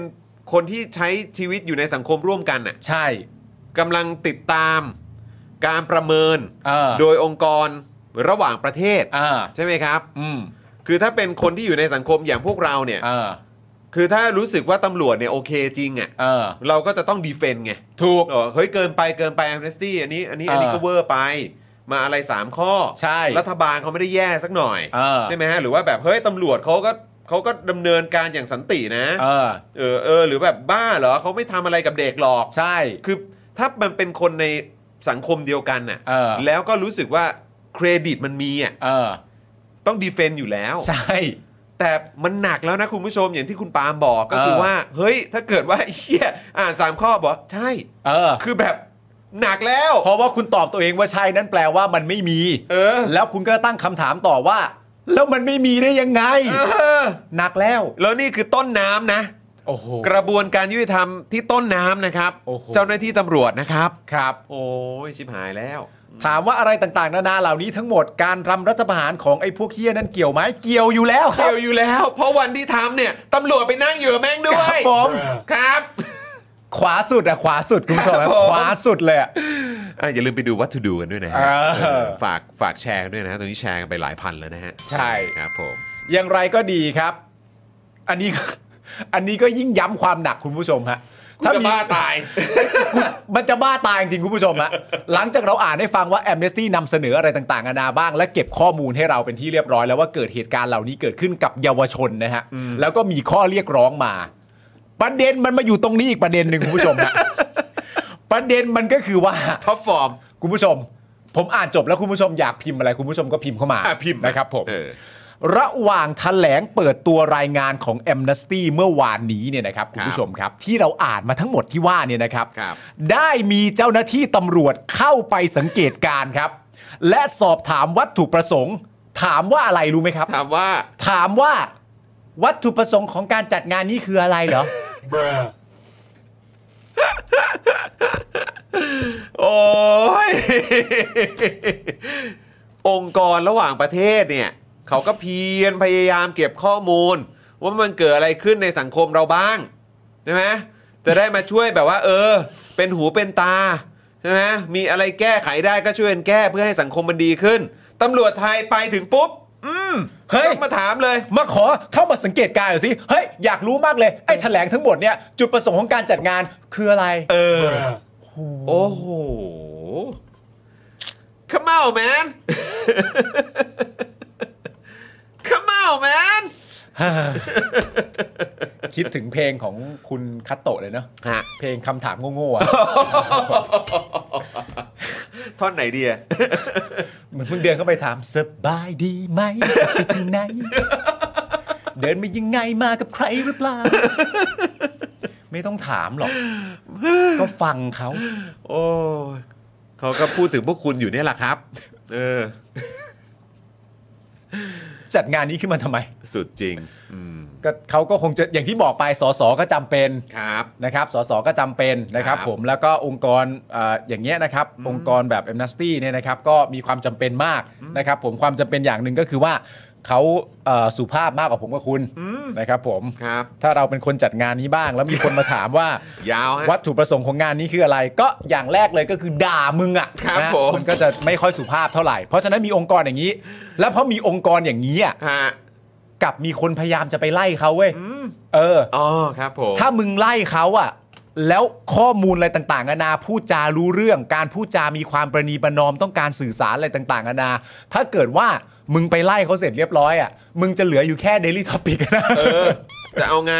คนที่ใช้ชีวิตอยู่ในสังคมร่วมกันน่ะ ใช่ กำลังติดตามการประเมิน เออ โดยองค์กรระหว่างประเทศ เอ่า ใช่ไหมครับ อืม คือถ้าเป็นคนที่อยู่ในสังคมอย่างพวกเราเนี่ย เออ คือถ้ารู้สึกว่าตำรวจเนี่ยโอเคจริงอ่ะ เออ เราก็จะต้องดีเฟนต์ไง ถูก เออเฮ้ยเกินไปเกินไปแอมเนสตี้อันนี้อันนี้อันนี้ เออ ก็เวอร์ไป มาอะไร 3 ข้อ ใช่ รัฐบาลเขาไม่ได้แย่สักหน่อย เออ ใช่ไหมฮะหรือว่าแบบเฮ้ยตำรวจเขาก็เขาก็ดำเนินการอย่างสันตินะ เออ เออเออหรือแบบบ้าเหรอเขาไม่ทำอะไรกับเด็กหรอก ใช่ คือถ้ามันเป็นคนในสังคมเดียวกันน่ะ เออ แล้วก็รู้สึกว่าเครดิตมันมีอ่ะ เออ ต้องดีเฟนต์อยู่แล้ว ใช่ แต่มันหนักแล้วนะคุณผู้ชมอย่างที่คุณปาล์มบอกก็คือ เออ ว่า เฮ้ย ถ้าเกิดว่าไอ้เฮียอ่านสามข้อบอกใช่ เออ คือแบบหนักแล้ว เพราะว่าคุณตอบตัวเองว่าใช่นั่นแปลว่ามันไม่มี เออ แล้วคุณก็ตั้งคำถามต่อว่า แล้วมันไม่มีได้ยังไง เออ หนักแล้ว แล้วนี่คือต้นน้ำนะ โอ้โห กระบวนการยุติธรรมที่ต้นน้ำนะครับ โอ้โห เจ้าหน้าที่ตำรวจนะครับ ครับ โอ้ยชิบหายแล้ว ถามว่าอะไรต่างๆ นานาเหล่านี้ทั้งหมดการรำรัฐประหารของไอ้พวกเฮี้ยนั้นเกี่ยวไหมเกี่ยวอยู่แล้วครับ เกี่ยวอยู่แล้ว เพราะวันที่ทำเนี่ยตำรวจไปนั่งอยู่กับแม่งด้ว ครั ย บผม ครับ ขวาสุดอะขวาสุดคุณผู้ชม ครั ฮะ บผม ขวาสุดเลยอะ อ่ะอย่าลืมไปดูวัตถุดูกันด้วยนะฮะ เออ เออฝากฝากแชร์กันด้วยนะฮะตอนนี้แชร์กันไปหลายพันแล้วนะฮะ ใช่ ครับผม อย่างไรก็ดีครับ อันนี้ อันนี้ก็ยิ่งย้ำความหนักคุณผู้ชมฮะ ถ้าบ้าตาย กูมันจะบ้าตายจริงๆคุณผู้ชมฮะ หลังจากเราอ่านให้ฟังว่าแอมเนสตี้นำเสนออะไรต่างๆนานาบ้าง และเก็บข้อมูลให้เราเป็นที่เรียบร้อยแล้วว่าเกิดเหตุการณ์เหล่านี้เกิดขึ้นกับเยาวชนนะฮะ แล้วก็มีข้อเรียกร้องมา ประเด็นมันมาอยู่ตรงนี้อีกประเด็นหนึ่งคุณผู้ชมฮะ ประเด็นมันก็คือว่า ท็อปฟอร์ม คุณผู้ชม ผมอ่านจบแล้วคุณผู้ชมอยากพิมพ์อะไรคุณผู้ชมก็พิมพ์เข้ามา อ่ะพิมพ์มา นะครับผม เออ ระหว่างแถลงเปิดตัวรายงานของ a อ n e s t y เมื่อวานนี้เนี่ยนะครับคุณผู้ชมครับ ที่เราอ่านมาทั้งหมดที่ว่าเนี่ยนะครับ ครับ ได้มีเจ้าหน้าที่ตำรวจเข้าไปสังเกตการณ์ครับ และสอบถามวัตถุประสงค์ ถามว่าอะไรรู้ไหมครับ ถามว่า ถามว่าวัตถุประสงค์ของการจัดงานนี้คืออะไรเหรอ Bruh. โอ้ย องค์กรระหว่างประเทศเนี่ย เขาก็เพียรพยายามเก็บข้อมูล ว่ามันเกิดอะไรขึ้นในสังคมเราบ้าง ใช่ไหมจะได้มาช่วยแบบว่า เออ เป็นหูเป็นตา ใช่ไหมมีอะไรแก้ไขได้ก็ช่วยกันแก้เพื่อให้สังคมมันดีขึ้น ตำรวจไทยไปถึงปุ๊บ อืม เฮ้ย ยกมาถามเลย มาขอเข้ามาสังเกตการณ์หน่อยสิเฮ้ยอยากรู้มากเลยไอ้แถลงทั้งหมดเนี่ยจุดประสงค์ของการจัดงานคืออะไร เออ Bruh. โอ้โห Come on man Come on man คิดถึงเพลงของคุณคัตโตะเลยเนาะ ฮะ เพลงคำถามโง่ๆอะ ท่อนไหนดีอะ เหมือนเพิ่งเดินเข้าไปถามสบายดีไหมจะไปถึงไหน เดินมายังไงมากับใครหรือเปล่า ไม่ต้องถามหรอก ก็ฟังเขา โอ้ยเขาก็พูดถึงพวกคุณอยู่เนี่ยแหละครับ เออ จัดงานนี้ขึ้นมาทำไม สุดจริง อืม ก็เขาก็คงจะอย่างที่บอกไปสสก็จำเป็น ครับ นะครับสสก็จำเป็นนะครับ ครับ ผมแล้วก็องค์กรเอ่ออย่างเงี้ยนะครับ องค์กรแบบเอ็มนัสตี้เนี่ยนะครับ ก็มีความจำเป็นมากนะครับ ผมความจำเป็นอย่างหนึ่งก็คือว่าเขาเอ่อสุภาพมากกว่าผมกับคุณนะครับผม ครับ ถ้าเราเป็นคนจัดงานนี้บ้าง แล้วมีคนมาถาม ว่า ยาวฮะ วัตถุประสงค์ของงานนี้คืออะไร ก็อย่างแรกเลยก็คือด่ามึงอ่ะ ครับ นะ ผม มันก็จะไม่ค่อยสุภาพเท่าไหร่ เพราะฉะนั้นมีองค์กรอย่างนี้ แล้วพอมีองค์กรอย่างนี้อ่ะ ฮะ กลับมีคนพยายามจะไปไล่เขาเว้ยเออ อ๋อครับผม ถ้ามึงไล่เขาอ่ะ แล้วข้อมูลอะไรต่างๆนานาพูดจารู้เรื่อง การพูดจามีความประนีประนอมต้องการสื่อสารอะไรต่างๆนานา ถ้าเกิดว่ามึงไปไล่เขาเสร็จเรียบร้อยอ่ะมึงจะเหลืออยู่แค่ Daily Topic นะ เออ จะเอาไง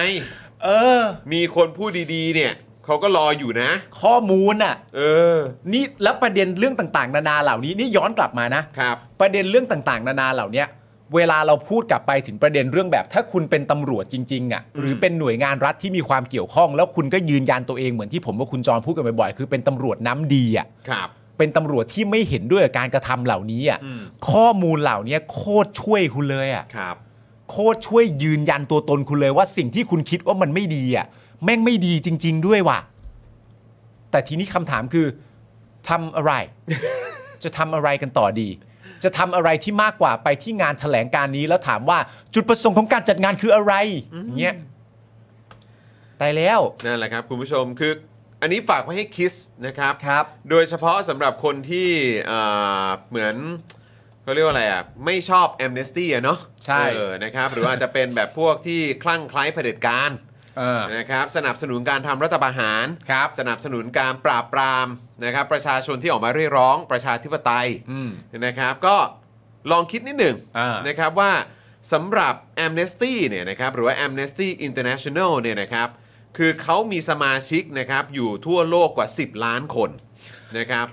เออ มีคนพูดดีๆ เนี่ย เขาก็รออยู่นะ ข้อมูลอ่ะ เออ นี่แล้วประเด็นเรื่องต่างๆ นานาเหล่านี้นี่ย้อนกลับมานะ ครับ ประเด็นเรื่องต่างๆ นานาเหล่าเนี้ยเวลาเราพูดกลับไปถึงประเด็นเรื่องแบบ ถ้าคุณเป็นตำรวจจริงๆอ่ะหรือเป็นหน่วยงานรัฐที่มีความเกี่ยวข้อง แล้วคุณก็ยืนยันตัวเองเหมือนที่ผมกับคุณจรพูดกันบ่อยๆคือเป็นตำรวจน้ำดีอ่ะ ครับ เป็นตำรวจที่ไม่เห็นด้วยกับการกระทำเหล่านี้อ่ะ อืม ข้อมูลเหล่านี้โคตรช่วยคุณเลยอ่ะ ครับ โคตรช่วยยืนยันตัวตนคุณเลยว่าสิ่งที่คุณคิดว่ามันไม่ดีอ่ะแม่งไม่ดีจริง ๆ ด้วยว่ะแต่ทีนี้คำถามคือทำอะไร จะทำอะไรกันต่อดี จะทำอะไรที่มากกว่าไปที่งานแถลงการนี้แล้วถามว่าจุดประสงค์ของการจัดงานคืออะไรอย่างเงี้ยตายแล้ว นั่นแหละครับ คุณผู้ชมคือ อันนี้ฝากไว้ให้คิสนะครับ ครับ โดยเฉพาะสำหรับคนที่เอ่อเหมือนเขาเรียกว่าอะไรอ่ะ ไม่ชอบแอมเนสตี้อะเนาะ ใช่ เออนะครับ หรืออาจจะเป็นแบบพวกที่คลั่งไคล้เผด็จการ เออ นะครับสนับสนุนการทำรัฐประหาร ครับ สนับสนุนการปราบปรามนะครับประชาชนที่ออกมาเรียกร้องประชาธิปไตย อืม นะครับก็ลองคิดนิดหนึ่ง อ่าน นะครับว่าสำหรับ Amnesty เนี่ยนะครับหรือว่า Amnesty International เนี่ยนะครับคือเขามีสมาชิกนะครับอยู่ทั่วโลกกว่า 10 ล้านคนนะครับ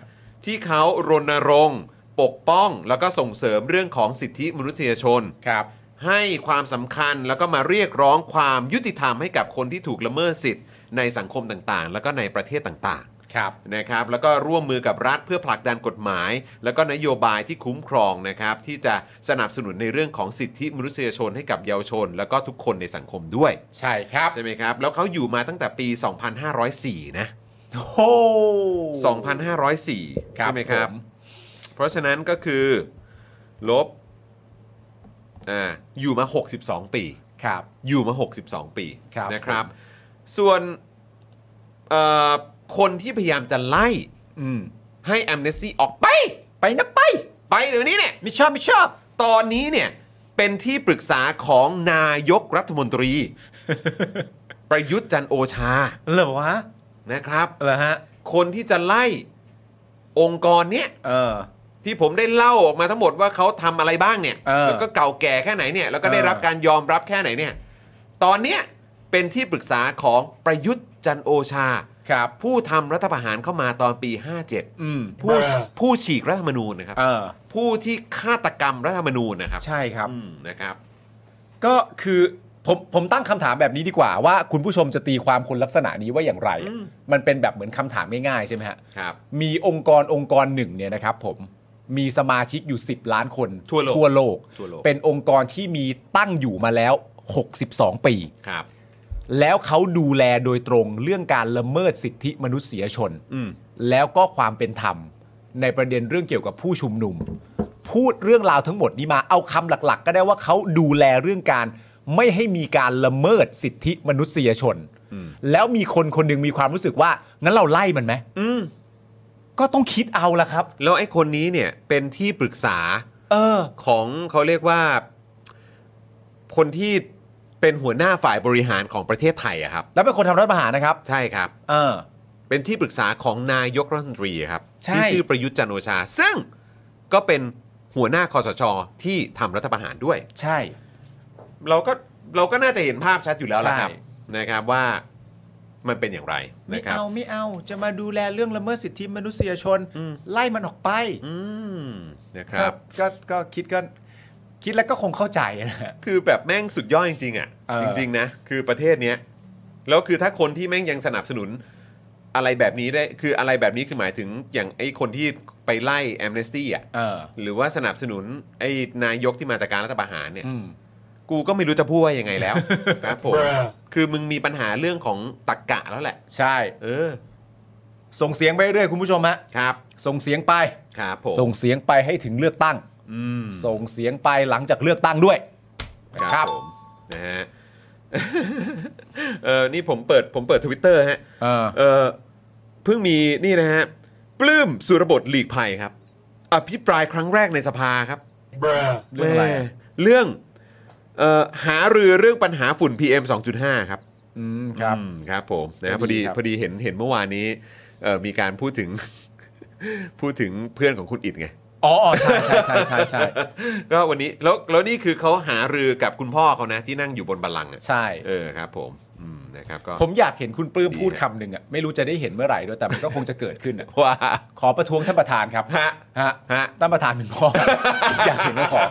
ที่เขารณรงค์ปกป้องแล้วก็ส่งเสริมเรื่องของสิทธิมนุษยชน ครับ ให้ความสำคัญแล้วก็มาเรียกร้องความยุติธรรมให้กับคนที่ถูกละเมิดสิทธิ์ในสังคมต่างๆ แล้วก็ในประเทศต่าง ครับ ๆนะครับ แล้วก็ร่วมมือกับรัฐเพื่อผลักดันกฎหมาย แล้วก็นโยบายที่คุ้มครองนะครับ ที่จะสนับสนุนในเรื่องของสิทธิมนุษยชนให้กับเยาวชน แล้วก็ทุกคนในสังคมด้วย ใช่ครับ ใช่ไหมครับ แล้วเขาอยู่มาตั้งแต่ปี 2504 นะ โอ้โห 2,504 ครับ ใช่ไหมครับ ผม เพราะฉะนั้นก็คือลบอ่าอยู่มา 62 ปี ครับ อยู่มา 62 ปี ครับ นะครับ ผม ส่วนเอ่อคนที่พยายามจะไล่ อืม ให้ Amnesty ออกไป ไปนะไป ไปเดี๋ยวนี้เนี่ย ไม่ชอบไม่ชอบ ตอนนี้เนี่ย เป็นที่ปรึกษาของนายกรัฐมนต รี ประยุทธ์จันทร์โอชา เหรอวะ นะครับ เหรอฮะ คนที่จะไล่องค์กรเนี้ย เออ ที่ผมได้เล่าออกมาทั้งหมดว่าเขาทำอะไรบ้างเนี่ย เออ แล้วก็เก่าแก่แค่ไหนเนี่ยแล้วก็ได้ เออ รับการยอมรับแค่ไหนเนี่ย ตอนเนี้ยเป็นที่ปรึกษาของประยุทธ์จันทร์โอชา ครับ ผู้ทำรัฐประหารเข้ามาตอนปี 57 อืม ผู้ผู้ฉีกรัฐธรรมนูญนะครับ เออ ผู้ที่ฆาตกรรมรัฐธรรมนูญนะครับ ใช่ครับ อืมนะครับ ก็คือผมผมตั้งคำถามแบบนี้ดีกว่าว่าคุณผู้ชมจะตีความคนลักษณะนี้ว่าอย่างไรอะมันเป็นแบบเหมือนคำถามง่ายๆใช่ไหมฮะ ครับ มีองค์กรองค์กรหนึ่งเนี่ยนะครับผมมีสมาชิกอยู่ 10 ล้านคน ทั่วโลก ทั่วโลก ทั่วโลก เป็นองค์กรที่มีตั้งอยู่มาแล้ว 62 ปี ครับ แล้วเขาดูแลโดยตรงเรื่องการละเมิดสิทธิมนุษยชน อืม แล้วก็ความเป็นธรรม ในประเด็นเรื่องเกี่ยวกับผู้ชุมนุม พูดเรื่องราวทั้งหมดนี้มาเอาคำหลัก ๆ ก็ได้ว่าเขาดูแลเรื่องการ ไม่ให้มีการละเมิดสิทธิมนุษยชน แล้วมีคนคนหนึ่งมีความรู้สึกว่างั้นเราไล่มันไหม อืม ก็ต้องคิดเอาละครับ แล้วไอ้คนนี้เนี่ยเป็นที่ปรึกษา เออ ของเขาเรียกว่า คนที่เป็นหัวหน้าฝ่ายบริหารของประเทศไทยอะครับ แล้วเป็นคนทำรัฐประหารนะครับ ใช่ครับ เออ เป็นที่ปรึกษาของนายกรัฐมนตรีครับ ใช่ ที่ชื่อประยุทธ์จันทร์โอชา ซึ่งก็เป็นหัวหน้าคอสชที่ทำรัฐประหารด้วย ใช่ เราก็เราก็น่าจะเห็นภาพชัดอยู่แล้วละครับ ใช่ นะครับว่ามันเป็นอย่างไร ไม่ นะครับ เอาไม่เอาจะมาดูแลเรื่องละเมิดสิทธิมนุษยชน อืม ไล่มันออกไป อืมนะครับ ก็ก็คิดกันคิดแล้วก็คงเข้าใจนะ คือแบบแม่งสุดยอดจริงๆอ่ะ เออ จริง ๆ นะ คือประเทศเนี้ยแล้วคือถ้าคนที่แม่งยังสนับสนุนอะไรแบบนี้ได้คืออะไรแบบนี้คือหมายถึงอย่างไอ้คนที่ไปไล่แอมเนสตี้อ่ะ เออ หรือว่าสนับสนุนไอ้นายกที่มาจากการรัฐประหารเนี่ย อืม กูก็ไม่รู้จะพูดว่ายังไงแล้ว ครับผมคือมึงมีปัญหาเรื่องของตักกะแล้วแหละ ใช่ เออ ส่งเสียงไปเรื่อยคุณผู้ชมฮะ ครับ ส่งเสียงไป ครับผม ส่งเสียงไปให้ถึงเลือกตั้ง อืม ส่งเสียงไปหลังจากเลือกตั้งด้วย ครับ ครับ ผมนะฮะ เออนี่ผมเปิดผมเปิดทวิตเตอร์ฮะ เออ เออเพิ่งมีนี่นะฮะ ปลื้มสุรบทหลีกภัยครับ อภิปรายครั้งแรกในสภาครับ เรื่องอะไร แม่ อะ เรื่องเอ่อหารือเรื่องปัญหาฝุ่น PM 2.5 ครับ อืมครับ อืมครับผมนะพ พ อ อดี ดี ครับ พอดีเห็นเห็นเมื่อวานนี้เอ่อมีการพูดถึง พูดถึงเพื่อนของคุณอิดไง อ๋ออ๋อใช่ใช่ใช่ใช่ใช่ ก็วันนี้แล้วแล้วนี่คือเขาหารือกับคุณพ่อเขานะที่นั่งอยู่บนบัลลังก์อะ ใช่ เออครับผมอืมนะครับก็ ผมอยากเห็นคุณปลื้ม ดี พูด ฮะ คำหนึ่งอ่ะไม่รู้จะได้เห็นเมื่อไหร่ด้วยแต่มันก็คงจะเกิดขึ้นอ่ะ ว่า ขอประท้วงท่านประธานครับ ฮะ ฮะ ฮะ ท่านประธานเป็นพ่ อ อยากเห็นก็ข อ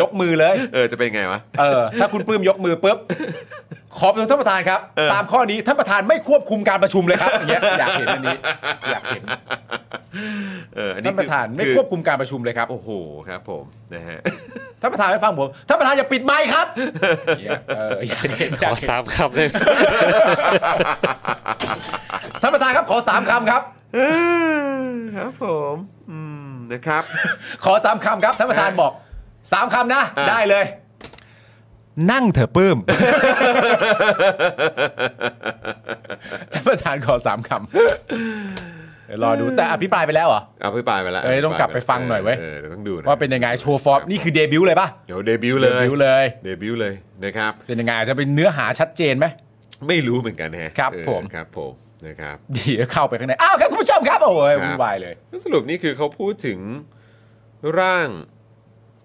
ยกมือเลย เออจะเป็นไงวะ เออ ถ้าคุณปลื้มยกมือปุ๊บ ขอประท้วงท่านประธานครับ เออ ตามข้อนี้ท่านประธานไม่ควบคุมการประชุมเลยครับอย่างเงี้ยอยากเห็นอันนี้ อยากเห็น เอออันนี้ ท่านประธานไม่ อ ควบคุมการประชุมเลยครับ โอ้โหครับผมนะฮะ ท่านประธานไม่ฟังผมท่านประธานอย่าปิดไมค์ครับอย่างเงี้ยเออ อยากเห็นอ ข ยาก อ เห็น สามคำเลย ท่านประธานครับขอสามคำครับ เออครับผมอืมนะครับ ขอสามคำครับท่านประธานบอกสามคำนะ อ่ะ ได้เลย นั่งเถอะปื้ม ท่านประธานขอสามคำเดี๋ยวรอดูแต่อภิปรายไปแล้วเหรอ อภิปรายไปแล้ว เอ้ยต้องกลับไปฟังหน่อยเว้ย เออเดี๋ยวต้องดูะ ว่าเป็นยังไงโชว์ฟอร์ม นี่คือเดบิวต์เลยปะ เดี๋ยวเดบิวต์เลย บิวต์เลย เดบิวต์เลยนะครับ เป็นยังไงจะเป็นเนื้อหาชัดเจนไหม ไม่รู้เหมือนกันแฮะ ครับ เออ ผม ครับผมนะครับ เดี๋ยวเข้าไปข้างในอ้าวครับคุณผู้ชมครับโอ้ยวุ่นวายเลย แล้วสรุปนี่คือเขาพูดถึงร่าง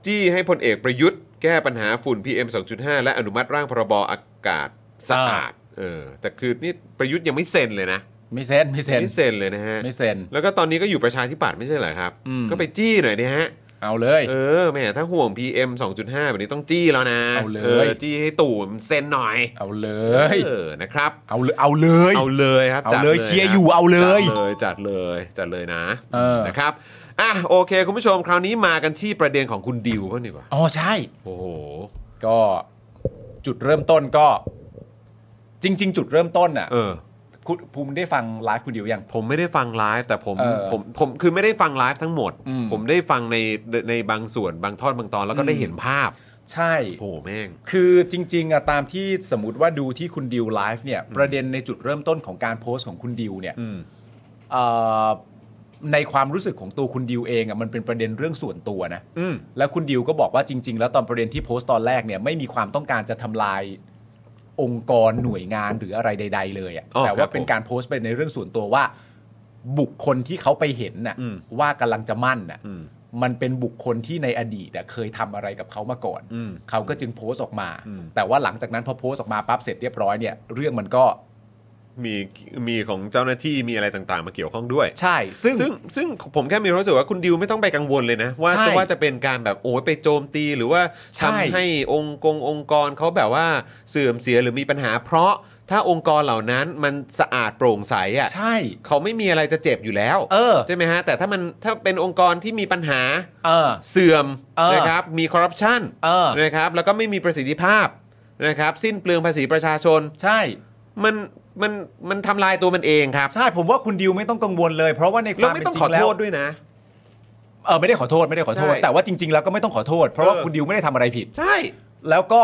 จี้ให้พลเอกประยุทธ์ แก้ปัญหาฝุ่น PM 2.5 และอนุมัติร่างพรบอากาศสะอาดเออแต่คือนี่ประยุทธ์ยังไม่เซ็นเลยนะ ไม่เซ็นไม่เซ็น ไม่เซ็นเลยนะฮะ ไม่เซ็น แล้วก็ตอนนี้ก็อยู่ประชาธิปัตย์ไม่ใช่เหรอครับ อืม ก็ไปจี้หน่อยเนี่ยฮะ เอาเลย เออแหม่ถ้าห่วง PM 2.5 แบบนี้ต้องจี้แล้วนะ เอาเลย จี้ให้ตู่มันเซ็นหน่อย เอาเลย เออนะครับ เอาเลยเอาเลย เอาเลยครับ เอา จัด เลยเชียร์ คบ อยู่เอาเลย จัดเลยจัดเลยจัดเลยนะ เออ นะครับอ่ะโอเค คุณผู้ชมคราวนี้มากันที่ประเด็นของคุณดิวบ้างดีกว่า อ๋อใช่ โอ้โห ก็จุดเริ่มต้นก็ จริง ๆ จุดเริ่มต้นอ่ะ เออ คุณภูมิได้ฟังไลฟ์คุณเดียวยัง ผมไม่ได้ฟังไลฟ์แต่ผม เออ ผมผมคือไม่ได้ฟังไลฟ์ทั้งหมด อืม ผมได้ฟังในในบางส่วนบางท่อนบางตอนแล้วก็ได้ อืม เห็นภาพ ใช่ โอ้โหแม่ง คือจริงๆอะตามที่สมมติว่าดูที่คุณดิวไลฟ์เนี่ยประเด็นในจุดเริ่มต้นของการโพสต์ของคุณดิวเนี่ย อืม เอ่อในความรู้สึกของตัวคุณดิวเองอะมันเป็นประเด็นเรื่องส่วนตัวนะ อืม แล้วคุณดิวก็บอกว่าจริง ๆ แล้วตอนประเด็นที่โพสต์ตอนแรกเนี่ยไม่มีความต้องการจะทำลายองค์กรหน่วยงานหรืออะไรใด ๆ เลยอะ อ๋อ แต่ ครั ว่า บ เป็นการโพสต์ไปในเรื่องส่วนตัวว่า บุคคลที่เขาไปเห็นน่ะ อืม ว่ากำลังจะมั่นน่ะ อืม มันเป็นบุคคลที่ในอดีตอะเคยทำอะไรกับเขามาก่อน อืม เขาก็จึงโพสต์ออกมา อืม แต่ว่าหลังจากนั้นพอโพสต์ออกมาปั๊บเสร็จเรียบร้อยเนี่ยเรื่องมันก็ มีมีของเจ้าหน้าที่มีอะไรต่างๆ มาเกี่ยวข้องด้วย ใช่ ซึ่ง ซึ่งซึ่งผมแค่มีความรู้สึกว่าคุณดิวไม่ต้องไปกังวลเลยนะ ว่า ใช่ จะว่าจะเป็นการแบบโอ้ยไปโจมตีหรือว่า ใช่ ทำให้องค์กงองค์กรเขาแบบว่าเสื่อมเสียหรือมีปัญหา เพราะถ้าองค์กรเหล่านั้นมันสะอาดโปร่งใสอ่ะ ใช่ เขาไม่มีอะไรจะเจ็บอยู่แล้ว เออ ใช่ไหมฮะแต่ถ้ามันถ้าเป็นองค์กรที่มีปัญหา เออ เสื่อม เออ นะครับมีคอร์รัปชัน เออ นะครับแล้วก็ไม่มีประสิทธิภาพนะครับสิ้นเปลืองภาษีประชาชน ใช่ มันมันมันทำลายตัวมันเองครับ ใช่ผมว่าคุณดิวไม่ต้องกังวลเลย เพราะว่าในค แล้ว วาม ไม่ เป็น ต้อง จริ ของ แล้ โท ว ษด้วยนะ เออไม่ได้ขอโทษไม่ได้ขอโทษ ใช่ แต่ว่าจริง ๆ แล้วก็ไม่ต้องขอโทษ เพราะว่า เออ คุณดิวไม่ได้ทำอะไรผิด ใช่ แล้วก็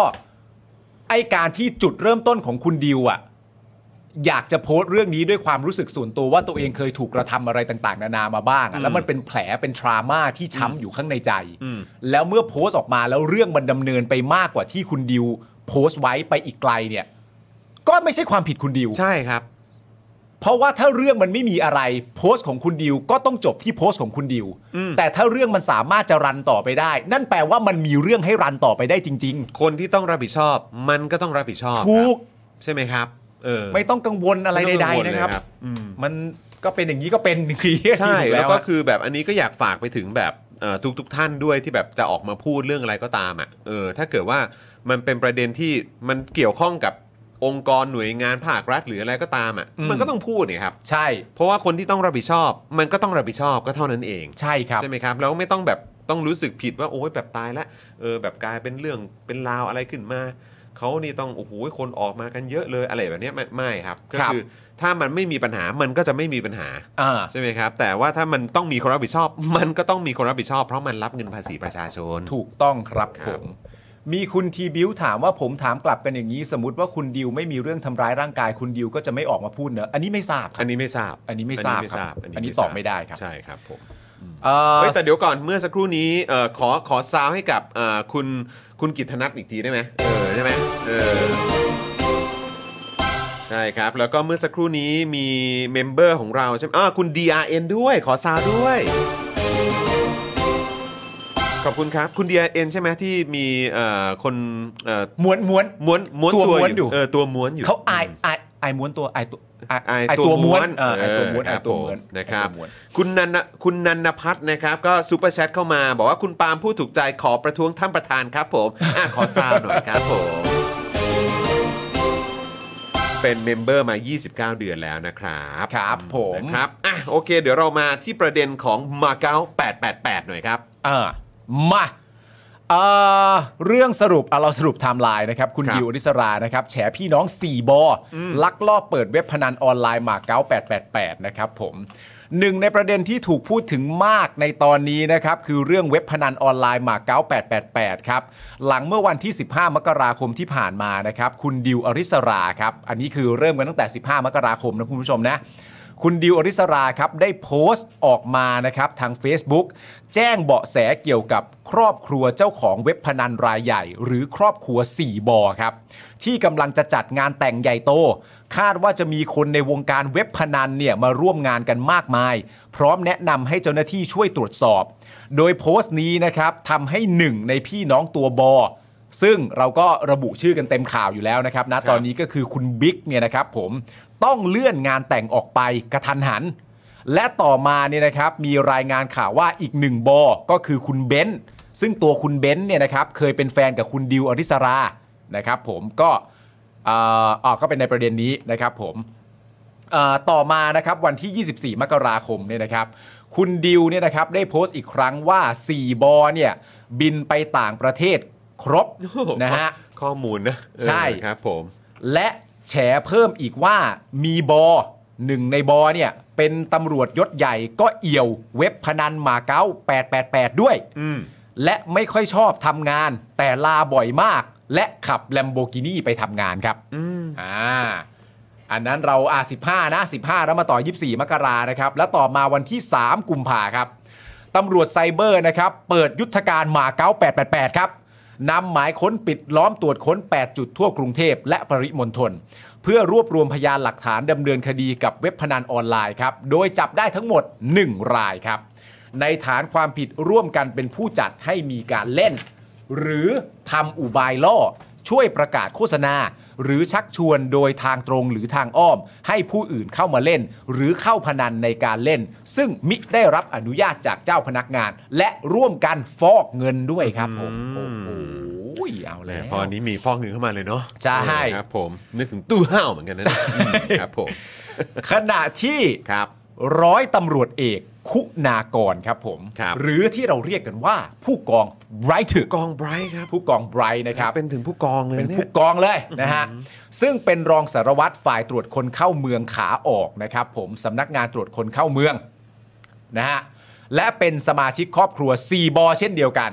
ไอการที่จุดเริ่มต้นของคุณดิวอะอยากจะโพสต์เรื่องนี้ด้วยความรู้สึกส่วนตัวว่าตัวเองเคยถูกกระทำอะไรต่างๆ นานามาบ้างอะแล้วมันเป็นแผลเป็นทรามาที่ช้ำอยู่ข้างในใจ อืม แล้วเมื่อโพสต์ออกมาแล้วเรื่องมันดำเนินไปมากกว่าที่คุณดิวโพสต์ไว้ไปอีกไกลเนี่ย ก็ไม่ใช่ความผิดคุณดิว ใช่ครับ เพราะว่าถ้าเรื่องมันไม่มีอะไร โพสต์ของคุณดิวก็ต้องจบที่โพสต์ของคุณดิว อืม แต่ถ้าเรื่องมันสามารถจะรันต่อไปได้ นั่นแปลว่ามันมีเรื่องให้รันต่อไปได้จริง คนที่ต้องรับผิดชอบ มันก็ต้องรับผิดชอบ ๆ ถูก ครับใช่ไหมครับเออ ไม่ต้องกังวลอะไรใด ๆ นะครับ อืม มันก็เป็นอย่างนี้ก็เป็น อย่างนี้ ใช่ อยู่ แล้วก็ อะ คือแบบอันนี้ก็อยากฝากไปถึงแบบทุกทุกๆท่านด้วยที่แบบจะออกมาพูดเรื่องอะไรก็ตามอ่ะเออถ้าเกิดว่ามันเป็นประเด็นที่มันเกี่ยวข้องกับองค์กรหน่วยงานภาครัฐหรืออะไรก็ตามอ่ะ อืม มันก็ต้องพูดเนี่ยครับ ใช่ เพราะว่าคนที่ต้องรับผิดชอบ มันก็ต้องรับผิดชอบก็เท่านั้นเอง ใช่ครับ ใช่ไหมครับแล้วไม่ต้องแบบต้องรู้สึกผิดว่าโอ้ยแบบตายละเออแบบกลายเป็นเรื่องเป็นราวอะไรขึ้นมาเขานี่ต้องโอ้โหคนออกมากันเยอะเลยอะไรแบบเนี้ยไม่ไม่ครับก็ ครับ คือถ้ามันไม่มีปัญหามันก็จะไม่มีปัญหา อ่า ใช่ไหมครับ แต่ว่าถ้ามันต้องมีคนรับผิดชอบ มันก็ต้องมีคนรับผิดชอบ เพราะมันรับเงินภาษีประชาชน ถูกต้องครับ ครั ผ บ ม มีคุณทีบิวถามว่าผมถามกลับกันอย่างนี้ สมมติว่าคุณดิวไม่มีเรื่องทำร้ายร่างกายคุณดิวก็จะไม่ออกมาพูดเนอะอันนี้ไม่ทราบครับ อันนี้ไม่ทราบ อันนี้ไม่ทราบครับอันนี้ตอบไม่ได้ครับ ใช่ครับผม เอ่อ เฮ้ยแต่เดี๋ยวก่อนเมื่อสักครู่นี้เอ่อขอขอซาวให้กับเอ่อคุณคุณกิตธนัทอีกทีได้ไหมเออใช่ไหมเออ ใช่ครับ แล้วก็เมื่อสักครู่นี้มีเมมเบอร์ของเราใช่ไหมอ่าคุณ DRN ด้วยขอซาวด้วย ขอบคุณครับ คุณ DRN ใช่ไหมที่มีเอ่อคนเอ่อ ม้วนม้วน ม้วนม้วน ตัว ตัว ม้วน อ อยู่ ยู่เออตัวม้วนอยู่ เขาอายอายอายม้วนตัวอายตัวอาย อาย อาย ตัว ตัวม้วน ม้วน เอออายตัวม้วน เออ อายตัวม้วครับนผมนะครับ อายตัวม้วน คุณนันนะคุณนันนพัฒน์นะครับก็ซูเปอร์แชทเข้ามา บอกว่าคุณปาล์มผู้ถูกใจขอประท้วงท่านประธานครับผม อ่ะขอซาวหน่อยครับผม เป็นเมมเบอร์มา 29 เดือนแล้วนะครับ ครับผม นะครับอ่ะโอเค เดี๋ยวเรามาที่ประเด็นของมาเก๊า888 หน่อยครับ อ่ามาเอ่อเรื่องสรุปอ่ะเราสรุปไทม์ไลน์นะครับ คุณ ครับ ดิวอริสรานะครับแฉพี่น้อง 4 บอ ลักลอบเปิดเว็บพนันออนไลน์หมาเก๊า888 นะครับผมหนึ่งในประเด็นที่ถูกพูดถึงมากในตอนนี้นะครับ คือเรื่องเว็บพนันออนไลน์หมาเก๊า888 ครับ หลังเมื่อวันที่ 15 มกราคมที่ผ่านมานะครับ คุณดิวอริสราครับ อันนี้คือเริ่มกันตั้งแต่ 15 มกราคมนะคุณผู้ชมนะ คุณดิวอริสราครับได้โพสต์ออกมานะครับทาง Facebook แจ้งเบาะแสเกี่ยวกับครอบครัวเจ้าของเว็บพนันรายใหญ่ หรือครอบครัว 4 บอครับ ที่กำลังจะจัดงานแต่งใหญ่โต คาดว่าจะมีคนในวงการเว็บพนันเนี่ยมาร่วมงานกันมากมาย พร้อมแนะนำให้เจ้าหน้าที่ช่วยตรวจสอบ โดยโพสต์นี้นะครับทำให้หนึ่งในพี่น้องตัวบอ ซึ่งเราก็ระบุชื่อกันเต็มข่าวอยู่แล้วนะครับนะตอนนี้ก็คือคุณบิ๊กเนี่ยนะครับผมต้องเลื่อนงานแต่งออกไปกระทันหัน และต่อมาเนี่ยนะครับมีรายงานข่าวว่าอีกหนึ่งบอ ก็คือคุณเบนซ์ซึ่งตัวคุณเบนซ์เนี่ยนะครับเคยเป็นแฟนกับคุณดิวอริสรานะครับผมก็เอ่ออ๋อก็เป็นในประเด็นนี้นะครับผม เอ่อต่อมานะครับวันที่ 24 มกราคมเนี่ยนะครับคุณดิวเนี่ยนะครับได้โพสต์อีกครั้งว่า 4 บอเนี่ยบินไปต่างประเทศครบ โอ้โห นะฮะ ข้อมูลนะเออ ใช่ ครับผม และแฉเพิ่มอีกว่ามีบอหนึ่งในบอเนี่ยเป็นตำรวจยศใหญ่ก็เอี่ยวเว็บพนันหมาเก๊า888 ด้วย อืม และไม่ค่อยชอบทำงาน แต่ลาบ่อยมาก และขับแลมโบกินีไปทำงานครับ อืม อ่า อันนั้นเราอ่า15 นะ 15 แล้วมาต่อ 24 มกรานะครับ แล้วต่อมาวันที่ 3 กุมภาครับ ตำรวจไซเบอร์นะครับ เปิดยุทธการหมาเก๊า888 ครับ นำหมายค้นปิดล้อมตรวจค้น 8 จุดทั่วกรุงเทพและปริมณฑลเพื่อรวบรวมพยานหลักฐานดำเนินคดีกับเว็บพนันออนไลน์ครับ โดยจับได้ทั้งหมด 1 รายครับ ในฐานความผิดร่วมกันเป็นผู้จัดให้มีการเล่น หรือทำอุบายล่อ ช่วยประกาศโฆษณา หรือชักชวนโดยทางตรงหรือทางอ้อม ให้ผู้อื่นเข้ามาเล่น หรือเข้าพนันในการเล่น ซึ่งมิได้รับอนุญาตจากเจ้าพนักงาน และร่วมกันฟอกเงินด้วยครับผม อื โอ้ ม โหเอา แหม แล้ว พออันนี้มีฟอกเงินเข้ามาเลยเนาะ ใช่ เออครับผม นึกถึงตู้ห้าวเหมือนกันนะอืมครับผม ขณะที่ ครับ ร้อยตำรวจเอกคุณากรครับผม ครับ หรือที่เราเรียกกันว่าผู้กองไบรท์ถึก กองไบรท์ครับ ผู้กองไบรท์นะครับ เป็นถึงผู้กองเลย เป็น เนี่ ผู้ ย กองเลยนะฮะ ซึ่งเป็นรองสารวัตรฝ่ายตรวจคนเข้าเมืองขาออกนะครับผมสำนักงานตรวจคนเข้าเมืองนะฮะ และเป็นสมาชิกครอบครัว 4 บอ เช่นเดียวกัน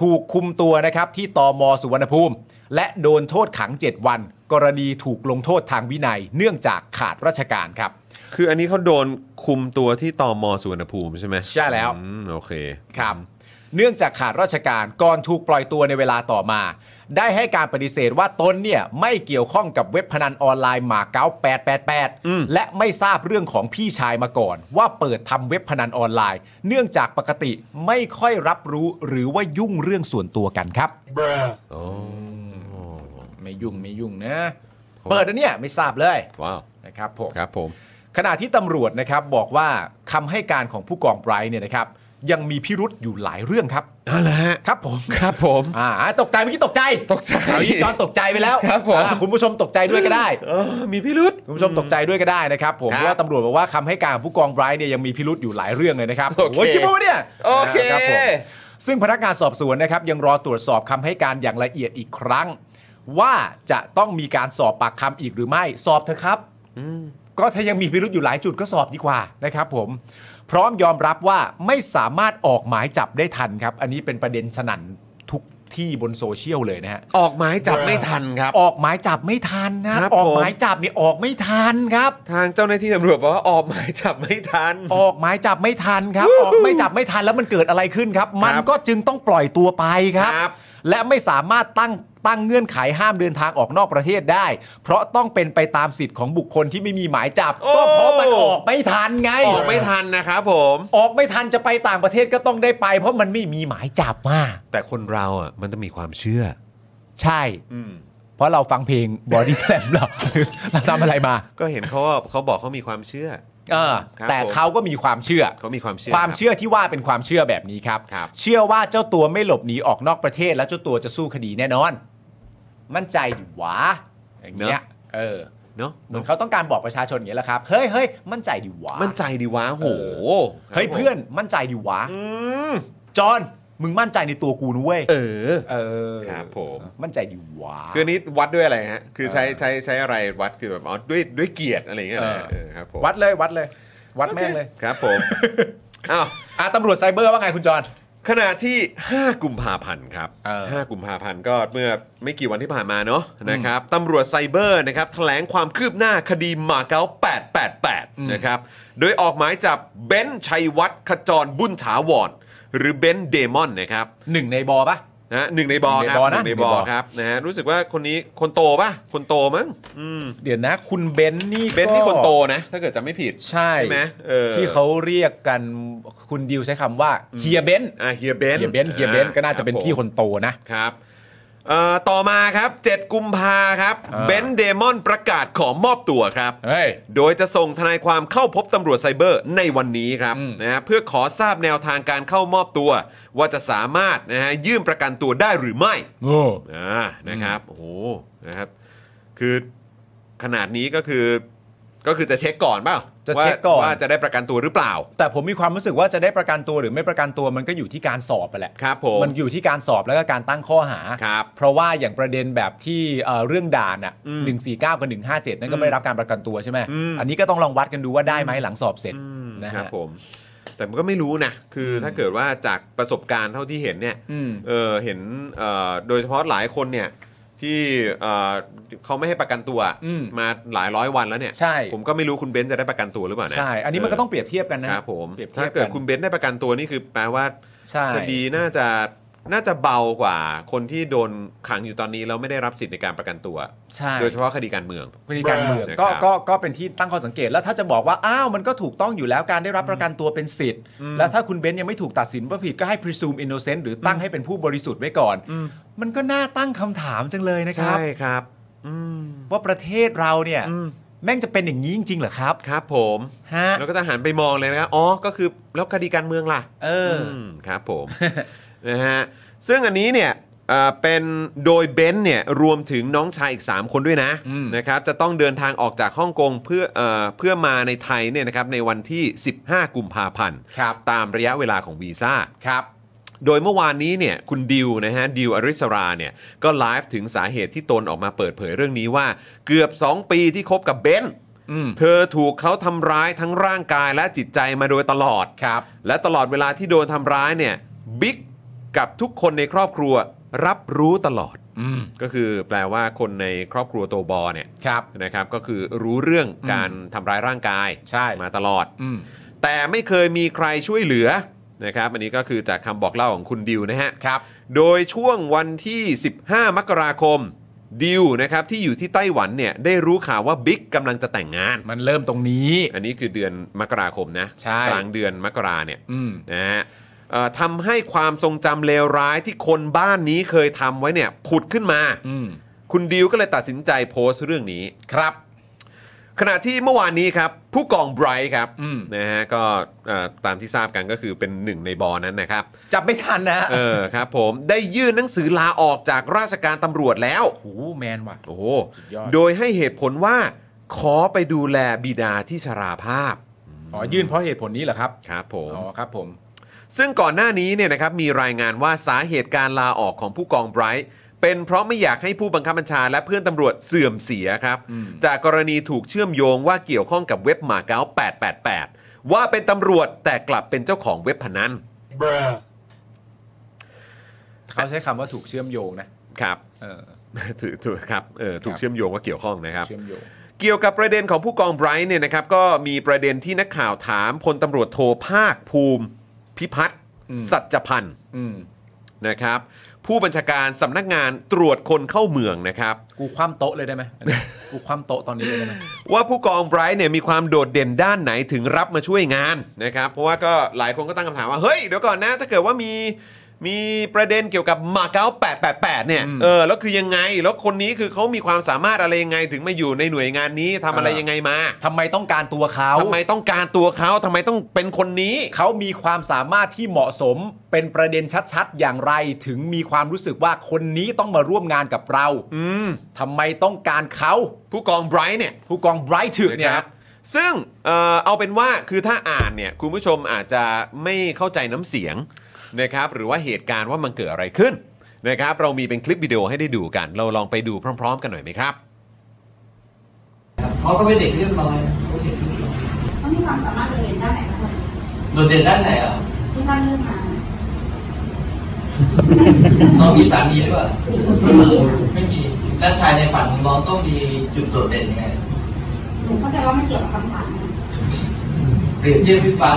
ถูกคุมตัวนะครับที่ตอมสุวรรณภูมิ และโดนโทษขัง 7 วัน กรณีถูกลงโทษทางวินัย เนื่องจากขาดราชการครับ คืออันนี้เขาโดนคุมตัวที่ตมสุวรรณภูมิใช่ไหม ใช่แล้ว อืมโอเค ครับเนื่องจากขาดราชการก่อนถูกปล่อยตัวในเวลาต่อมา ได้ให้การปฏิเสธว่าตนเนี่ยไม่เกี่ยวข้องกับเว็บพนันออนไลน์หมาเก๊า อืม 888 และไม่ทราบเรื่องของพี่ชายมาก่อน ว่าเปิดทำเว็บพนันออนไลน์ เนื่องจากปกติไม่ค่อยรับรู้หรือว่ายุ่งเรื่องส่วนตัวกันครับ โอ้ ไม่ยุ่งไม่ยุ่งนะ เปิดนะเนี่ยไม่ทราบเลย ว้าว นะครับผม ครับผม ขณะที่ตำรวจนะครับบอกว่าคำให้การของผู้กองไบรท์เนี่ยนะครับยังมีพิรุษอยู่หลายเรื่องครับ นั่นแหละฮะ ครับผม ครับผม อ่าตกใจเมื่อกี้ตกใจ ตกใจ เอาอีกจอนตกใจไปแล้ว ครับผม อ่าคุณผู้ชมตกใจด้วยก็ได้ เออมีพิรุษ คุณผู้ชมตกใจด้วยก็ได้นะครับผม ครับ เพราะว่าตำรวจบอกว่าคำให้การของผู้กองไบรท์เนี่ยยังมีพิรุษอยู่หลายเรื่องเลยนะครับ โอเค ยจริงปะวะเนี่ย โอเค นะครับผม ซึ่งพนักงานสอบสวนนะครับยังรอตรวจสอบคำให้การอย่างละเอียดอีกครั้ง ว่าจะต้องมีการสอบปากคำอีกหรือไม่สอบเถอะครับ ก็ถ้ายังมีพิรุษอยู่หลายจุดก็สอบดีกว่านะครับผม พร้อมยอมรับว่าไม่สามารถออกหมายจับได้ทันครับ อันนี้เป็นประเด็นสนั่นทุกที่บนโซเชียลเลยนะฮะ ออกหมายจับไม่ทันครับ ออกหมายจับไม่ทันนะครับ ออก ผม หมายจับเนี่ยออกไม่ทันครับ ทางเจ้าหน้าที่ตำรวจบอกว่าออกหมายจับไม่ทัน ออกหมายจับไม่ทันครับ ออกไม่จับไม่ทันแล้วมันเกิดอะไรขึ้นครับ มันก็จึงต้องปล่อยตัวไปครับ ครับ และไม่สามารถตั้งตั้งเงื่อนไขห้ามเดินทางออกนอกประเทศได้ เพราะต้องเป็นไปตามสิทธิ์ของบุคคลที่ไม่มีหมายจับ โอ้ ก็เพราะมันออกไม่ทันไง ออกไม่ทันนะครับผม ออกไม่ทันจะไปต่างประเทศก็ต้องได้ไป เพราะมันไม่มีหมายจับมา แต่คนเราอ่ะมันต้องมีความเชื่อ ใช่ อ เพราะเราฟังเพลงบอดี้แลมหรอ เราทำอะไรมา ก็เห็นเขาว่าเขาบอกเขามีความเชื่อ เออ ครับ แต่ ผม เขาก็มีความเชื่อ เขามีความเชื่อ ความ รับ เชื่อที่ว่าเป็นความเชื่อแบบนี้ครับ ครับ เชื่อว่าเจ้าตัวไม่หลบหนีออกนอกประเทศ แล้วเจ้าตัวจะสู้คดีแน่นอน มั่นใจดิหวะอย่างเงี้ยเออ เนาะ เหมือนเขาต้องการบอกประชาชนอย่างเงี้ยแหละครับเฮ้ยเฮ้ยมั่นใจดิหวะ มั่นใจดีวะโห เฮ้ยเพื่อนมั่นใจดิหวะ อืม จอห์นมึงมั่นใจในตัวกูนะเว้ย เออ เออ ครับผม มั่นใจดิหวะ คืออนนี้วัดด้วยอะไรฮะ คือใช้ เออ ใช้ใช้อะไรวัดคือแบบอ๋อด้วยด้วยเกียรติอะไรอย่างเงี้ยนะเออครับผม วัดเลยวัดเลย วัดแม่งเลย โอคครับ ผมอ้าว อ่ะตำรวจไซเบอร์ว่าไงคุณจอห์น ขณะที่ 5 กุมภาพันธ์ครับ เออ 5 กุมภาพันธ์ก็เมื่อไม่กี่วันที่ผ่านมาเนาะนะครับตำรวจไซเบอร์นะครับแถลงความคืบหน้าคดีหมาเก๊า นะครับโดยออกหมายจับเบนซ์ชัยวัฒน์ขจรบุญถาวรหรือเบนซ์เดมอนนะครับ หนึ่งในบอปะ นะหนึ่งในบอ หนึ่ ครับบงในอ ห นะ นึ่งใน หนึ่ บองในบอ ครับนะฮะรู้สึกว่าคนนี้คนโตป่ะ คนโตมั้งอืม เดี๋ยวนะ คุณเบนซ์นี่ก็ เบนซ์นี่คนโตนะ ถ้าเกิดจะไม่ผิด ใช่ ใช่ไหมเออ ที่เขาเรียกกันคุณดิวใช้คำว่าเฮียเบนซ์ อ่าเฮียเบนซ์ เฮียเบนซ์เฮียเบนซ์ก็น่าจะเป็นพี่คนโตนะ ครับเอ่อต่อมาครับ 7 กุมภาครับ อ่า เบนซ์เดมอนประกาศขอมอบตัวครับ เฮ้ย โดยจะส่งทนายความเข้าพบตำรวจไซเบอร์ในวันนี้ครับ อืม นะฮะเพื่อขอทราบแนวทางการเข้ามอบตัว ว่าจะสามารถนะฮะยื่นประกันตัวได้หรือไม่ โอ้ อ่านะครับโอ้โหนะครับคือขนาดนี้ก็คือก็คือจะเช็คก่อนเปล่า จะเช็คก่อน ว่าว่าจะได้ประกันตัวหรือเปล่า แต่ผมมีความรู้สึกว่าจะได้ประกันตัวหรือไม่ประกันตัวมันก็อยู่ที่การสอบไปแหละ ครับผม มันอยู่ที่การสอบแล้วก็การตั้งข้อหา ครับ เพราะว่าอย่างประเด็นแบบที่เอ่อเรื่องด่านอ่ะ อืม หนึ่งสี่เก้ากับหนึ่งห้าเจ็ดนั่นก็ไม่ได้รับการประกันตัวใช่ไหม อืม อันนี้ก็ต้องลองวัดกันดูว่าได้ไหมหลังสอบเสร็จ อืม นะ ครั ฮะ บผม แต่มันก็ไม่รู้นะคืออถ้าเกิดว่าจากประสบการณ์เท่าที่เห็นเนี่ย อืม เออเห็นเอ่อโดยเฉพาะหลายคนเนี่ยที่เอ่อเขาไม่ให้ประกันตัว อืม มาหลายร้อยวันแล้วเนี่ย ใช่ ผมก็ไม่รู้คุณเบนซ์จะได้ประกันตัวหรือเปล่านะ ใช่ อันนี้มันก็ต้องเปรียบเทียบกันนะครับ ผม เปรียบที ถ้าย บ เกิดคุณเบนซ์ได้ประกันตัวนี่คือแปลว่า ใช่ คดีน่าจะน่าจะเบากว่าคนที่โดนขังอยู่ตอนนี้แล้วไม่ได้รับสิทธิ์ในการประกันตัว ใช่ โดยเฉพาะคดีการเมือง คดีการเมือง นะครับ ก็ก็ก็เป็นที่ตั้งข้อสังเกตแล้วถ้าจะบอกว่าอ้าวมันก็ถูกต้องอยู่แล้วการได้รับประกันตัวเป็นสิทธิ์ แล้วถ้าคุณเบนซ์ยังไม่ถูกตัดสินว่าผิดก็ให้ presume innocent หรือตั้งให้เป็นผู้บริสุทธิ์ไว้ก่อน อืม มันก็น่าตั้งคำถามจังเลยนะครับ ใช่ครับ อืม ว่าประเทศเราเนี่ย อืม แม่งจะเป็นอย่างนี้จริงๆเหรอครับ ครับผม ฮะ แล้วก็จะหันไปมองเลยนะครับอ๋อ ก็คือแล้วคดีการเมืองล่ะ เอออ มครับผม นะฮะซึ่งอันนี้เนี่ยเอ่อเป็นโดยเบนซ์เนี่ยรวมถึงน้องชายอีก 3 คนด้วยนะ อืม นะครับจะต้องเดินทางออกจากฮ่องกงเพื่อเอ่อเพื่อมาในไทยเนี่ยนะครับในวันที่ 15 กุมภาพันธ์ ครับ ตามระยะเวลาของวีซ่า ครับ โดยเมื่อวานนี้เนี่ยคุณดิวนะฮะดิวอริสราเนี่ยก็ไลฟ์ถึงสาเหตุที่ตนออกมาเปิดเผยเรื่องนี้ว่า เกือบ 2 ปีที่คบกับเบนซ์ อืม เธอถูกเขาทำร้ายทั้งร่างกายและจิตใจมาโดยตลอด ครับ และตลอดเวลาที่โดนทำร้ายเนี่ยบิ๊กกับทุกคนในครอบครัวรับรู้ตลอด อืม ก็คือแปลว่าคนในครอบครัวโตบอเนี่ย ครับ นะครับก็คือรู้เรื่องการทำร้ายร่างกาย ใช่ มาตลอด อืม แต่ไม่เคยมีใครช่วยเหลือนะครับอันนี้ก็คือจากคำบอกเล่าของคุณดิวนะฮะ ครับ โดยช่วงวันที่ 15 มกราคมดิวนะครับที่อยู่ที่ไต้หวันเนี่ยได้รู้ข่าวว่าบิ๊กกำลังจะแต่งงาน มันเริ่มตรงนี้ อันนี้คือเดือนมกราคมนะ ใช่ กลางเดือนมกราเนี่ย อืม นะฮะเอ่อทำให้ความทรงจำเลวร้ายที่คนบ้านนี้เคยทำไว้เนี่ยผุดขึ้นมา อืม คุณดิวก็เลยตัดสินใจโพสต์เรื่องนี้ ครับ ขณะที่เมื่อวานนี้ครับ ผู้กองไบรท์ครับ อืม นะฮะก็เอ่อตามที่ทราบกันก็คือเป็นหนึ่งในบอนั้นนะครับ จับไม่ทันนะ เออครับผมได้ยื่นหนังสือลาออกจากราชการตำรวจแล้ว โอ้โหแมนว่ะ โอ้โห สุดยอด โดยให้เหตุผลว่าขอไปดูแลบิดาที่ชราภาพ อ๋อยื่นเพราะเหตุผลนี้เหรอครับ ครับผม อ๋อครับผม ซึ่งก่อนหน้านี้เนี่ยนะครับมีรายงานว่าสาเหตุการลาออกของผู้กองไบรท์เป็นเพราะไม่อยากให้ผู้บังคับบัญชาและเพื่อนตำรวจเสื่อมเสียครับ อืม จากกรณีถูกเชื่อมโยงว่าเกี่ยวข้องกับเว็บหมาเก๊า888 ว่าเป็นตำรวจแต่กลับเป็นเจ้าของเว็บพนัน เขาใช้คำว่าถูกเชื่อมโยงนะครับ เออ ถูกถูกครับเออถูก ครับ เชื่อมโยงว่าเกี่ยวข้องนะครับ เชื่อมโยง เกี่ยวกับประเด็นของผู้กองไบรท์เนี่ยนะครับก็มีประเด็นที่นักข่าวถามพลตำรวจโทภาคภูมิ พิพัฒน์ อืม สัจพันธ์ อืม นะครับผู้บัญชาการสำนักงานตรวจคนเข้าเมืองนะครับ กูคว่ำโต๊ะเลยได้ไหมอันนี้กูคว่ำโต๊ะตอนนี้เลย ได้ไหม ว่าผู้กองไบรท์เนี่ยมีความโดดเด่นด้านไหนถึงรับมาช่วยงานนะครับเพราะว่าก็หลายคนก็ตั้งคำถามว่า เฮ้ยเดี๋ยวก่อนนะ ถ้าเกิดว่ามีมีประเด็นเกี่ยวกับมาเก๊า888 เนี่ยเออแล้วคือยังไง แล้วคนนี้คือเขามีความสามารถอะไรยังไงถึงมาอยู่ในหน่วยงานนี้ทำอะไรยังไงมา ทำไมต้องการตัวเขา ทำไมต้องการตัวเขาทำไมต้องเป็นคนนี้ เขามีความสามารถที่เหมาะสมเป็นประเด็นชัดๆ อย่างไรถึงมีความรู้สึกว่าคนนี้ต้องมาร่วมงานกับเรา อืม ทำไมต้องการเขา ผู้กองไบรท์เนี่ย ผู้กองไบรท์ถึกเนี่ย นะค ค รั รั บบ ซึ่งเอ่อเอาเป็นว่าคือถ้าอ่านเนี่ยคุณผู้ชมอาจจะไม่เข้าใจน้ำเสียงนะครับหรือว่าเหตุการณ์ว่ามันเกิดอะไรขึ้นนะครับเรามีเป็นคลิปวิดีโอให้ได้ดูกัน เราลองไปดูพร้อม ๆ กันหน่อยไหมครับ เขาก็เป็นเด็กเรียบร้อยนะเขาเด็กเรียบร้อย เขามีความสามารถโดดเรียนด้านไหนบ้าง โดดเด่นด้านไหนอ่ะ ที่ท่านเลือกมา น้องมีสามีหรือเปล่า ไม่มีด้านชายในฝันของน้องต้องมีจุดโดดเด่นยังไง หนูเข้าใจว่ามันเกี่ยวกับคำถาม เปรียบเทียบให้ฟัง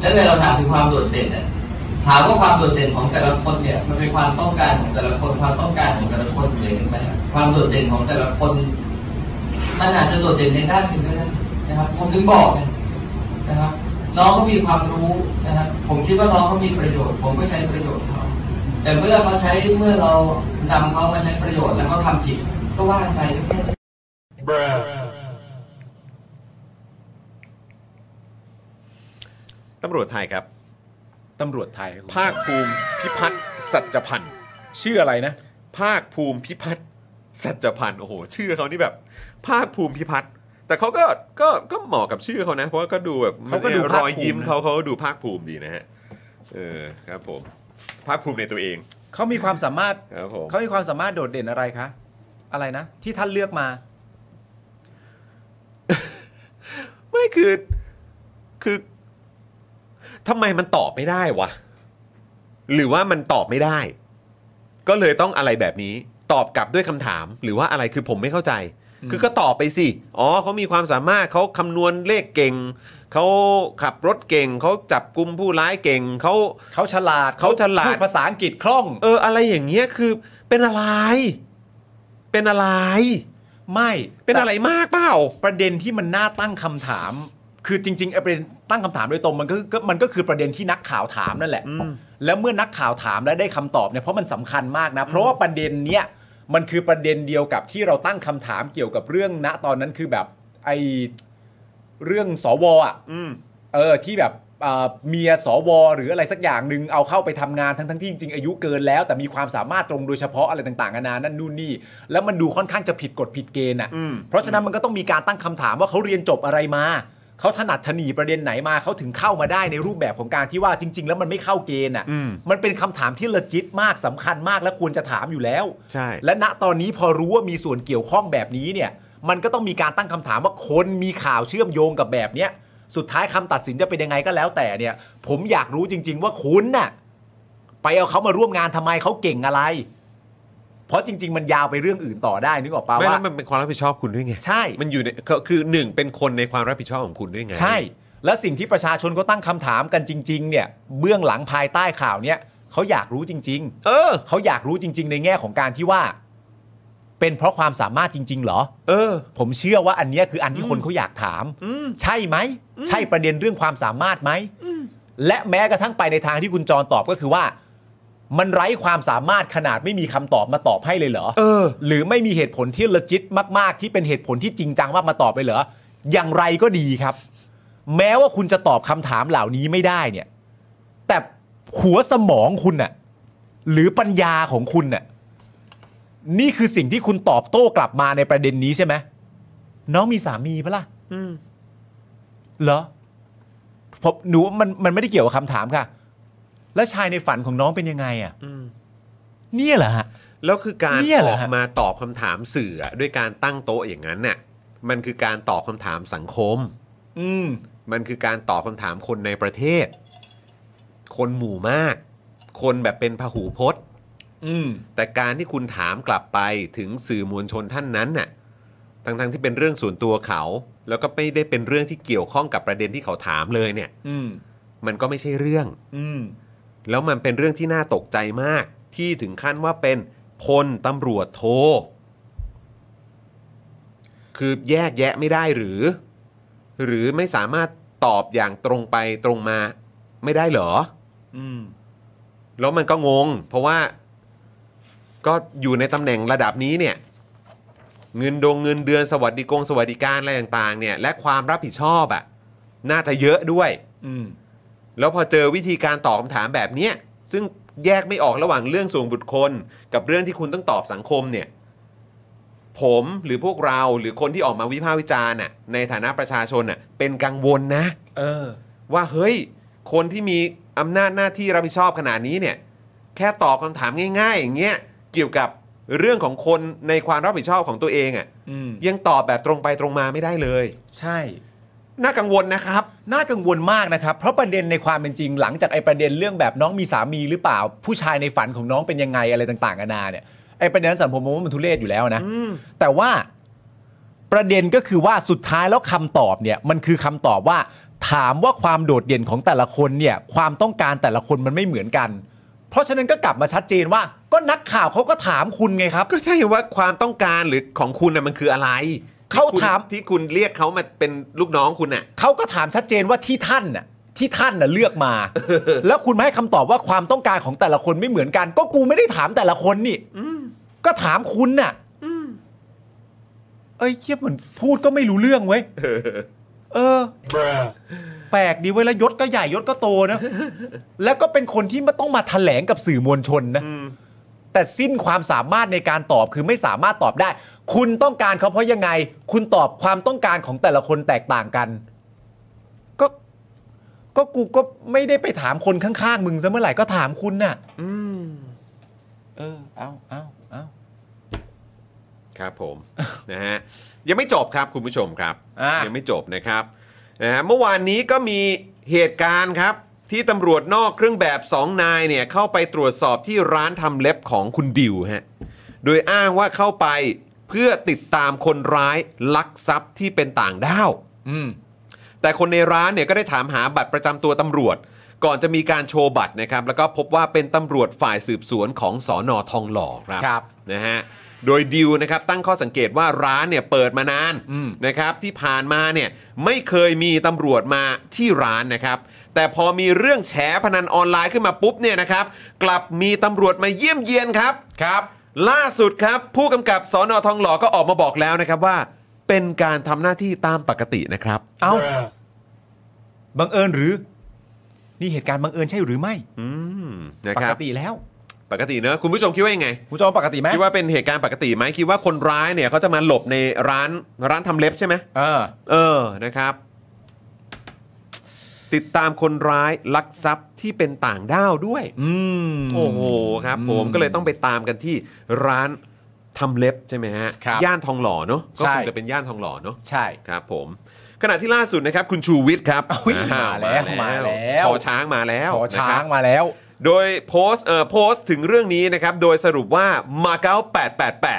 แล้วเวลาเราถามถึงความโดดเด่นเนี่ยถามว่าความโดดเด่นของแต่ละคนเนี่ย มันเป็นความต้องการของแต่ละคน ความต้องการของแต่ละคนอยู่เลยกันไหมความโดดเด่นของแต่ละคน มันอาจจะโดดเด่นในด้านหนึ่งก็ได้นะครับ ผมถึงบอกไงนะครับ น้องก็มีความรู้นะครับ ผมคิดว่าน้องเขามีประโยชน์ ผมก็ใช้ประโยชน์เขาแต่เมื่อเขาใช้เมื่อเรานำเขามาใช้ประโยชน์แล้วเขาทำผิดก็ว่ากันไป ตำรวจไทยครับ ตำรวจไทยครับ ภาคภูมิพิพัฒน์สัจพันธ์ ชื่ออะไรนะ ภาคภูมิพิพัฒน์สัจพันธ์โอ้โห ชื่อเขานี่แบบ ภาคภูมิพิพัฒน์แต่เขาก็ก็ก็เหมาะกับชื่อเขานะ เพราะว่าก็ดูแบบ เขาก็ดู นี่ย ภารอคภูมิยยิ้มเขาเขาก็ดูภาคภูมิดีนะฮะเออครับผมภาคภูมิในตัวเอง เขามีความสามารถ ครับผม เขามีความสามารถโดดเด่นอะไรคะอะไรนะ ที่ท่านเลือกมา ไม่คือคือทำไมมันตอบไม่ได้วะหรือว่ามันตอบไม่ได้ ก็เลยต้องอะไรแบบนี้ ตอบกลับด้วยคำถาม หรือว่าอะไรคือผมไม่เข้าใจ อืม คือก็ตอบไปสิ อ๋อเขามีความสามารถเขาคำนวณเลขเก่ง เขาขับรถเก่ง เขาจับกลุ่มผู้ร้ายเก่งเขา เขาฉลาด เขาฉลาด พูดภาษาอังกฤษคล่อง เอออะไรอย่างเงี้ยคือเป็นอะไร เป็นอะไร ไม่ เป็นอะไร แต่ มากเปล่า ประเด็นที่มันน่าตั้งคำถาม คือจริงๆไอ้ประเด็นตั้งคำถามโดยตรงมันก็ก็มันก็คือประเด็นที่นักข่าวถามนั่นแหละ อืม แล้วเมื่อนักข่าวถามและได้คำตอบเนี่ยเพราะมันสำคัญมากนะ เพราะว่าประเด็นเนี้ยมันคือประเด็นเดียวกับที่เราตั้งคำถามเกี่ยวกับเรื่องณตอนนั้นคือแบบไอเรื่องสวอ่ะ อืม เออที่แบบเอ่อเมียสวหรืออะไรสักอย่างหนึ่งเอาเข้าไปทำงานทั้งทั้งๆที่จริงๆอายุเกินแล้ว แต่มีความสามารถตรงโดยเฉพาะอะไรต่างๆนานานั่นนู่นนี่แล้วมันดูค่อนข้างจะผิดกฎผิดเกณฑ์อ่ะ อืม เพราะฉะนั้นมันก็ต้องมีการตั้งคำถามว่าเขาเรียนจบอะไรมาเขาถนัดถนีประเด็นไหนมาเขาถึงเข้ามาได้ในรูปแบบของการที่ว่าจริง ๆ แล้วมันไม่เข้าเกณฑ์อ่ะ อืม มันเป็นคำถามที่ละจิตมากสำคัญมากและควรจะถามอยู่แล้ว ใช่ และณตอนนี้พอรู้ว่ามีส่วนเกี่ยวข้องแบบนี้เนี่ย มันก็ต้องมีการตั้งคำถามว่าคนมีข่าวเชื่อมโยงกับแบบเนี้ย สุดท้ายคำตัดสินจะเป็นยังไงก็แล้วแต่เนี่ย ผมอยากรู้จริง ๆ ว่าคุณน่ะไปเอาเขามาร่วมงานทำไมเขาเก่งอะไร เพราะจริง ๆ มันยาวไปเรื่องอื่นต่อได้นึกออกปะ ไม่ ว่า แล้วมันเป็นความรับผิดชอบคุณด้วยไง ใช่ มันอยู่ในก็คือหนึ่งเป็นคนในความรับผิดชอบของคุณด้วยไง ใช่ และสิ่งที่ประชาชนเขาตั้งคำถามกันจริง ๆ เนี่ย เบื้องหลังภายใต้ข่าวเนี่ยเขาอยากรู้จริง ๆ เออ เขาอยากรู้จริง ๆ ในแง่ของการที่ว่า เป็นเพราะความสามารถจริง ๆ เหรอ เออ ผมเชื่อว่าอันเนี้ยคืออันที่คนเขาอยากถาม ใช่ไหม ใช่ประเด็นเรื่องความสามารถไหม และแม้กระทั่งไปในทางที่คุณจรตอบก็คือว่า มันไร้ความสามารถขนาดไม่มีคำตอบมาตอบให้เลยเหรอ เออ หรือไม่มีเหตุผลที่ legit มาก ๆ ที่เป็นเหตุผลที่จริงจังว่ามาตอบไปเหรอ อย่างไรก็ดีครับ แม้ว่าคุณจะตอบคำถามเหล่านี้ไม่ได้เนี่ย แต่หัวสมองคุณน่ะ หรือปัญญาของคุณน่ะ นี่คือสิ่งที่คุณตอบโต้กลับมาในประเด็นนี้ใช่ไหม น้องมีสามีปะล่ะเหรอผมหนูว่ามันมันไม่ได้เกี่ยวกับคำถามค่ะ แล้วชายในฝันของน้องเป็นยังไงอ่ะเนี่ยเหรอฮะ แล้วคือการ เนี่ยเห อ รอ อก ฮะ มาตอบคำถามสื่ออะด้วยการตั้งโต๊ะอย่างนั้นน่ะมันคือการตอบคำถามสังคม อืม มันคือการตอบคำถามคนในประเทศ คนหมู่มาก คนแบบเป็นพหูพจน์ อืม แต่การที่คุณถามกลับไปถึงสื่อมวลชนท่านนั้นน่ะทั้งๆที่เป็นเรื่องส่วนตัวเขา แล้วก็ไม่ได้เป็นเรื่องที่เกี่ยวข้องกับประเด็นที่เขาถามเลยเนี่ย อืม มันก็ไม่ใช่เรื่อง อืม แล้วมันเป็นเรื่องที่น่าตกใจมาก ที่ถึงขั้นว่าเป็นพลตำรวจโท คือแยกแยะไม่ได้หรือ หรือไม่สามารถตอบอย่างตรงไปตรงมาไม่ได้เหรอ อืม แล้วมันก็งง เพราะว่าก็อยู่ในตำแหน่งระดับนี้เนี่ย เงินดงเงินเดือนสวัสดิกงสวัสดิการอะไรต่างๆ เนี่ย และความรับผิดชอบอะ่ะน่าจะเยอะด้วย อืม แล้วพอเจอวิธีการตอบคำถามแบบเนี้ยซึ่งแยกไม่ออกระหว่างเรื่องส่วนบุคคล กับเรื่องที่คุณต้องตอบสังคมเนี่ย ผมหรือพวกเราหรือคนที่ออกมาวิพากษ์วิจารณ์น่ะในฐานะประชาชนน่ะเป็นกังวลนะ เออ ว่าเฮ้ย คนที่มีอำนาจหน้าที่รับผิดชอบขนาดนี้เนี่ย แค่ตอบคำถามง่าย ๆ อย่างเงี้ยเกี่ยวกับเรื่องของคนในความรับผิดชอบของตัวเองอะ่ะ อืม ยังตอบแบบตรงไปตรงมาไม่ได้เลย ใช่ น่ากังวลนะครับ น่ากังวลมากนะครับ เพราะประเด็นในความเป็นจริงหลังจากไอ้ประเด็นเรื่องแบบน้องมีสามีหรือเปล่า ผู้ชายในฝันของน้องเป็นยังไงอะไรต่างๆกันานาเนี่ยไอ้ประเด็นนั้นสังคมมองว่ามันทุเรศอยู่แล้วนะแต่ว่า ประเด็นก็คือว่าสุดท้ายแล้วคำตอบเนี่ยมันคือคำตอบว่า ถามว่าความโดดเด่นของแต่ละคนเนี่ยความต้องการแต่ละคนมันไม่เหมือนกัน เพราะฉะนั้นก็กลับมาชัดเจนว่า ก็นักข่าวเขาก็ถามคุณไงครับ ก็ใช่ว่าความต้องการหรือของคุณน่ะมันคืออะไร เขาถาม ที่คุณเรียกเขามาเป็นลูกน้องคุณน่ะ เขาก็ถามชัดเจนว่าที่ท่านน่ะที่ท่านน่ะเลือกมา แล้วคุณมาให้คำตอบว่าความต้องการของแต่ละคนไม่เหมือนกัน ก็กูไม่ได้ถามแต่ละคนนี่ก็ถามคุณน่ะเอ้ยเทียบเหมือนพูดก็ไม่รู้เรื่อง เว้ยเออ แปลกดีเว้ยแล้วยศก็ใหญ่ยศก็โต นะ แล้วก็เป็นคนที่มาต้องมาแถลงกับสื่อมวลชนนะ แต่สิ้นความสามารถในการตอบคือไม่สามารถตอบได้ คุณต้องการเขาเพราะยังไง คุณตอบความต้องการของแต่ละคนแตกต่างกัน ก็ ก็กูก็ไม่ได้ไปถามคนข้างๆ มึงซะเมื่อไหร่ก็ถามคุณน่ะ อืม เออ เอาเอาเอา ครับผม นะฮะยังไม่จบครับคุณผู้ชมครับ อ่ะ ยังไม่จบนะครับนะฮะเมื่อวานนี้ก็มีเหตุการณ์ครับ ที่ตำรวจนอกเครื่องแบบ 2 นายเนี่ยเข้าไปตรวจสอบที่ร้านทำเล็บของคุณดิวฮะโดยอ้างว่าเข้าไปเพื่อติดตามคนร้ายลักทรัพย์ที่เป็นต่างด้าว อืม แต่คนในร้านเนี่ยก็ได้ถามหาบัตรประจำตัวตำรวจ ก่อนจะมีการโชว์บัตรนะครับ แล้วก็พบว่าเป็นตำรวจฝ่ายสืบสวนของสอนอทองหล่อครับ ครับ นะฮะโดยดิวนะครับตั้งข้อสังเกตว่าร้านเนี่ยเปิดมานาน อืม นะครับที่ผ่านมาเนี่ยไม่เคยมีตำรวจมาที่ร้านนะครับ แต่พอมีเรื่องแฉพนันออนไลน์ขึ้นมาปุ๊บเนี่ยนะครับ กลับมีตำรวจมาเยี่ยมเยียนครับ ครับ ล่าสุดครับ ผู้กำกับสอนอทองหล่อก็ออกมาบอกแล้วนะครับว่า เป็นการทำหน้าที่ตามปกตินะครับ เอาบังเอิญหรือ นี่เหตุการณ์บังเอิญใช่หรือไม่ อืมนะ ป ค ก รับ ติแล้ว ปกติเนอะคุณผู้ชมคิดว่ายังไง คุณจอมปกติไหม คิดว่าเป็นเหตุการณ์ปกติไหมคิดว่าคนร้ายเนี่ยเขาจะมาหลบในร้านร้านทำเล็บใช่ไหม เออ เออนะครับ ติดตามคนร้ายลักทรัพย์ที่เป็นต่างด้าวด้วย อืม โอ้โหครับ ผมก็เลยต้องไปตามกันที่ร้านทำเล็บใช่ไหมฮะ ครับ ย่านทองหล่อเนอะก็ ใช่ คงจะเป็นย่านทองหล่อเนอะ ใช่ ครับผมขณะที่ล่าสุดนะครับคุณชูวิทย์ครับ อุ๊ย อ้ มาแล้วมาแล้ว ชอช้างมาแล้ว ขอช้าง นะครับ มาแล้ว โดยโพสต์เอ่อโพสต์ถึงเรื่องนี้นะครับ โดยสรุปว่ามาเก๊า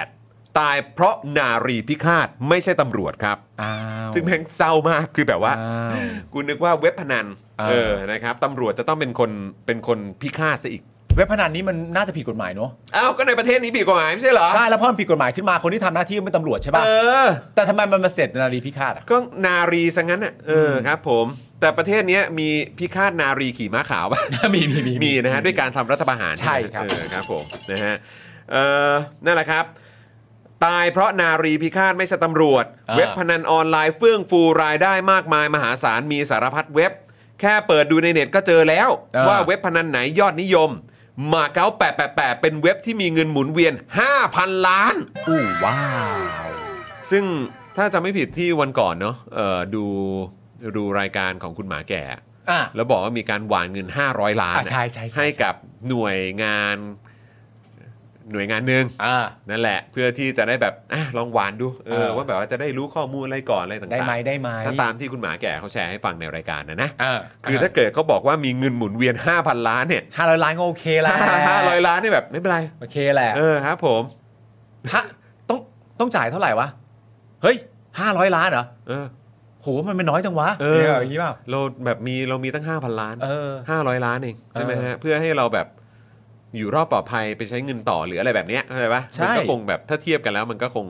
888 ตายเพราะนารีพิฆาตไม่ใช่ตำรวจครับ อ้าว ซึ่งแม่งเศร้ามากคือแบบว่า อ้าว กูนึกว่าเว็บพนัน อ่า เออนะครับตำรวจจะต้องเป็นคนเป็นคนพิฆาตซะอีก เว็บพนันนี้มันน่าจะผิดกฎหมายเนอะ อ้าวก็ในประเทศนี้ผิดกฎหมายไม่ใช่เหรอ ใช่แล้วพอมันผิดกฎหมายขึ้นมาคนที่ทำหน้าที่เป็นตำรวจใช่ป่ะ เออ แต่ทำไมมันมาเสร็จนารีพิฆาตอ่ะ ก็นารีซะงั้นอ่ะเออครับผมแต่ประเทศเนี้ยมีพิฆาตนารีขี่ม้าขาวป่ะ มีมีมี มีนะฮะด้วยการทำรัฐประหาร ใช่ครับ เออครับผมนะฮะเออนั่นแหละครับ ตายเพราะนารีพิฆาตไม่ใช่ตำรวจ เว็บพนันออนไลน์เฟื่องฟูรายได้มากมายมหาศาลมีสารพัดเว็บ แค่เปิดดูในเน็ตก็เจอแล้ว ว่าเว็บพนันไหนยอดนิยม มาเก๊า888 เป็นเว็บที่มีเงินหมุนเวียน 5,000 ล้าน อู้ว้าว ซึ่งถ้าจะไม่ผิดที่วันก่อนเนาะเอ่อดูดูรายการของคุณหมาแก่ อ่ะ แล้วบอกว่ามีการหว่านเงิน 500 ล้าน อ่ะใช่ใช่ใช่ ให้กับหน่วยงานหน่วยงานหนึ่ง อ่า นั่นแหละ เพื่อที่จะได้แบบอะลองหวานดูเอ เอ อ อ ว่าแบบว่าจะได้รู้ข้อมูลอะไรก่อนอะไรต่างๆ ได้ไหมได้ไหม ถ้าตามที่คุณหมาแก่เขาแชร์ให้ฟังในรายการนะนะ อ่า คือถ้าเกิดเขาบอกว่ามีเงินหมุนเวียน 5,000 ล้านเนี่ย ห้าร้อยล้านก็โอเคแหละ 500 ล้านเนี่ยแบบไม่เป็นไร โอเคแหละ เออครับผม ฮะต้องต้องจ่ายเท่าไหร่วะ เฮ้ยห้าร้อยล้านเหรอ เออ โหมันไม่น้อยจังวะ เออ นี่ยย่างงี้เปล่า เราแบบมีเรามีตั้ง 5,000 ล้าน เออ 500 ล้านเองใช่ไหม เอ ฮะ อ เพื่อให้เราแบบอยู่รอบปลอดภัยไปใช้เงินต่อหรืออะไรแบบเนี้ยเข้าใจปะ ใช่ มันก็คงแบบถ้าเทียบกันแล้วมันก็คง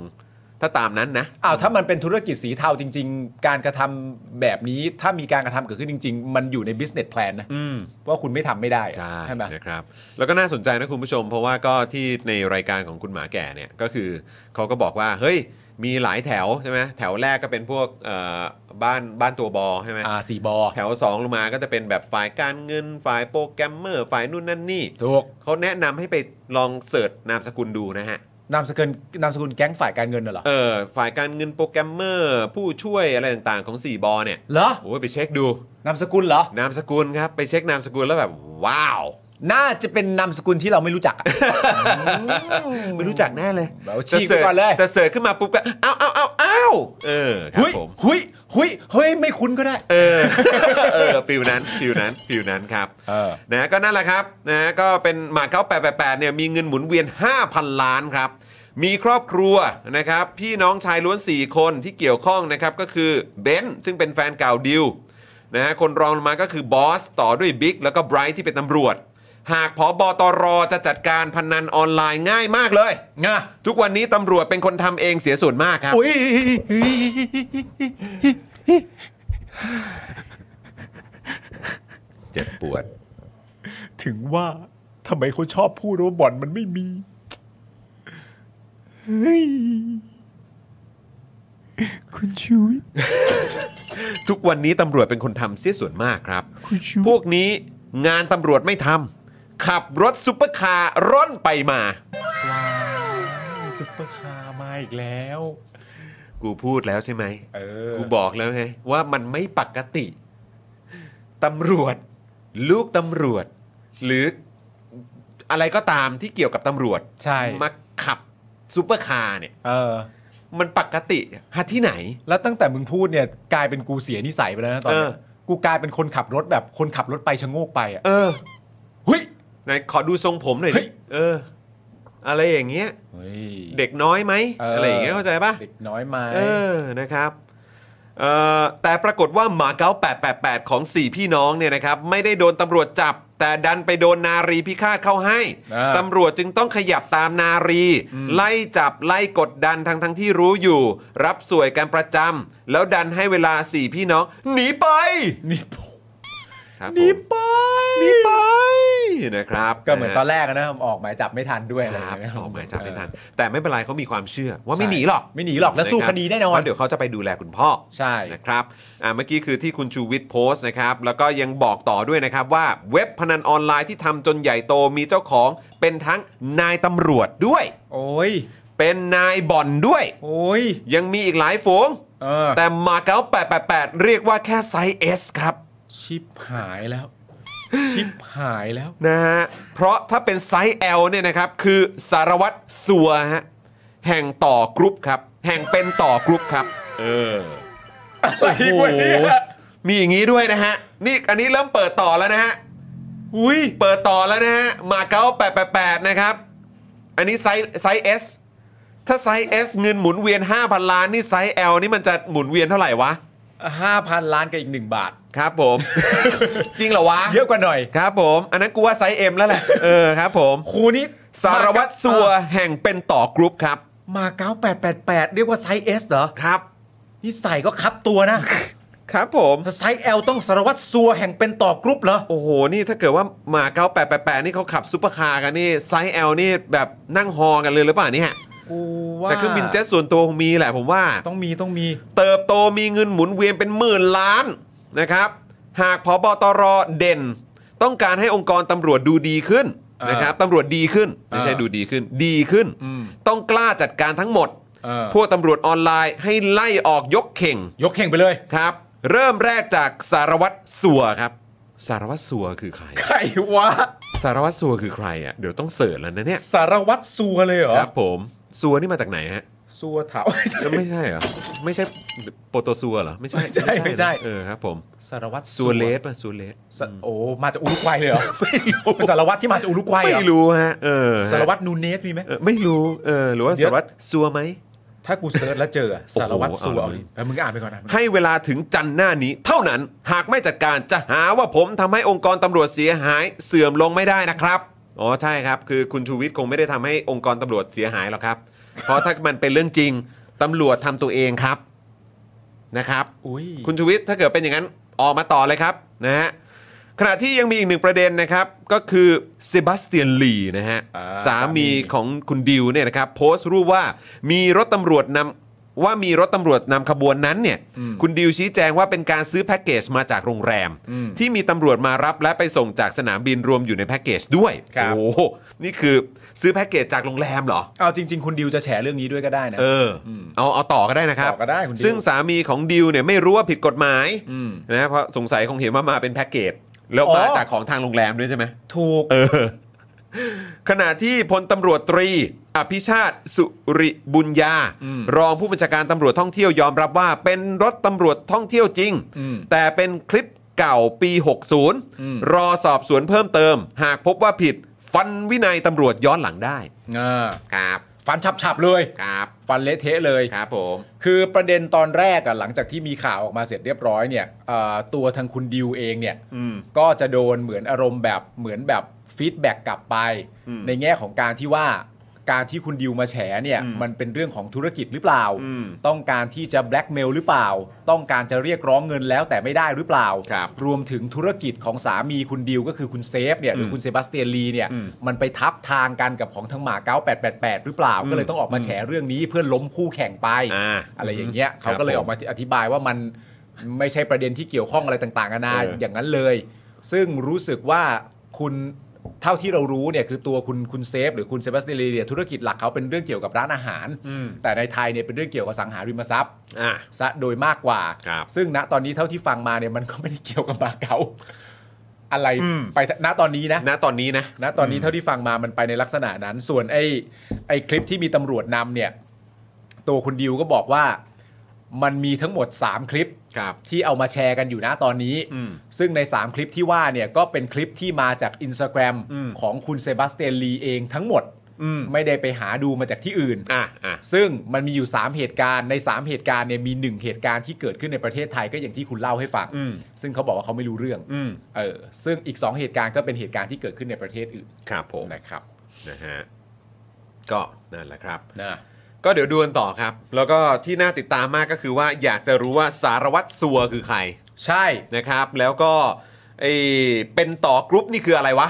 ถ้าตามนั้นนะ อ้าวถ้ามันเป็นธุรกิจสีเทาจริง ๆ การกระทำแบบนี้ถ้ามีการกระทำเกิดขึ้นจริง ๆ มันอยู่ใน business plan นะ อืม ว่าคุณไม่ทำไม่ได้ ใช่ ไหม นะครับ แล้วก็น่าสนใจนะคุณผู้ชม เพราะว่าก็ที่ในรายการของคุณหมาแก่เนี่ยก็คือเขาก็บอกว่าเฮ้ยมีหลายแถวใช่ไหมแถวแรกก็เป็นพวกเอ่อบ้านบ้านตัวบอใช่ไหม อ่าสี่บอ แถวสองลงมาก็จะเป็นแบบฝ่ายการเงินฝ่ายโปรแกรมเมอร์ฝ่ายนู่นนั่นนี่ ถูก เขาแนะนำให้ไปลองเสิร์ชนามสกุลดูนะฮะ นามสกุลนามสกุลแก๊งฝ่ายการเงินน่ะเหรอ เออฝ่ายการเงินโปรแกรมเมอร์ ผู้ช่วยอะไรต่างๆของ 4 บอเนี่ย เหรอ โอ้ยไปเช็คดู นามสกุลเหรอ นามสกุลครับ ไปเช็คนามสกุลแล้วแบบ ว้าว น่าจะเป็นนามสกุลที่เราไม่รู้จักอะ ไม่รู้จักแน่เลย เอาฉีก แต่สิร์ช ไปก่อนเลย แต่เสิร์ชขึ้นมาปุ๊บก็อ้าวอ้าวอ้าวอ้าวเออครั หุ บ ย ผม หุยหุยเฮ้ยไม่คุ้นก็ได้ เออ เออฟิวนั้นฟิวนั้นฟิวนั้นครับ เออ นะก็นั่นแหละครับนะก็เป็นหมากเก้า888เนี่ยมีเงินหมุนเวียน 5,000 ล้านครับ มีครอบครัวนะครับพี่น้องชายล้วน 4 คนที่เกี่ยวข้องนะครับก็คือเบนซ์ซึ่งเป็นแฟนเก่าดิวนะฮะคนรองลงมาก็คือบอสต่อด้วยบิ๊กแล้วก็ไบรท์ที่เป็นตำรวจ หากพอบอตรจะจัดการพนันออนไลน์ง่ายมากเลย งะ ทุกวันนี้ตำรวจเป็นคนทำเองเสียส่วนมากครับ อุ้ย เจ็บปวด ถึงว่าทำไมเขาชอบพูดว่าบ่อนมันไม่มีเฮ้ยคุณชูวิทย์ ทุกวันนี้ตำรวจเป็นคนทำเสียส่วนมากครับ คุณชู พ วิ ว ทย์ กนี้งานตำรวจไม่ทำขับรถซุปเปอร์คาร์ร่อนไปมา ซุปเปอร์คาร์มาอีกแล้ว กูพูดแล้วใช่ไหม เออ กูบอกแล้วไงว่ามันไม่ปกติ ตำรวจ ลูกตำรวจ หรืออะไรก็ตามที่เกี่ยวกับตำรวจ ใช่ มาขับซุปเปอร์คาร์เนี่ย เออ มันปกติหาที่ไหน แล้วตั้งแต่มึงพูดเนี่ยกลายเป็นกูเสียนิสัยไปแล้วนะตอนเนี้เอยอ กูกลายเป็นคนขับรถแบบคนขับรถไปชะโงกไปอ่ะ เออ เฮ้ย ไหนขอดูทรงผมหน่อย เฮ้ ดิ ย เออ อะไรอย่างเงี้ย เด็ก เด็กน้อยไหมอะไรอย่างเงี้ยเข้าใจปะ เด็กน้อยไหมา เออ นะครับเอ่อแต่ปรากฏว่าหมาเก๊า888 ของ 4 พี่น้องเนี่ยนะครับ ไม่ได้โดนตำรวจจับ แต่ดันไปโดนนารีพิฆาตเข้าให้ อ่า ตำรวจจึงต้องขยับตามนารี ไล่จับไล่กดดันทั้งทั้งที่รู้อยู่ รับสวยกันประจำแล้วดันให้เวลา 4 พี่น้องหนีไปครับผม หนีไป หนีไปนะครับ ก็เหมือนตอนแรกอะนะออกหมายจับไม่ทันด้วยอะไร ค ย่ รับ งเงี้ย ออกหมายจับไม่ทัน แต่ไม่เป็นไรเขามีความเชื่อว่าไม่หนีหรอก ไม่หนีหรอกแล้วสู้คดีแน่นอ เพ น ราะเดี๋ยวเขาจะไปดูแลคุณพ่อ ใช่ นะครับอ่าเมื่อกี้คือที่คุณชูวิทย์โพสต์นะครับ แล้วก็ยังบอกต่อด้วยนะครับว่าเว็บพนันออนไลน์ที่ทำจนใหญ่โตมีเจ้าของเป็นทั้งนายตำรวจด้วย โอ้ย เป็นนายบ่อนด้วย โอ้ย ยังมีอีกหลายฝูง เออ แต่มาเก๊า888 เรียกว่าแค่ไซส์ S ครับ ชิปหายแล้ว ชิปหายแล้ว นะฮะ เพราะถ้าเป็นไซส์ L เนี่ยนะครับ คือสารวัตรสัวฮะแห่งต่อกรุ๊ปครับ แห่งเป็นต่อกรุ๊ปครับ เออ อะไรวะเนี่ย มีอย่างนี้ด้วยนะฮะ นี่อันนี้เริ่มเปิดต่อแล้วนะฮะ อุ้ย เปิดต่อแล้วนะฮะ มาเก๊า888 นะครับ อันนี้ไซส์ไซส์ S ถ้าไซส์ S เงินหมุนเวียน 5,000 ล้าน นี่ไซส์ L นี่มันจะหมุนเวียนเท่าไหร่วะ ห้าพันล้านกับอีกหนึ่งบาท ครับผม จริงเหรอวะ เยอะกว่าหน่อย ครับผม อันนั้นกูว่าไซส์ M แล้วแหละ เออครับผม ครูนี้ สารวัตรสัวแห่งเป็นต่อกรุ๊ปครับ มาเก้าแปดแปดแปดเรียกว่าไซส์เอสเหรอ ครับ นี่ใส่ก็คับตัวนะครับ ผม ถ้าไซส์ L ต้องสารวัตรซัวแห่งเป็นต่อกรุ๊ปเหรอ โอ้โห นี่ถ้าเกิดว่าหมาเก๊า888 นี่เขาขับซุปเปอร์คาร์กันนี่ไซส์ L นี่แบบนั่งฮอกันเลยหรือเปล่าเนี่ย กูว่า แต่เครื่องบินเจ็ตส่วนตัวคงมีแหละผมว่า ต้องมีต้องมี เติบโตมีเงินหมุนเวียนเป็นหมื่นล้านนะครับ หากพบตรเด่น ต้องการให้องค์กรตำรวจดูดีขึ้น อ่าน นะครับตำรวจดีขึ้น ไม่ใช่ อ่า ดูดีขึ้น ดีขึ้น อืม ต้องกล้าจัดการทั้งหมด เออ พวกตำรวจออนไลน์ให้ไล่ออกยกเข่ง ยกเข่งไปเลย ครับ เริ่มแรกจากสารวัตรสัวครับ สารวัตรสัวคือใคร ใครวะ สารวัตรสัวคือใครอ่ะเดี๋ยวต้องเสิร์ชแล้วนะเนี่ย สารวัตรซัวเลยเหรอ ครับผมสัวนี่มาจากไหนฮะ ซัวเถา แล้วไม่ใช่เหรอ ไม่ใช่โปโตซัวเหรอ ไม่ใช่ ไม่ใช่ไม่ใช่ นะเออครับผม สารวัตร ซัวเลสป่ะซัวเลส สะโอ้มาจากอุรุกวัยเลยเหรอไม่รู้สารวัตรที่มาจากอุรุกวัยเหรอ ไม่รู้ฮะเออฮะ สารวัตรนูเนสมีไหม เออไม่รู้เออหรือว่า เดี๋ สา ยว รวัตรซัวไหม ถ้ากูเซิร์ชแล้วเจออะสารวัตรซัว เอา เอา เลย ดิเออมึงอ่านไปก่อนนะ ให้เวลาถึงจันทร์หน้านี้ เท่านั้นหากไม่จัดการจะหาว่าผมทำให้องค์กรตำรวจเสียหายเสื่อมลงไม่ได้นะครับอ๋อใช่ครับ คือคุณชูวิทย์คงไม่ได้ทำให้องค์กรตำรวจเสียหายหรอกครับ เพราะถ้ามันเป็นเรื่องจริงตำรวจทำตัวเองครับนะครับ อุ้ย คุณชูวิทย์ถ้าเกิดเป็นอย่างนั้นออกมาต่อเลยครับนะฮะขณะที่ยังมีอีกหนึ่งประเด็นนะครับ ก็คือเซบาสเตียนลีนะฮะ า สามีของคุณดิวเนี่ยนะครับโพสต์รูปว่ามีรถตำรวจนำว่ามีรถตำรวจนำขบวนนั้นเนี่ย อืม คุณดิวชี้แจงว่าเป็นการซื้อแพ็กเกจมาจากโรงแรม อืม ที่มีตำรวจมารับและไปส่งจากสนามบินรวมอยู่ในแพ็กเกจด้วย ครับ โอ้โหนี่คือซื้อแพ็กเกจจากโรงแรมเหรอ เอาจริง ๆ คุณดิวจะแฉเรื่องนี้ด้วยก็ได้นะ เอออ ม เอาเอาต่อก็ได้นะครับ ต่อก็ได้คุณดิว ซึ่งสามีของดิวเนี่ยไม่รู้ว่าผิดกฎหมาย ม นะเพราะสงสัยคงเห็นว่ามาเป็นแพ็กเกจแล้ว อ๋อ มาจากของทางโรงแรมด้วยใช่ไหม ถูก เออ ขณะที่พลตำรวจตรี อภิชาติสุริบุญญา อืม รองผู้บัญชาการตำรวจท่องเที่ยวยอมรับว่า เป็นรถตำรวจท่องเที่ยวจริง อืม แต่เป็นคลิปเก่าปี อืม 60 รอสอบสวนเพิ่มเติม หากพบว่าผิด ฟันวินัยตำรวจย้อนหลังได้ อ่า ครับ ฟันฉับๆเลย ครับ ฟันเละเทะเลย ครับผม คือประเด็นตอนแรกอะหลังจากที่มีข่าวออกมาเสร็จเรียบร้อยเนี่ยเอ่อตัวทางคุณดิวเองเนี่ย อืม ก็จะโดนเหมือนอารมณ์แบบเหมือนแบบฟีดแบ็กกลับไป อืม ในแง่ของการที่ว่าการที่คุณดิวมาแฉเนี่ย อืม มันเป็นเรื่องของธุรกิจหรือเปล่า อืม ต้องการที่จะแบล็กเมลหรือเปล่า ต้องการจะเรียกร้องเงินแล้วแต่ไม่ได้หรือเปล่า ครับ รวมถึงธุรกิจของสามีคุณดิวก็คือคุณเซฟเนี่ยหรืออ ม คุณเซบาสเตียนลีเนี่ย อืม มันไปทับทางกันกับของทางหมาเก้า888 หรือเปล่า อืม ก็เลยต้องออกมาแฉเรื่องนี้เพื่อล้มคู่แข่งไป อ่า อะไรอย่างเงี้ย ครั เขา บ ก็เลย ผม ออกมาอธิบายว่ามันไม่ใช่ประเด็นที่เกี่ยวข้องอะไรต่างๆนานา เออ อ อ ย่างนั้นเลย ซึ่งรู้สึกว่าคุณเท่าที่เรารู้เนี่ยคือตัวคุณคุณเซฟหรือคุณเซบาสเตียนลีเนี่ยธุรกิจหลักเขาเป็นเรื่องเกี่ยวกับร้านอาหาร อืม แต่ในไทยเนี่ยเป็นเรื่องเกี่ยวกับสังหาริมทรัพย์ อ่ะ ซะโดยมากกว่า ครับ ซึ่งณตอนนี้เท่าที่ฟังมาเนี่ยมันก็ไม่ได้เกี่ยวกับมาเก๊าอะไร อืม ไปณตอนนี้นะ ณตอนนี้นะ นะตอนนี้เท่าที่ฟังมามันไปในลักษณะนั้น ส่วนไอ้ไอ้คลิปที่มีตำรวจนำเนี่ย ตัวคุณดิวก็บอกว่ามันมีทั้งหมด 3 คลิป ครับ ที่เอามาแชร์กันอยู่นะตอนนี้ อืม ซึ่งใน 3 คลิปที่ว่าเนี่ยก็เป็นคลิปที่มาจาก Instagram อืม ของคุณเซบาสเตียนลีเองทั้งหมด อืม ไม่ได้ไปหาดูมาจากที่อื่น อ่ะอ่ะ ซึ่งมันมีอยู่ 3 เหตุการณ์ใน 3 เหตุการณ์เนี่ยมี 1 เหตุการณ์ที่เกิดขึ้นในประเทศไทยก็อย่างที่คุณเล่าให้ฟัง อืม ซึ่งเขาบอกว่าเขาไม่รู้เรื่อง อืม เออซึ่งอีก 2 เหตุการณ์ก็เป็นเหตุการณ์ที่เกิดขึ้นในประเทศอื่น ครับผม นะครับ นะฮะก็นั่นแหละครับ นะ ก็เดี๋ยวดูกันต่อครับ แล้วก็ที่น่าติดตามมากก็คือว่าอยากจะรู้ว่าสารวัตรสัวคือใคร ใช่ นะครับ แล้วก็ไอเป็นต่อกรุ๊ปนี่คืออะไรวะ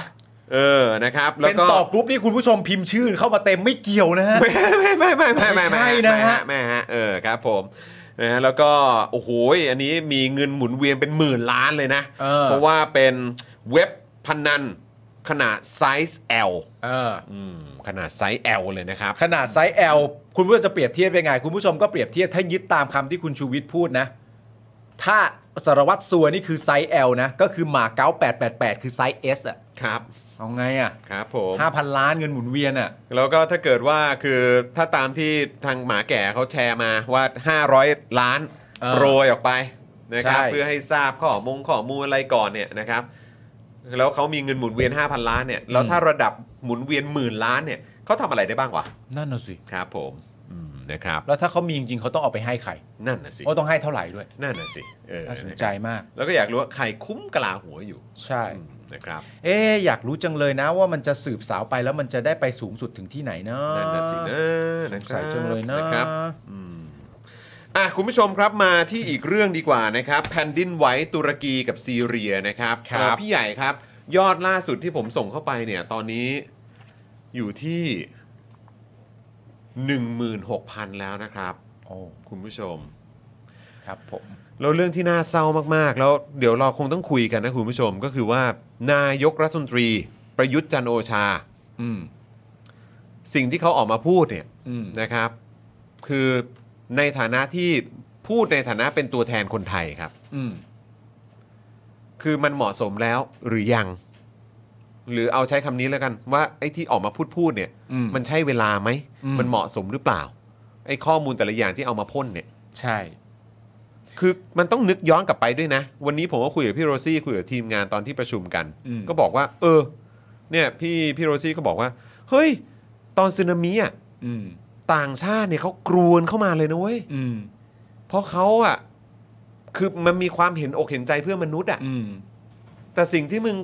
เออนะครับ แล้ เป็ วน ก็ ต่อกรุ๊ปนี่คุณผู้ชมพิมพ์ชื่อเข้ามาเต็มไม่เกี่ยวนะฮะ ไม่ไม่ไม่ไม่ไม่ไม่ ไม่ ไม่ ใช่นะฮะ ไม่ฮะเออครับผมนะฮะแล้วก็โอ้โหอันนี้มีเงินหมุนเวียนเป็นหมื่นล้านเลยนะ เออ เพราะว่าเป็นเว็บพนันขนาดไซส์ L เออ อืมขนาดไซส์ L เลยนะครับ ขนาดไซส์ L คุณผู้ชมจะเปรียบเทียบยังไง คุณผู้ชมก็เปรียบเทียบถ้ายึดตามคำที่คุณชูวิทย์พูดนะ ถ้าสารวัตรสัวนี่คือไซส์ L นะ ก็คือหมาเก๊า888 คือไซส์ S อ่ะ ครับ เอาไงอ่ะ ครับผม 5,000 ล้านเงินหมุนเวียนอ่ะ แล้วก็ถ้าเกิดว่าคือถ้าตามที่ทางหมาแก่เขาแชร์มาว่า 500 ล้าน เออ โรยออกไปนะครับ ใช่ เพื่อให้ทราบข้อมงข้อมูลอะไรก่อนเนี่ยนะครับ แล้วเขามีเงินหมุนเวียน 5,000 ล้านเนี่ยแล้วถ้าระดับหมุนเวียนหมื่นล้านเนี่ยเขาทำอะไรได้บ้างวะ นั่นน่ะสิ ครับผมอืมนะครับ แล้วถ้าเขามีจริงๆเขาต้องเอาไปให้ใคร นั่นน่ะสิ ก็ต้องให้เท่าไหร่ด้วย นั่นน่ะสิเออ น่าสนใจ นะครับ มาก แล้วก็อยากรู้ว่าใครคุ้มกลาหัวอยู่ ใช่ อืมนะครับ เอ๊ะอยากรู้จังเลยนะว่ามันจะสืบสาวไปแล้วมันจะได้ไปสูงสุดถึงที่ไหนเนาะ นั่นน่ะสินะ ส นะ ง ครับ สัยจังเลยนะ นะครับ อ่ะคุณผู้ชมครับมาที่อีกเรื่องดีกว่านะครับแผ่นดินไหวตุรกีกับซีเรียนะครับ ครับ เอ่อพี่ใหญ่ครับ ยอดล่าสุดที่ผมส่งเข้าไปเนี่ยตอนนี้อยู่ที่ 16,000 แล้วนะครับ โอ้ คุณผู้ชม ครับผม แล้วเรื่องที่น่าเศร้ามาก ๆ แล้วเดี๋ยวเราคงต้องคุยกันนะคุณผู้ชมก็คือว่า นายกรัฐมนตรีประยุทธ์จันทร์โอชา อืม สิ่งที่เขาออกมาพูดเนี่ย อืม นะครับ คือในฐานะที่พูดในฐานะเป็นตัวแทนคนไทยครับ อืม คือมันเหมาะสมแล้วหรือยัง หรือเอาใช้คำนี้แล้วกัน ว่าไอ้ที่ออกมาพูดพูดเนี่ย อืม มันใช่เวลาไหม อืม นเหมาะสมหรือเปล่า ไอ้ข้อมูลแต่ละอย่างที่เอามาพ่นเนี่ย ใช่ คือมันต้องนึกย้อนกลับไปด้วยนะ วันนี้ผมก็คุยกับพี่โรซี่คุยกับทีมงานตอนที่ประชุมกัน อืม ก็บอกว่า เออ เนี่ยพี่พี่โรซี่ก็บอกว่า เฮ้ย ตอนสึนามิอ่ะ อืม ต่างชาติเนี่ยเขากรวนเข้ามาเลยนะเว้ย อืม เพราะเขาอ่ะคือมันมีความเห็นอกเห็นใจเพื่อนมนุษย์อ่ะ อืม แต่สิ่งที่มึง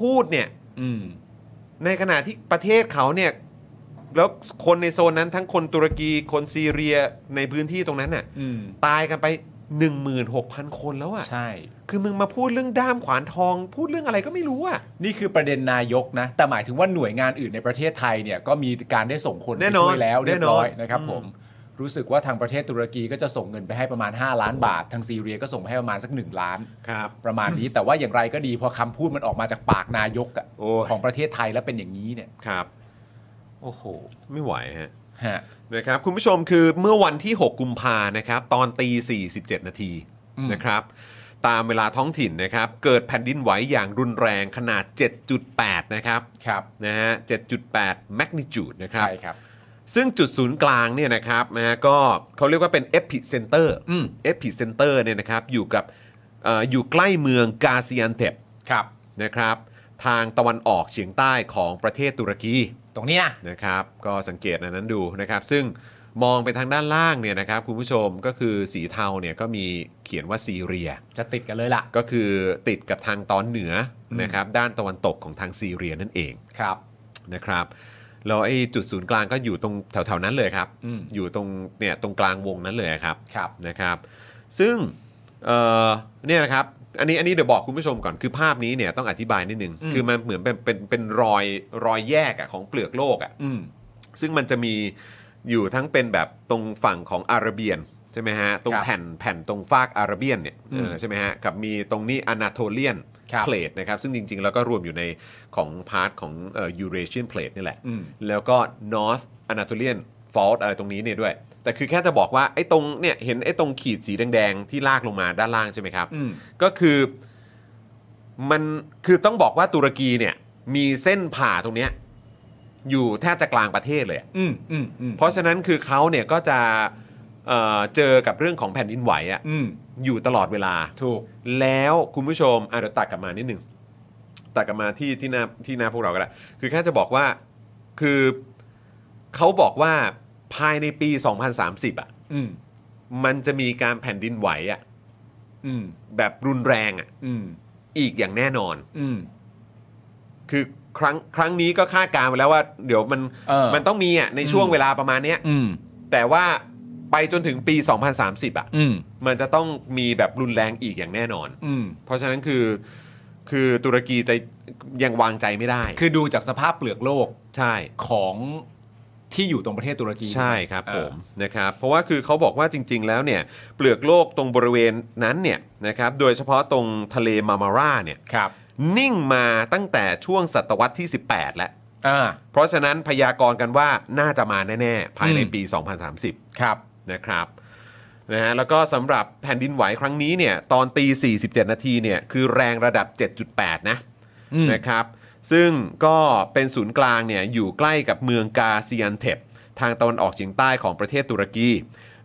พูดเนี่ย อืม ในขณะที่ประเทศเขาเนี่ยแล้วคนในโซนนั้นทั้งคนตุรกีคนซีเรียในพื้นที่ตรงนั้นน่ะ อืม ตายกันไป 16,000 คนแล้วอะ่ะ ใช่ คือมึงมาพูดเรื่องด้ามขวานทอง พูดเรื่องอะไรก็ไม่รู้อะ่ะ นี่คือประเด็นนายกนะ แต่หมายถึงว่าหน่วยงานอื่นในประเทศไทยเนี่ยก็มีการได้ส่งคนไป แน่นอน ช่วยแล้วเรียบร้อย แน่นอน นะครับ อืม ผม รู้สึกว่าทางประเทศตุรกีก็จะส่งเงินไปให้ประมาณ 5 ล้านบาท ทางซีเรียก็ส่งไปให้ประมาณสัก 1 ล้าน ครับ ประมาณ นี้ แต่ว่าอย่างไรก็ดีพอคำพูดมันออกมาจากปากนายกอะ โอ้ย ของประเทศไทยแล้วเป็นอย่างนี้เนี่ย ครับ โอ้โห ไม่ไหวฮะ ฮะ นะครับคุณผู้ชมคือเมื่อวันที่ 6 กุมภานะครับ ตอนตี 47 นาที อืม นะครับ ตามเวลาท้องถิ่นนะครับ เกิดแผ่นดินไหวอย่างรุนแรงขนาด 7.8 นะครับ ครับ นะฮะ7.8 magnitude นะครับ ใช่ครับ ซึ่งจุดศูนย์กลางเนี่ยนะครับนะฮะก็เขาเรียกว่าเป็น epicenter อืม epicenter เนี่ยนะครับอยู่กับเอออยู่ใกล้เมืองกาซิอันเทป ครับ นะครับ ทางตะวันออกเฉียงใต้ของประเทศตุรกี ตรงนี้นะ นะครับก็สังเกตอันนั้นดูนะครับ ซึ่งมองไปทางด้านล่างเนี่ยนะครับคุณผู้ชมก็คือสีเทาเนี่ยก็มีเขียนว่าซีเรีย จะติดกันเลยล่ะ ก็คือติดกับทางตอนเหนืออ ม นะครับด้านตะวันตกของทางซีเรียนั่นเอง ครับ นะครับแล้วไอ้จุดศูนย์กลางก็อยู่ตรงแถวๆนั้นเลยครับ อืม อยู่ตรงเนี่ยตรงกลางวงนั้นเลยครับ ครับ นะครับซึ่งเอ่อเนี่ยนะครับอันนี้อันนี้เดี๋ยวบอกคุณผู้ชมก่อนคือภาพนี้เนี่ยต้องอธิบายนิดนึง อืม คือมันเหมือนเป็นเป็นเป็นรอยรอยแยกอะของเปลือกโลกอะ อืม ซึ่งมันจะมีอยู่ทั้งเป็นแบบตรงฝั่งของอาระเบียนใช่ไหมฮะตรง ครับ แผ่นแผ่นตรงฟากอาระเบียนเนี่ยเออ ม ใช่ไหมฮะกับมีตรงนี้อนาโทเลียน ครับ เพลทนะครับซึ่งจริงๆ แล้วก็รวมอยู่ในของพาร์ทของเอ่อยูเรเชียนเพลทนี่แหละ อืม แล้วก็ North Anatolian Fault อะไรตรงนี้เนี่ยด้วย แต่คือแค่จะบอกว่าไอ้ตรงเนี่ยเห็นไอ้ตรงขีดสีแดงๆ ที่ลากลงมาด้านล่างใช่ไหมครับ อืม ก็คือมันคือต้องบอกว่าตุรกีเนี่ยมีเส้นผ่าตรงเนี้ยอยู่แทบจะกลางประเทศเลยอะ อืมอืมอืม เพราะฉะนั้นคือเขาเนี่ยก็จะเอ่อเจอกับเรื่องของแผ่นดินไหวอะ อืม อยู่ตลอดเวลา ถูก แล้วคุณผู้ชมอ่ะเดี๋ยวตัดกลับมานิดนึงตัดกลับมาที่ที่หน้าที่หน้าพวกเราก็ได้คือแค่จะบอกว่าคือเขาบอกว่าภายในปี 2030 อ่ะ อืม มันจะมีการแผ่นดินไหวอ่ะ อืม แบบรุนแรงอ่ะ อืม อีกอย่างแน่นอน อืม คือครั้งครั้งนี้ก็คาดการณ์ไว้แล้วว่า เดี๋ยวมัน เออ มันต้องมีอ่ะในช่วง อืม เวลาประมาณเนี้ย อืม แต่ว่าไปจนถึงปี 2030 อ่ะ อืม มันจะต้องมีแบบรุนแรงอีกอย่างแน่นอน อืม เพราะฉะนั้นคือคือตุรกีจะยังวางใจไม่ได้ คือดูจากสภาพเปลือกโลก ใช่ ของที่อยู่ตรงประเทศตุรกี ใช่ครับ เออ ผมนะครับเพราะว่าคือเขาบอกว่าจริง ๆ แล้วเนี่ยเปลือกโลกตรงบริเวณนั้นเนี่ยนะครับโดยเฉพาะตรงทะเลมามาราเนี่ย ครับ นิ่งมาตั้งแต่ช่วงศตวรรษที่ 18 แล้ว อ่า เพราะฉะนั้นพยากรณ์กันว่าน่าจะมาแน่ ๆ ภายใน อืม ปี 2030 ครับ นะครับนะฮะแล้วก็สำหรับแผ่นดินไหวครั้งนี้เนี่ยตอนตี 47 นาทีเนี่ยคือแรงระดับ 7.8 นะ อืม นะครับซึ่งก็เป็นศูนย์กลางเนี่ยอยู่ใกล้กับเมืองกาซิอันเทปทางตะวันออกเฉียงใต้ของประเทศตุรกี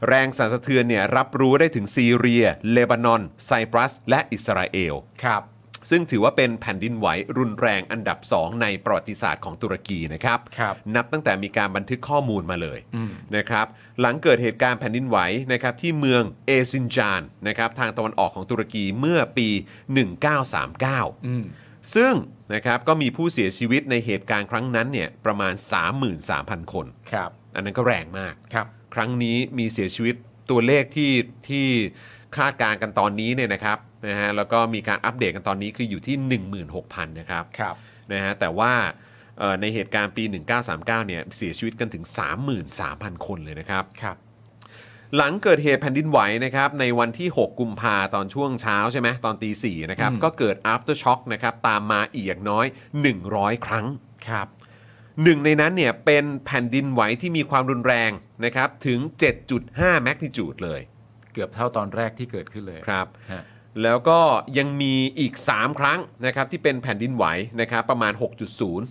แรงสั่นสะเทือนเนี่ยรับรู้ได้ถึงซีเรีย เลบานอน ไซปรัส และอิสราเอล ครับ ซึ่งถือว่าเป็นแผ่นดินไหวรุนแรงอันดับ 2 ในประวัติศาสตร์ของตุรกีนะครับ ครับ นับตั้งแต่มีการบันทึกข้อมูลมาเลย อืม นะครับหลังเกิดเหตุการณ์แผ่นดินไหวนะครับที่เมืองเอซินจานนะครับทางตะวันออกของตุรกีเมื่อปี 1939 อืม ซึ่งนะครับก็มีผู้เสียชีวิตในเหตุการณ์ครั้งนั้นเนี่ยประมาณ 33,000 คน ครับ อันนั้นก็แรงมาก ครับ ครั้งนี้มีเสียชีวิตตัวเลขที่ที่คาดการณ์กันตอนนี้เนี่ยนะครับนะฮะแล้วก็มีการอัปเดตกันตอนนี้คืออยู่ที่ 16,000 นะครับ ครับ นะฮะแต่ว่าเอ่อในเหตุการณ์ปี 1939 เนี่ยเสียชีวิตกันถึง 33,000 คนเลยนะครับ ครับ หลังเกิดเหตุแผ่นดินไหวนะครับในวันที่ 6 กุมภาตอนช่วงเช้าใช่ไหมตอนตี4นะครับ อืม ก็เกิด after shock นะครับตามมาอีกอย่างน้อย 100 ครั้ง ครับ หนึ่งในนั้นเนี่ยเป็นแผ่นดินไหวที่มีความรุนแรงนะครับถึง 7.5 แมกนิจูดเลย เกือบเท่าตอนแรกที่เกิดขึ้นเลย ครับ ฮะ แล้วก็ยังมีอีก 3 ครั้งนะครับที่เป็นแผ่นดินไหวนะครับประมาณ 6.0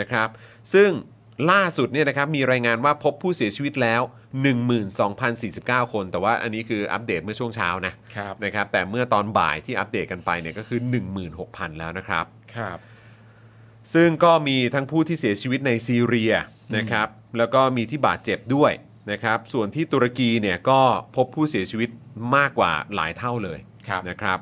นะครับ ซึ่งล่าสุดเนี่ยนะครับมีรายงานว่าพบผู้เสียชีวิตแล้ว 12,049 คน แต่ว่าอันนี้คืออัปเดตเมื่อช่วงเช้านะครับ นะครับแต่เมื่อตอนบ่ายที่อัปเดตกันไปเนี่ยก็คือ 16,000 แล้วนะครับ ครับ ซึ่งก็มีทั้งผู้ที่เสียชีวิตในซีเรียนะครับ แล้วก็มีที่บาดเจ็บด้วยนะครับ ส่วนที่ตุรกีเนี่ยก็พบผู้เสียชีวิตมากกว่าหลายเท่าเลย ครับ นะครับ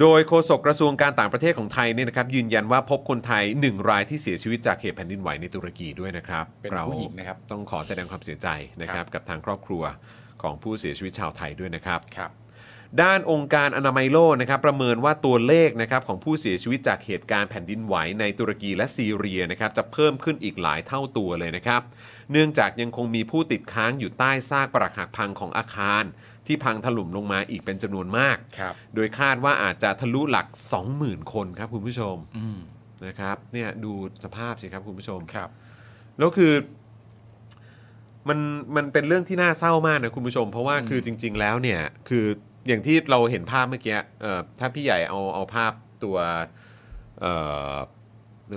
โดยโฆษกกระทรวงการต่างประเทศของไทยเนี่ยนะครับ ยืนยันว่าพบคนไทยหนึ่งรายที่เสียชีวิตจากเหตุแผ่นดินไหวในตุรกีด้วยนะครับ เป็น รา ผู้หญิงนะครับ ต้องขอแสดงความเสียใจนะครับกับทางครอบครัวของผู้เสียชีวิตชาวไทยด้วยนะครับ ครับ ด้านองค์การอนามัยโลกนะครับประเมินว่าตัวเลขนะครับของผู้เสียชีวิตจากเหตุการณ์แผ่นดินไหวในตุรกีและซีเรียนะครับจะเพิ่มขึ้นอีกหลายเท่าตัวเลยนะครับ เนื่องจากยังคงมีผู้ติดค้างอยู่ใต้ซากปรักหักพังของอาคาร ที่พังถล่มลงมาอีกเป็นจำนวนมาก ครับ โดยคาดว่าอาจจะทะลุหลัก 20,000 คนครับคุณผู้ชม อืม นะครับเนี่ยดูสภาพสิครับคุณผู้ชม ครับ แล้วคือมันมันเป็นเรื่องที่น่าเศร้ามากนะคุณผู้ชม เพราะว่า อืม คือจริง ๆ แล้วเนี่ยคืออย่างที่เราเห็นภาพเมื่อกี้เอ่อถ้าพี่ใหญ่เอาเอาภาพตัวเอ่อ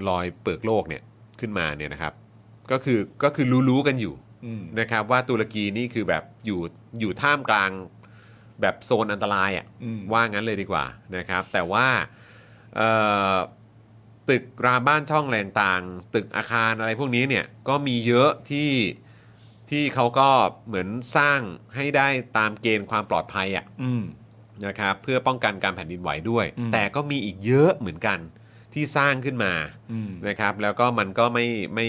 รอยเปลือกโลกเนี่ยขึ้นมาเนี่ยนะครับ ก็คือก็คือรู้ๆกันอยู่ อืม นะครับ ว่าตุรกีนี่คือแบบอยู่อยู่ท่ามกลางแบบโซนอันตรายอ่ะ อืม ว่างั้นเลยดีกว่านะครับ แต่ว่าเอ่อ ตึกรามบ้านช่องแรงต่างๆตึกอาคารอะไรพวกนี้เนี่ยก็มีเยอะที่ที่เขาก็เหมือนสร้างให้ได้ตามเกณฑ์ความปลอดภัยอ่ะ อืม นะครับเพื่อป้องกันการแผ่นดินไหวด้วย อืม แต่ก็มีอีกเยอะเหมือนกันที่สร้างขึ้นมา อืม นะครับ แล้วก็มันก็ไม่ไม่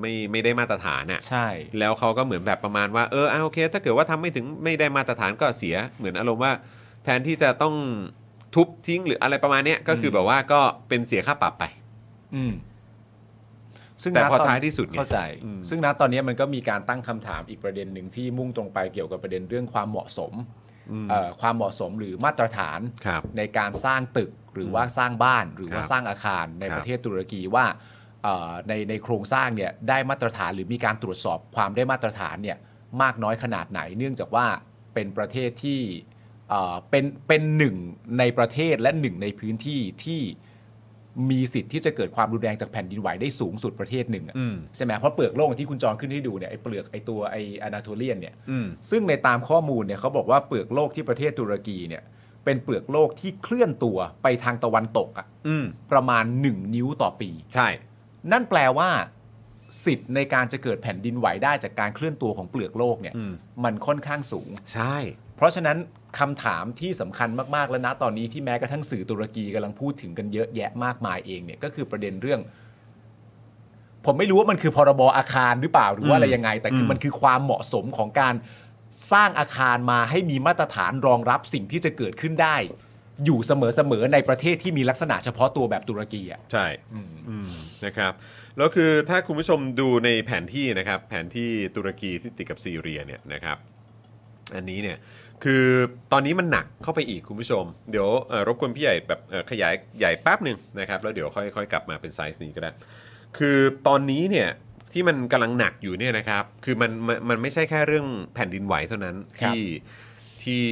ไม่ไม่ได้มาตรฐานอะ ใช่ แล้วเขาก็เหมือนแบบประมาณว่าเอออ่ะโอเค ถ้าเกิดว่าทำไม่ถึงไม่ได้มาตรฐานก็เสีย เหมือนอารมณ์ว่า แทนที่จะต้องทุบทิ้งหรืออะไรประมาณเนี้ยก็คืออ ม แบบว่าก็เป็นเสียค่าปรับไป อืมซึ่ง แต่ ณ พอน ท้ายที่สุดไง เข้าใจ อืม ซึ่งณตอนนี้มันก็มีการตั้งคำถามอีกประเด็นหนึ่งที่มุ่งตรงไปเกี่ยวกับประเด็นเรื่องความเหมาะสม อืม เอ่อความเหมาะสมหรือมาตรฐาน ครับ ในการสร้างตึกหรือว่าสร้างบ้านหรือว่า ครับ สร้างอาคารใน ครับ ประเทศตุรกีว่าเอ่อในในโครงสร้างเนี่ยได้มาตรฐานหรือมีการตรวจสอบความได้มาตรฐานเนี่ยมากน้อยขนาดไหน เนื่องจากว่าเป็นประเทศที่เอ่อเป็นเป็นหนึ่งในประเทศและหนึ่งในพื้นที่ที่มีสิทธิ์ที่จะเกิดความรุนแรงจากแผ่นดินไหวได้สูงสุดประเทศหนึ่งอะ อืม ใช่ไหมเพราะเปลือกโลกที่คุณจรขึ้นให้ดูเนี่ยไอ้เปลือกไอ้ตัวไอ้อนาโทเลียนเนี่ย อืม ซึ่งในตามข้อมูลเนี่ยเขาบอกว่าเปลือกโลกที่ประเทศตุรกีเนี่ยเป็นเปลือกโลกที่เคลื่อนตัวไปทางตะวันตกอะ อืม ประมาณ 1 นิ้วต่อปี ใช่ นั่นแปลว่าสิทธิ์ในการจะเกิดแผ่นดินไหวได้จากการเคลื่อนตัวของเปลือกโลกเนี่ย อืม มันค่อนข้างสูง ใช่ เพราะฉะนั้นคำถามที่สำคัญมาก ๆ แล้วนะตอนนี้ที่แม้กระทั่งสื่อตุรกีกำลังพูดถึงกันเยอะแยะมากมายเองเนี่ยก็คือประเด็นเรื่อง ผมไม่รู้ว่ามันคือพรบอาคารหรือเปล่าหรือว่าอะไรยังไง แต่คือมันคือความเหมาะสมของการสร้างอาคารมาให้มีมาตรฐานรองรับสิ่งที่จะเกิดขึ้นได้ อยู่เสมอๆในประเทศที่มีลักษณะเฉพาะตัวแบบตุรกีอ่ะ ใช่ อืมนะครับแล้วคือถ้าคุณผู้ชมดูในแผนที่นะครับแผนที่ตุรกีที่ติดกับซีเรียเนี่ยนะครับอันนี้เนี่ยคือตอนนี้มันหนักเข้าไปอีกคุณผู้ชม เดี๋ยวเอ่อรบกวนพี่ใหญ่แบบเอ่อขยายใหญ่แป๊บหนึ่งนะครับแล้วเดี๋ยวค่อยๆกลับมาเป็นไซส์นี้ก็ได้ คือตอนนี้เนี่ยที่มันกำลังหนักอยู่เนี่ยนะครับคือมันมันมันไม่ใช่แค่เรื่องแผ่นดินไหวเท่านั้นที่ที่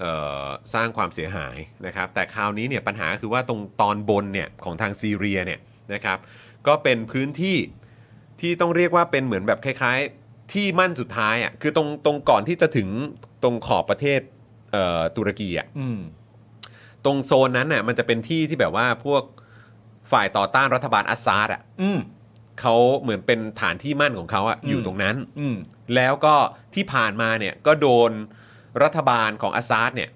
เอ่อสร้างความเสียหายนะครับแต่คราวนี้เนี่ยปัญหาคือว่าตรงตอนบนเนี่ยของทางซีเรียเนี่ยนะครับก็เป็นพื้นที่ที่ต้องเรียกว่าเป็นเหมือนแบบคล้าย ๆ ที่มั่นสุดท้ายอ่ะคือตรงตรงก่อนที่จะถึงตรงขอบประเทศเอ่อตุรกีอ่ะ อืม ตรงโซนนั้นน่ะมันจะเป็นที่ที่แบบว่าพวกฝ่ายต่อต้านรัฐบาลอัสซาดอ่ะ อืม เขาเหมือนเป็นฐานที่มั่นของเขาอ่ะ อืม อยู่ตรงนั้น อืม แล้วก็ที่ผ่านมาเนี่ยก็โดนรัฐบาลของอัสซาดเนี่ย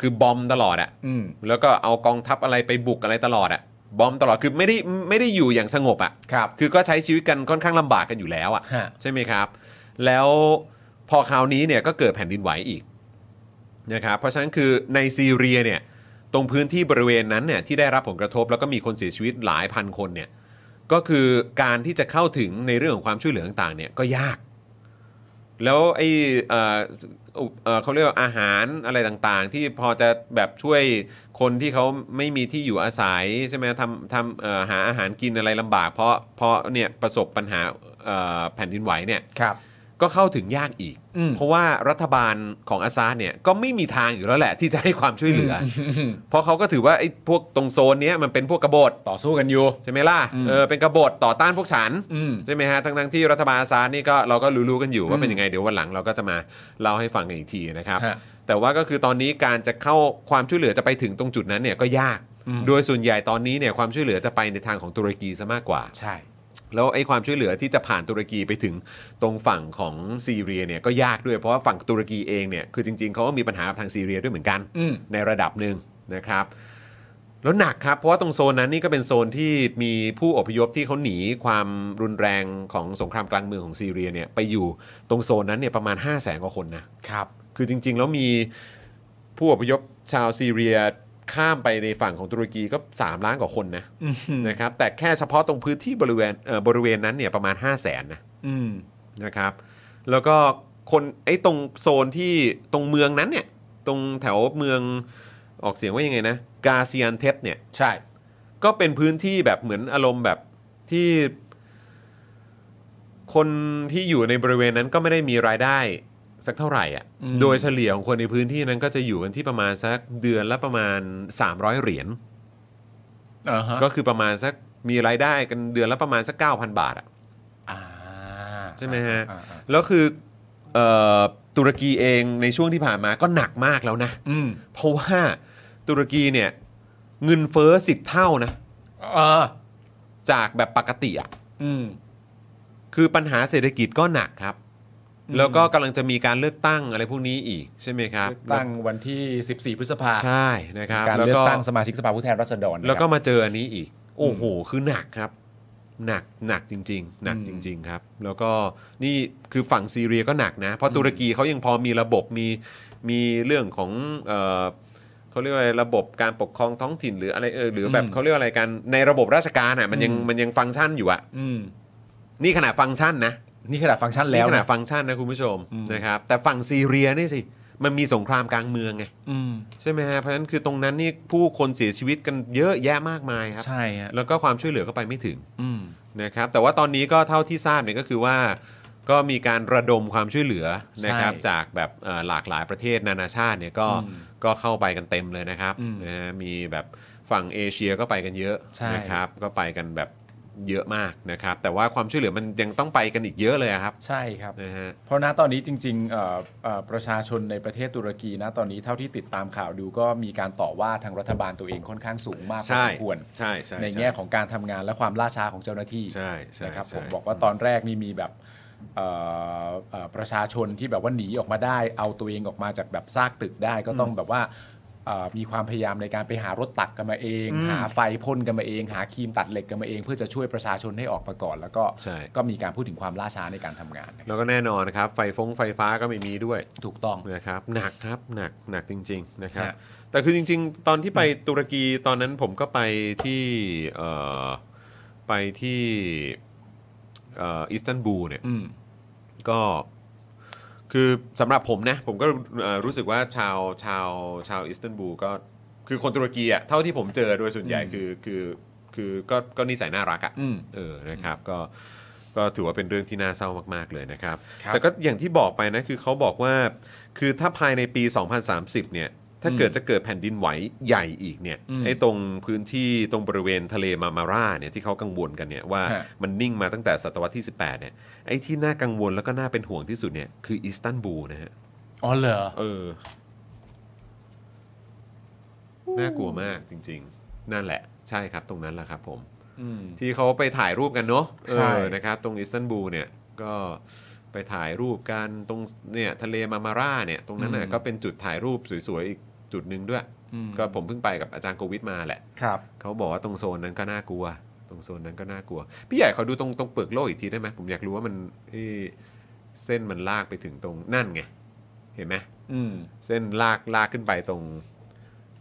คือบอมตลอดอ่ะ อืม แล้วก็เอากองทัพอะไรไปบุกอะไรตลอดอ่ะบอมตลอดคือไม่ได้ไม่ได้อยู่อย่างสงบอ่ะ ครับ คือก็ใช้ชีวิตกันค่อนข้างลำบากกันอยู่แล้วอ่ะ ฮะ ใช่ไหมครับ แล้วพอคราวนี้เนี่ยก็เกิดแผ่นดินไหวอีกนะครับ เพราะฉะนั้นคือในซีเรียเนี่ยตรงพื้นที่บริเวณนั้นเนี่ยที่ได้รับผลกระทบแล้วก็มีคนเสียชีวิตหลายพันคนเนี่ยก็คือการที่จะเข้าถึงในเรื่องของความช่วยเหลือต่างๆเนี่ยก็ยาก แล้วไอเอ่อเอ่อเขาเรียกว่าอาหารอะไรต่างๆ ที่พอจะแบบช่วยคนที่เขาไม่มีที่อยู่อาศัยใช่ไหมทำทำเอ่อหาอาหารกินอะไรลำบาก เพราะเพราะเนี่ยประสบปัญหาเอ่อแผ่นดินไหวเนี่ย ครับ ก็เข้าถึงยากอีก อืม เพราะว่ารัฐบาลของอาซาดเนี่ยก็ไม่มีทางอยู่แล้วแหละ ที่จะให้ความช่วยเหลืออเพราะเขาก็ถือว่าไอ้พวกตรงโซนเนี้ยมันเป็นพวกกบฏ ต่อสู้กันอยู่ ใช่ไหมล่ะ อืม เออเป็นกบฏต่อต้านพวกฉัน อืม ใช่ไหมฮะทั้งทั้งๆที่รัฐบาลอาซาดนี่ก็เราก็รู้ๆกันอยู่ว่า อืม เป็นยังไงเดี๋ยววันหลังเราก็จะมาเล่าให้ฟังกันอีกทีนะครับ ฮะ แต่ว่าก็คือตอนนี้การจะเข้าความช่วยเหลือจะไปถึงตรงจุดนั้นเนี่ยก็ยาก อืม โดยส่วนใหญ่ตอนนี้เนี่ยความช่วยเหลือจะไปในทางของตุรกีซะมากกว่า ใช่ แล้วไอ้ความช่วยเหลือที่จะผ่านตุรกีไปถึงตรงฝั่งของซีเรียเนี่ยก็ยากด้วยเพราะว่าฝั่งตุรกีเองเนี่ยคือจริงๆเขาก็มีปัญหากับทางซีเรียด้วยเหมือนกัน อืม ในระดับหนึ่งนะครับ แล้วหนักครับ เพราะว่าตรงโซนนั้นนี่ก็เป็นโซนที่มีผู้อพยพที่เขาหนีความรุนแรงของสงครามกลางเมืองของซีเรียเนี่ยไปอยู่ตรงโซนนั้นเนี่ยประมาณ 5 0 0แสนกว่าคนนะ ครับ คือจริง ๆ แล้วมีผู้อพยพชาวซีเรียข้ามไปในฝั่งของตุรกีก็ 3 ล้านกว่าคนนะนะครับแต่แค่เฉพาะตรงพื้นที่บริเวณเอ่อบริเวณนั้นเนี่ยประมาณ 5 0 0แสนนะ อืม นะครับแล้วก็คนไอ้ตรงโซนที่ตรงเมืองนั้นเนี่ยตรงแถวเมืองออกเสียงว่ายังไงนะกาเซียนเทปเนี่ย ใช่ ก็เป็นพื้นที่แบบเหมือนอารมณ์แบบที่ คนที่อยู่ในบริเวณนั้นก็ไม่ได้มีรายได้สักเท่าไหร่อ่ะ อืม โดยเฉลี่ยของคนในพื้นที่นั้นก็จะอยู่กันที่ประมาณสักเดือนละประมาณ 300 เหรียญ อ่าฮะ ก็คือประมาณสักมีรายได้กันเดือนละประมาณสัก 9,000 บาทอ่ะ อ่า ใช่ไหมฮะ อ่าอ่า แล้วคือเออตุรกีเองในช่วงที่ผ่านมาก็หนักมากแล้วนะ อืม เพราะว่าตุรกีเนี่ยเงินเฟ้อสิบเท่านะ เออ จากแบบปกติอ่ะ อืม คือปัญหาเศรษฐกิจก็หนักครับ อืม แล้วก็กำลังจะมีการเลือกตั้งอะไรพวกนี้อีกใช่ไหมครับ เลือกตั้งวันที่ 14 พฤษภา ใช่นะครับ การ แล้ว เลือ ก็ กตั้งสมาชิกสภาผู้แทนราษฎรนะครับ แล้วก็มาเจออันนี้อีก โอ้โห คือหนักครับ หนักหนักจริง ๆ หนัก อืม จริง ๆ ครับ แล้วก็นี่คือฝั่งซีเรียก็หนักนะ เพราะตุรกีเขายังพอมีระบบมีมีเรื่องของเอ่อเขาเรียกว่าอะไรระบบการปกครองท้องถิ่นหรืออะไรเออหรือแบบเขาเรียกว่าอะไรกันในระบบราชการอ่ะมันยังมันยังฟังก์ชันอยู่อ่ะ อืม นี่ขนาดฟังก์ชันนะ นี่ขนาดฟังก์ชันแล้ แล้ว วขนาด นะ ฟังก์ชันนะคุณผู้ชม อืม นะครับ แต่ฝั่งซีเรียนี่สิ มันมีสงครามกลางเมืองไง อืม ใช่ไหมฮะเพราะฉะนั้นคือตรงนั้นนี่ผู้คนเสียชีวิตกันเยอะแยะมากมายครับ ใช่ฮะ แล้วก็ความช่วยเหลือก็ไปไม่ถึง อืม นะครับ แต่ว่าตอนนี้ก็เท่าที่ทราบเนี่ยก็คือว่า ก็มีการระดมความช่วยเหลือนะครับ ใช่ จากแบบเอ่อหลากหลายประเทศนานาชาติเนี่ยก็ อืม ก็เข้าไปกันเต็มเลยนะครับ อืม นะฮะมีแบบฝั่งเอเชียก็ไปกันเยอะ ใช่ นะครับ ก็ไปกันแบบเยอะมากนะครับ แต่ว่าความช่วยเหลือมันยังต้องไปกันอีกเยอะเลยอะครับ ใช่ครับ นะฮะ เพราะณตอนนี้จริงๆเอ่อเอ่อประชาชนในประเทศตุรกีนะตอนนี้เท่าที่ติดตามข่าวดูก็มีการต่อว่าทางรัฐบาลตัวเองค่อนข้างสูงมากพอ ใช่ สมควร ใช่ช่ ในแง่ของการทำงานและความล่าช้าของเจ้าหน้าที่ ใช่ใช่ นะครับ ใช่ ผมบอกว่าตอนแรกนี่มีแบบเอ่อเอ่อประชาชนที่แบบว่าหนีออกมาได้ เอาตัวเองออกมาจากแบบซากตึกได้ก็ต้องแบบว่าเอ่อมีความพยายามในการไปหารถตักกันมาเอง หาไฟพ่นกันมาเอง หาครีมตัดเหล็กกันมาเอง เพื่อจะช่วยประชาชนให้ออกมาก่อน แล้วก็ ใช่ ก็มีการพูดถึงความล่าช้าในการทำงานนะครับ แล้วก็แน่นอนนะครับ ไฟฟงไฟฟ้าก็ไม่มีด้วย ถูกต้อง นะครับหนักครับหนักหนักจริง ๆ นะครับ ฮะ แต่คือจริง ๆ ตอนที่ไปตุรกีตอนนั้นผมก็ไปที่เอ่อไปที่เอ่ออิสตันบูลเนี่ย อืม ก็คือสำหรับผมนะ ผมก็เอ่อรู้สึกว่าชาวชาวชาวอิสตันบูลก็คือคนตุรกีอะเท่าที่ผมเจอโดยส่วนใหญ่ อืม คือคือคือก็ก็นิสัยน่ารักอะ อืม เออ นะครับ ก็ ก็ถือว่าเป็นเรื่องที่น่าเศร้ามาก ๆ เลยนะครับ ครับ แต่ก็อย่างที่บอกไปนะ คือเขาบอกว่า คือถ้าภายในปี 2030 เนี่ย ถ้าเกิด อืม จะเกิดแผ่นดินไหวใหญ่อีกเนี่ย อืม ไอ้ตรงพื้นที่ตรงบริเวณทะเลมามาราเนี่ยที่เขากังวลกันเนี่ยว่า ฮะ มันนิ่งมาตั้งแต่ศตวรรษที่ 18 เนี่ย ไอ้ที่น่ากังวลแล้วก็น่าเป็นห่วงที่สุดเนี่ยคืออิสตันบูลนะฮะ อ๋อเหรอ เออ น่ากลัวมากจริง ๆ นั่นแหละ ใช่ครับ ตรงนั้นแหละครับผม อืม ที่เขาไปถ่ายรูปกันเนาะเอ ใช่ อนะครับ ตรงอิสตันบูลเนี่ย ก็ไปถ่ายรูปกันตรงเนี่ยทะเลมามาร่าเนี่ย ตรงนั้นน่ะก็เป็นจุดถ่ายรูปสวยๆ อีกจุดหนึ่งด้วย อืม ก็ผมเพิ่งไปกับอาจารย์โควิดมาแหละ ครับ เขาบอกว่าตรงโซนนั้นก็น่ากลัว ตรงโซนนั้นก็น่ากลัว พี่ใหญ่เขาดูตรงตรงเปลือกโลกอีกทีได้ไหมผมอยากรู้ว่ามันเอ้เส้นมันลากไปถึงตรงนั่นไง เห็นไหม อืม เส้นลากลากขึ้นไปตรง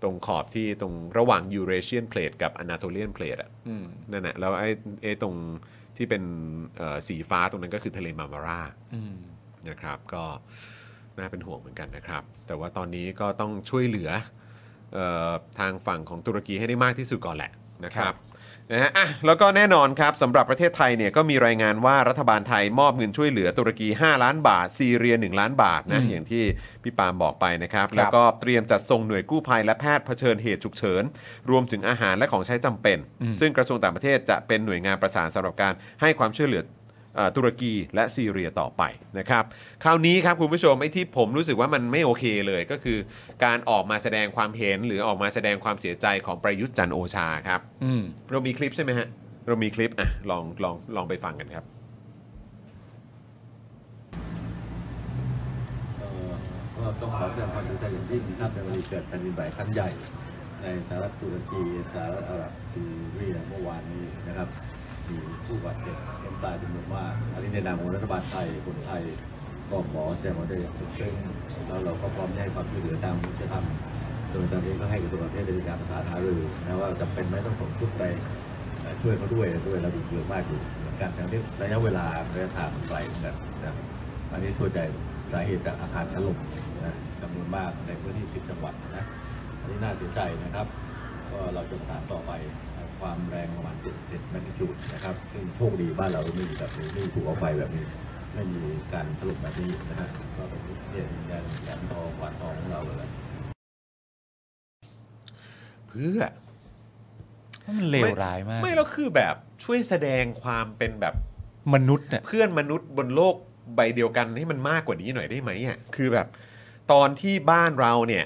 ตรงขอบที่ตรงระหว่างยูเรเชียนเพลทกับอนาโตเลียนเพลทอะ อืม นั่นแหละแล้วไอ้ไอ้ตรงที่เป็นเอ่อสีฟ้าตรงนั้นก็คือทะเลมามารา อืม นะครับก็น่าเป็นห่วงเหมือนกันนะครับ แต่ว่าตอนนี้ก็ต้องช่วยเหลือเออทางฝั่งของตุรกีให้ได้มากที่สุดก่อนแหละนะค ครั รับบ นะฮะอ่ะแล้วก็แน่นอนครับสำหรับประเทศไทยเนี่ยก็มีรายงานว่ารัฐบาลไทยมอบเงินช่วยเหลือตุรกี 5 ล้านบาท ซีเรีย 1 ล้านบาทนะอย่างที่พี่ปาล์มบอกไปนะครับ แล้วก็เตรียมจัดส่งหน่วยกู้ภัยและแพทย์เผชิญเหตุฉุกเฉิน รวมถึงอาหารและของใช้จำเป็น ซึ่งกระทรวงต่างประเทศจะเป็นหน่วยงานประสานสำหรับการให้ความช่วยเหลือเอ่อตุรกีและซีเรียต่อไปนะครับ คราวนี้ครับคุณผู้ชมไอ้ที่ผมรู้สึกว่ามันไม่โอเคเลยก็คือ การออกมาแสดงความเห็นหรือออกมาแสดงความเสียใจของประยุทธ์จันทร์โอชาครับ อืม เรามีคลิปใช่ไหมฮะ เรามีคลิปอ่ะลองลองลองไปฟังกันครับ ก็ต้องขอแสดงความเสียใจอย่างยิ่งนะครับในวันที่เกิดแผ่นดินไหวครั้งใหญ่ ในสหรัฐตุรกีสหรัฐอาหรับซีเรียเมื่อวานนี้นะครับมีผู้บาดเจ็บล้มตายจำนวนมากอันนี้ในนามของรัฐบาลไทยคนไทยก็ขอแสดงความเสียใจอย่างยิ่งแล้วเราก็พร้อมจะให้ความช่วยเหลือตามที่จะทำโดยตอนนี้ก็ให้กระทรวงการต่างประเทศเป็นการประสานหารือนะว่าจำเป็นไหมต้องส่งชุดไปเอ่อช่วยเขาด้วยด้วยเราดูเยอะมากอยู่เหมือนกันทั้งนี้ระยะเวลาระยะทางมันไกลเหมือนกันนะครับ อันนี้ส่วนใหญ่สาเหตุจากอาคารถล่มนะจำนวนมากในพื้นที่ 10 จังหวัดนะ อันนี้น่าเสียใจนะครับ ก็เราจะประสานต่อไปความแรงประมาณ7แมกนิจูดนะครับ ซึ่งโชคดีบ้านเราไม่มีแบบนี้ไม่มีภูเขาไฟแบบนี้ ไม่มีการถล่มแบบนี้นะฮะเราเป็นประเทศแดนแหลมทองหวานทองของเราเลย เพื่อ มันเลวร้ายมาก ไม่แล้วคือแบบช่วยแสดงความเป็นแบบ มนุษย์เนี่ย เพื่อนมนุษย์บนโลกใบเดียวกันให้มันมากกว่านี้หน่อยได้ไหมอ่ะคือแบบตอนที่บ้านเราเนี่ย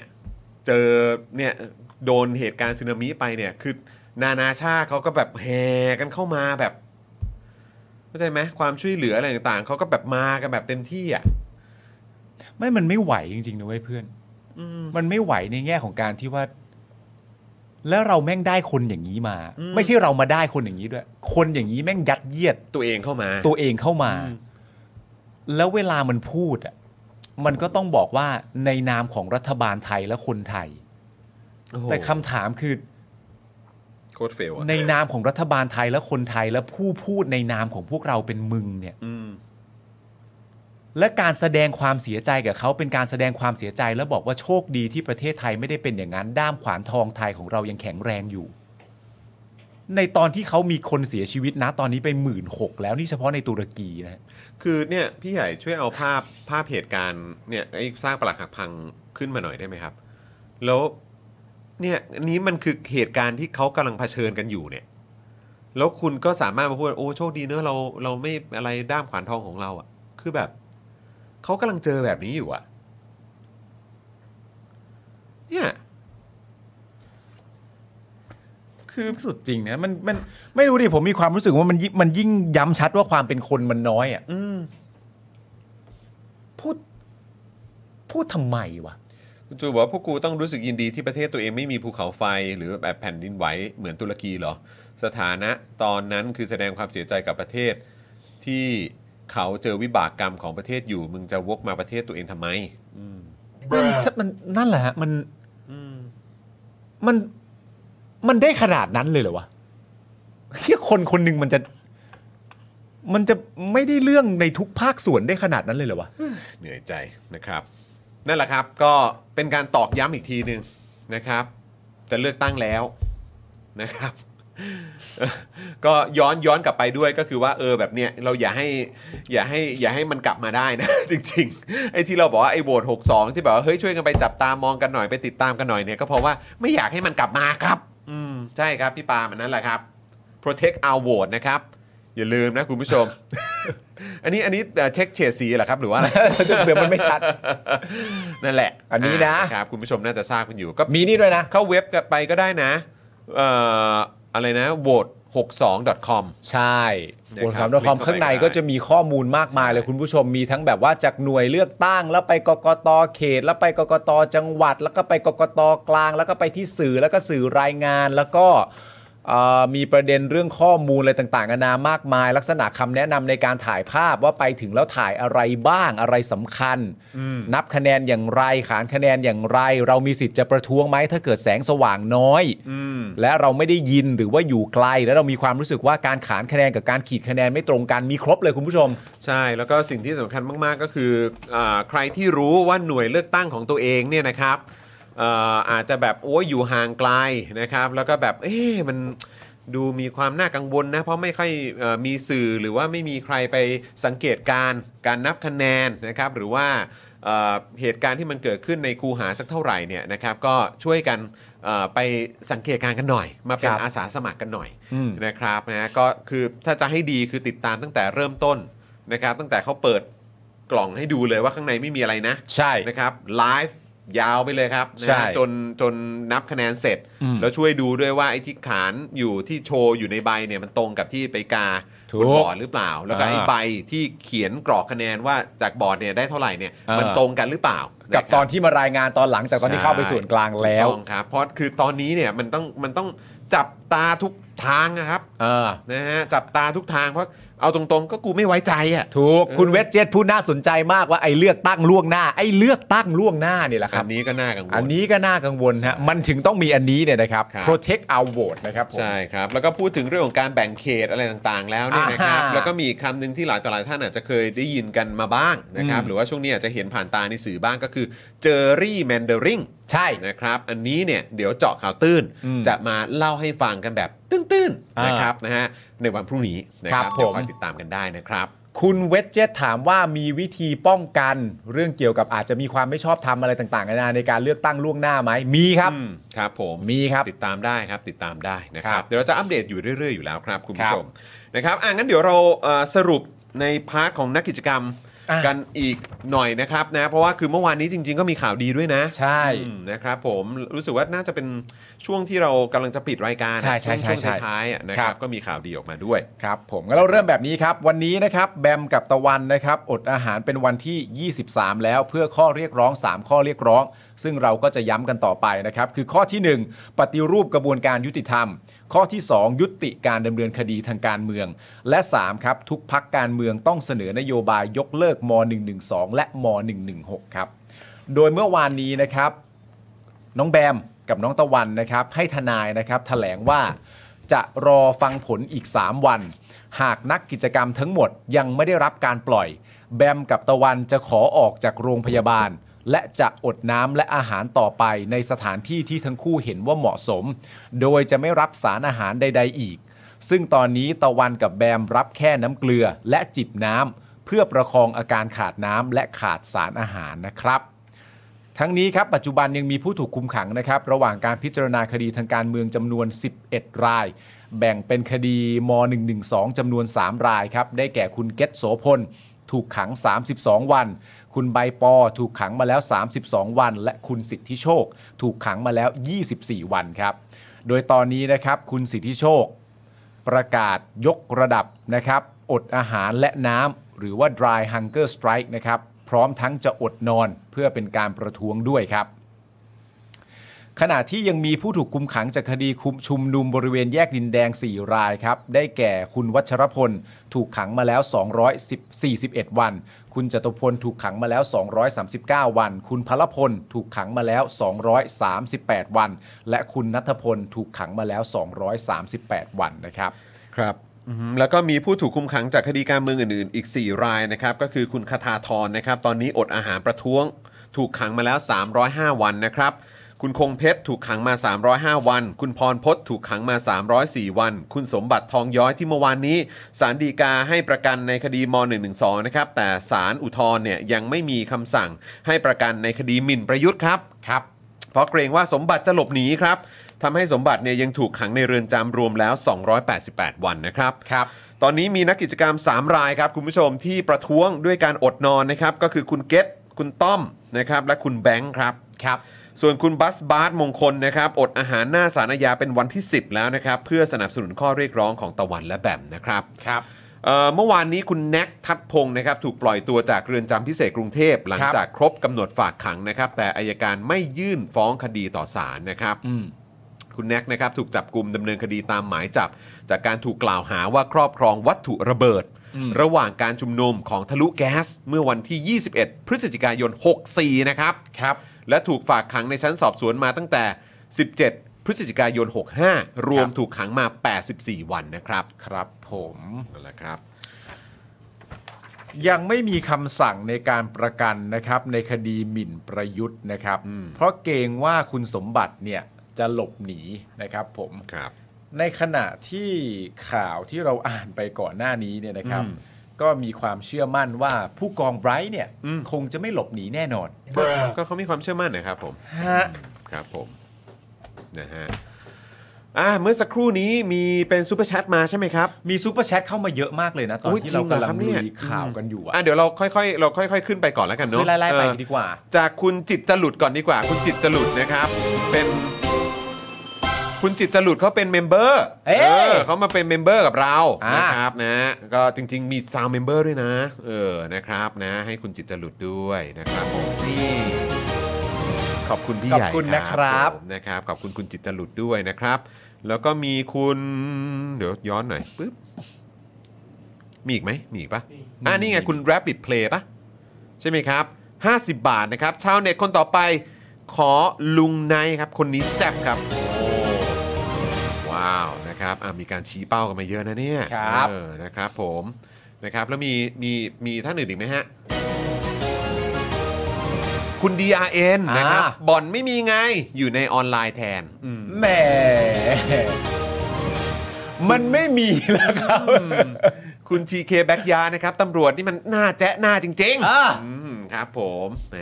เจอเนี่ยโดนเหตุการณ์สึนามิไปเนี่ย คือ นานาชาติเขาก็แบบแห่กันเข้ามาแบบเข้าใจไหมความช่วยเหลืออะไรต่างๆเขาก็แบบมากันแบบเต็มที่อ่ะ ไม่มันไม่ไหวจริงๆนะเว้ยเพื่อน มันไม่ไหวในแง่ของการที่ว่า แล้วเราแม่งได้คนอย่างนี้มา อืม ไม่ใช่เรามาได้คนอย่างนี้ด้วย คนอย่างนี้แม่งยัดเยียด ตัวเองเข้ามา ตัวเองเข้ามา อืม แล้วเวลามันพูดอ่ะมันก็ต้องบอกว่าในนามของรัฐบาลไทยและคนไทย โอ้โห แต่คำถามคือ โคตรเฟลอ่ะ ในนามของรัฐบาลไทยและคนไทยและผู้พูดในนามของพวกเราเป็นมึงเนี่ย อืม และการแสดงความเสียใจกับเขาเป็นการแสดงความเสียใจ แล้วบอกว่าโชคดีที่ประเทศไทยไม่ได้เป็นอย่างนั้น ด้ามขวานทองไทยของเรายังแข็งแรงอยู่ ในตอนที่เขามีคนเสียชีวิตนะ ตอนนี้ไปหมื่นหกแล้วนี่เฉพาะในตุรกีนะฮะ คือเนี่ยพี่ใหญ่ช่วยเอาภาพภาพเหตุการณ์เนี่ยไอ้สร้างปลักหักพังขึ้นมาหน่อยได้ไหมครับ แล้วเนี่ยอันนี้มันคือเหตุการณ์ที่เขากำลังเผชิญกันอยู่เนี่ย แล้วคุณก็สามารถมาพูดว่าโอ้โชคดีเนอะเราเราไม่อะไรด้ามขวานทองของเราอะ่ะ คือแบบเขากำลังเจอแบบนี้อยู่อะ่ะ เนี่ย คือสุดจริงนะมันมันไม่รู้ดิผมมีความรู้สึกว่ามันยิ่งมันยิ่งย้ำชัดว่าความเป็นคนมันน้อยอ่ะ อืม พูด พูดทำไมวะ คุณจูบอกว่าพวกกูต้องรู้สึกยินดีที่ประเทศตัวเองไม่มีภูเขาไฟ หรือแบบแผ่นดินไหวเหมือนตุรกีเหรอ สถานะตอนนั้นคือแสดงความเสียใจกับประเทศ ที่เขาเจอวิบากกรรมของประเทศอยู่ มึงจะวกมาประเทศตัวเองทำไม มันมันนั่นแหละฮะมันมันมันได้ขนาดนั้นเลยเหรอวะเฮียคนคนหนึ่งมันจะ มันจะไม่ได้เรื่องในทุกภาคส่วนได้ขนาดนั้นเลยเหรอวะ เหนื่อยใจนะครับ นั่นแหละครับก็เป็นการตอกย้ำอีกทีหนึ่งนะครับ จะเลือกตั้งแล้วนะครับ ก็ย้อนย้อนกลับไปด้วยก็คือว่าเออแบบเนี้ยเราอย่าให้อย่าให้อย่าให้มันกลับมาได้นะ จริงๆไอ้ที่เราบอกว่าไอ้โหวต62 ที่แบบว่าเฮ้ยช่วยกันไปจับตามองกันหน่อยไปติดตามกันหน่อยเนี่ยก็เพราะว่าไม่อยากให้มันกลับมาครับ อืมใช่ครับพี่ปาล์มอันนั้นแหละครับ protect our vote นะครับ อย่าลืมนะคุณผู้ชม อันนี้อันนี้เอ่อเช็คเฉดสีเหรอครับหรือว่าอะไร เผื่อมันไม่ชัด นั่นแหละ อันนี้นะ าครับคุณผู้ชมน่าจะทราบกันอยู่ก็ มีนี่ด้วยนะ เข้าเว็บกันไปก็ได้นะเอ่ออะไรนะ vote 62 com ใช่บนความดอทคอม นะครับ ข้างในก็จะมีข้อมูลมากมายเลยคุณผู้ชมมีทั้งแบบว่าจากหน่วยเลือกตั้ง แล้วไปกกตเขต แล้วไปกกตจังหวัด แล้วก็ไปกกตกลาง แล้วก็ไปที่สื่อแล้วก็สื่อรายงานแล้วก็เอ่อมีประเด็นเรื่องข้อมูลอะไรต่างๆนานามากมาย ลักษณะคำแนะนำในการถ่ายภาพว่าไปถึงแล้วถ่ายอะไรบ้างอะไรสำคัญ นับคะแนนอย่างไรขานคะแนนอย่างไร เรามีสิทธิ์จะประท้วงไหมถ้าเกิดแสงสว่างน้อย และเราไม่ได้ยินหรือว่าอยู่ไกล แล้วเรามีความรู้สึกว่าการขานคะแนนกับการขีดคะแนนไม่ตรงกันมีครบเลยคุณผู้ชม ใช่แล้วก็สิ่งที่สำคัญมาก ๆ ก็คืออาใครที่รู้ว่าหน่วยเลือกตั้งของตัวเองเนี่ยนะครับเอ่ออาจจะแบบโอ้ยอยู่ห่างไกลนะครับ แล้วก็แบบเอ๊ะมันดูมีความน่ากังวลนะเพราะไม่ค่อยเอ่อมีสื่อหรือว่าไม่มีใครไปสังเกตการณ์การนับคะแนนนะครับ หรือว่าเอ่อเหตุการณ์ที่มันเกิดขึ้นในคูหาสักเท่าไหร่เนี่ยนะครับก็ช่วยกันเอ่อไปสังเกตการณ์กันหน่อย มาเป็น ครับ อาสาสมัครกันหน่อย อืม นะครับนะก็คือถ้าจะให้ดีคือติดตามตั้งแต่เริ่มต้นนะครับตั้งแต่เขาเปิดกล่องให้ดูเลยว่าข้างในไม่มีอะไรนะ ใช่ นะครับไลฟ์ยาวไปเลยครับนะ ใช่ ฮะจนจนนับคะแนนเสร็จ อืม แล้วช่วยดูด้วยว่าไอ้ที่ขานอยู่ที่โชว์อยู่ในใบเนี่ยมันตรงกับที่ไปกา ถู บ ก นบอร์ดหรือเปล่า แล้วก็ไอ้ อ่า ใบที่เขียนกรอกคะแนนว่าจากบอร์ดเนี่ยได้เท่าไหร่เนี่ย อ่ามั มันตรงกันหรือเปล่ากักับ ตอนที่มารายงานตอนหลังจากตอนที่เข้าไปส่วนกลางแล้ว ต้องครับเพราะคือตอนนี้เนี่ยมันต้องมันต้องจับตาทุกทางนะครับ เออ นะฮะจับตาทุกทางเพราะเอาตรงๆ ก็กูไม่ไว้ใจอ่ะ ถูกคุณเวทเจตพูดน่าสนใจมากว่าไอ้เลือกตั้งล่วงหน้า ไอ้เลือกตั้งล่วงหน้านี่แหละค อั รับ นนี้ก็น่ากังวล อันนี้ก็น่ากังวลฮะมันถึงต้องมีอันนี้เนี่ยนะครับ ครับ protect our vote นะครับผม ใช่ครับ แล้วก็พูดถึงเรื่องของการแบ่งเขตอะไรต่างๆ แล้วเนี่ยนะครับ อ่าฮะ แล้วก็มีอีกคำหนึ่งที่หลายต่อหลายท่านอาจจะเคยได้ยินกันมาบ้างนะครับ อืม หรือว่าช่วงนี้อาจจะเห็นผ่านตาในสื่อบ้างก็คือเจอรี่แมนเดอริง ใช่ นะครับ อันนี้เนี่ยเดี๋ยวเจาะข่าวตื้น อืม จะมาเล่าให้ฟังกันแบบตื้นๆ อ่าน นะครับนะฮะในวันพรุ่งนี้นะค ค รั รั บบ เดี๋ยว ผม คอยติดตามกันได้นะครับ คุณเวทเจตถามว่ามีวิธีป้องกัน เรื่องเกี่ยวกับอาจจะมีความไม่ชอบธรรมอะไรต่างๆนานาในการเลือกตั้งล่วงหน้าไหมมีครับ อืมครับผม มีครับ ติดตามได้ครับติดตามได้นะค ค รั รับ บ เดี๋ยวเราจะอัปเดตอยู่เรื่อยๆอยู่แล้วครับคุณ คผู้รับ ชมนะครับอ่ะงั้นเดี๋ยวเราเอ่อสรุปในพาร์ทของนักกิจกรรม อ่ะ กันอีกหน่อยนะครับนะเพราะว่าคือเมื่อวานนี้จริง ๆ ก็มีข่าวดีด้วยนะ ใช่ อืมนะครับผมรู้สึกว่าน่าจะเป็นช่วงที่เรากำลังจะปิดรายการอะ ใช่ใช่ใช่ ช่วง ใช่ ท้ายๆอะนะค ครั รับบ ก็มีข่าวดีออกมาด้วย ครับผมงั้นเราเริ่มแบบนี้ครับ วันนี้นะครับแบมกับตะวันนะครับอดอาหารเป็นวันที่ 23 แล้วเพื่อข้อเรียกร้อง 3 ข้อเรียกร้อง ซึ่งเราก็จะย้ำกันต่อไปนะครับ คือข้อทีหนึ่1 ปฏิรูปกระบวนการยุติธรรม ข้อที่ 2 ยุติการดำเนินคดีทางการเมือง และ 3 ครับ ทุกพักการเมืองต้องเสนอนโยบายยกเลิกม .112 และม .116 ครับ โดยเมื่อวานนี้นะครับ น้องแบมกับน้องตะวันนะครับให้ทนายนะครับถแถลงว่าจะรอฟังผลอีก 3 วัน หากนักกิจกรรมทั้งหมดยังไม่ได้รับการปล่อย แบมกับตะวันจะขอออกจากโรงพยาบาล และจะอดน้ำและอาหารต่อไปในสถานที่ที่ทั้งคู่เห็นว่าเหมาะสม โดยจะไม่รับสารอาหารใด ๆ อีก ซึ่งตอนนี้ตะวันกับแบมรับแค่น้ำเกลือและจิบน้ำเพื่อประคองอาการขาดน้ำและขาดสารอาหารนะครับ ทั้งนี้ครับปัจจุบันยังมีผู้ถูกคุมขังนะครับ ระหว่างการพิจารณาคดีทางการเมืองจำนวน 11 ราย แบ่งเป็นคดีม .112 จำนวน 3 รายครับ ได้แก่คุณเกตโสพล ถูกขัง 32 วัน คุณใบปอถูกขังมาแล้ว 32 วัน และคุณสิทธิโชค ถูกขังมาแล้ว 24 วันครับ โดยตอนนี้นะครับคุณสิทธิโชค ประกาศยกระดับนะครับ อดอาหารและน้ำหรือว่า dry hunger strike นะครับ พร้อมทั้งจะอดนอนเพื่อเป็นการประท้วงด้วยครับ ขณะที่ยังมีผู้ถูกคุมขังจากคดีคุมชุมนุมบริเวณแยกดินแดง 4 รายครับ ได้แก่คุณวัชรพล ถูกขังมาแล้ว 241 วัน คุณจตุพลถูกขังมาแล้ว 239 วัน คุณพลพลถูกขังมาแล้ว 238 วัน และคุณนัทพลถูกขังมาแล้ว 238 วันนะครับ ครับแล้วก็มีผู้ถูกคุมขังจากคดีการเมืองอื่นๆ อีก 4 รายนะครับก็คือคุณคทาทรนะครับตอนนี้อดอาหารประท้วง ถูกขังมาแล้ว 305 วันนะครับ คุณคงเพชรถูกขังมา 305 วัน คุณพรพศถูกขังมา 304 วัน คุณสมบัติทองย้อยที่เมื่อวานนี้สารดีกาให้ประกันในคดีม .112 นะครับแต่สารอุทธรณ์เนี่ยยังไม่มีคำสั่งให้ประกันในคดีหมิ่นประยุทธ์ครับครับ เพราะเกรงว่าสมบัติจะหลบหนีครับทำให้สมบัติเนี่ยยังถูกขังในเรือนจำรวมแล้ว 288 วันนะครับ ครับ ตอนนี้มีนักกิจกรรม 3 รายครับคุณผู้ชมที่ประท้วงด้วยการอดนอนนะครับ ก็คือคุณเกตคุณต้อมนะครับและคุณแบงค์ครับ ครับ ส่วนคุณบัสบาสมงคลนะครับ อดอาหารหน้าสารอาญาเป็นวันที่ 10 แล้วนะครับ เพื่อสนับสนุนข้อเรียกร้องของตะวันและแบมนะครับ ครับ เอ่อเมื่อวานนี้คุณแน็กทัดพงศ์นะครับถูกปล่อยตัวจากเรือนจำพิเศษกรุงเทพ หลังจากครบกำหนดฝากขังนะครับ แต่อายการไม่ยื่นฟ้องคดีต่อศาลนะครับ อืม คุณแน็กนะครับถูกจับกลุ่มดำเนินคดีตามหมายจับ จากการถูกกล่าวหาว่าครอบครองวัตถุระเบิด ระหว่างการชุมนุมของทะลุแก๊ส เมื่อวันที่ 21 พฤศจิกายน 64 นะครับ ครับ และถูกฝากขังในชั้นสอบสวนมาตั้งแต่ 17 พฤศจิกายน 65 รวมถูกขังมา 84 วันนะครับ ครับผม นั่นแหละครับ ยังไม่มีคำสั่งในการประกันนะครับ ในคดีหมิ่นประยุทธ์นะครับ อืม เพราะเกรงว่าคุณสมบัติเนี่ยจะหลบหนีนะครับผม ครับ ในขณะที่ข่าวที่เราอ่านไปก่อนหน้านี้เนี่ยนะครับ อืม ก็มีความเชื่อมั่นว่าผู้กองไบรท์เนี่ย อืม คงจะไม่หลบหนีแน่นอน ก็เขามีความเชื่อมั่นนะครับผม ฮะ ครับผมนะฮะอ่ะเมื่อสักครู่นี้มีเป็นซูเปอร์แชทมาใช่ไหมครับ มีซูเปอร์แชทเข้ามาเยอะมากเลยนะ ตอน อุ๊ย ที่ จริงเหรอกเราำลั ครั ง บเนี่ ลุ ย ยข่าวกันอยู่อะ อ่ะเดี๋ยวเราค่อยๆเราค่อย ๆ ขึ้นไปก่อนแล้วกันเนาะ คือไล่ๆไป เออ ดีกว่า จากคุณจิตจรุดก่อนดีกว่า คุณจิตจรุดนะครับ เป็น คุณจิตจรุดเขาเป็นเมมเบอร์ เอ้ย อเขามาเป็นเมมเบอร์กับเรา อ่าน นะครับนะ ก็จริง ๆ มีซาวเมมเบอร์ด้วยนะ เออนะครับ นะ ให้คุณจิตจรุดด้วยนะครับผมนี่ ขอบคุณพี่ ขอบ ใหญ่ คุณนะครับ ผมนะครับ ขอบคุณคุณจิตจรุดด้วยนะครับ แล้วก็มีคุณ เดี๋ยวย้อนหน่อยปึ๊บมีอีกไหมมีอีกปะอ่านี่ไงคุณ Rapid Play ปะใช่ไหมครับ 50 บาทนะครับ ชาวเน็ตคนต่อไป ขอลุงไนท์ครับ คนนี้แซบครับ ว้าวนะครับอ่ะมีการชี้เป้ากันมาเยอะนะเนี่ย ครับ เออนะครับผมนะครับแล้วมีมีมีท่านอื่นอีกไหมฮะ คุณ DRN นะครับ อ่า บ่อนไม่มีไงอยู่ในออนไลน์แทนอืม แหมมันไม่มีแล้วครับ คุณ TK แบ็กยานะครับตำรวจนี่มันหน้าแจ๊ะหน้าจริง อ่ะ ๆอืมครับผมแหม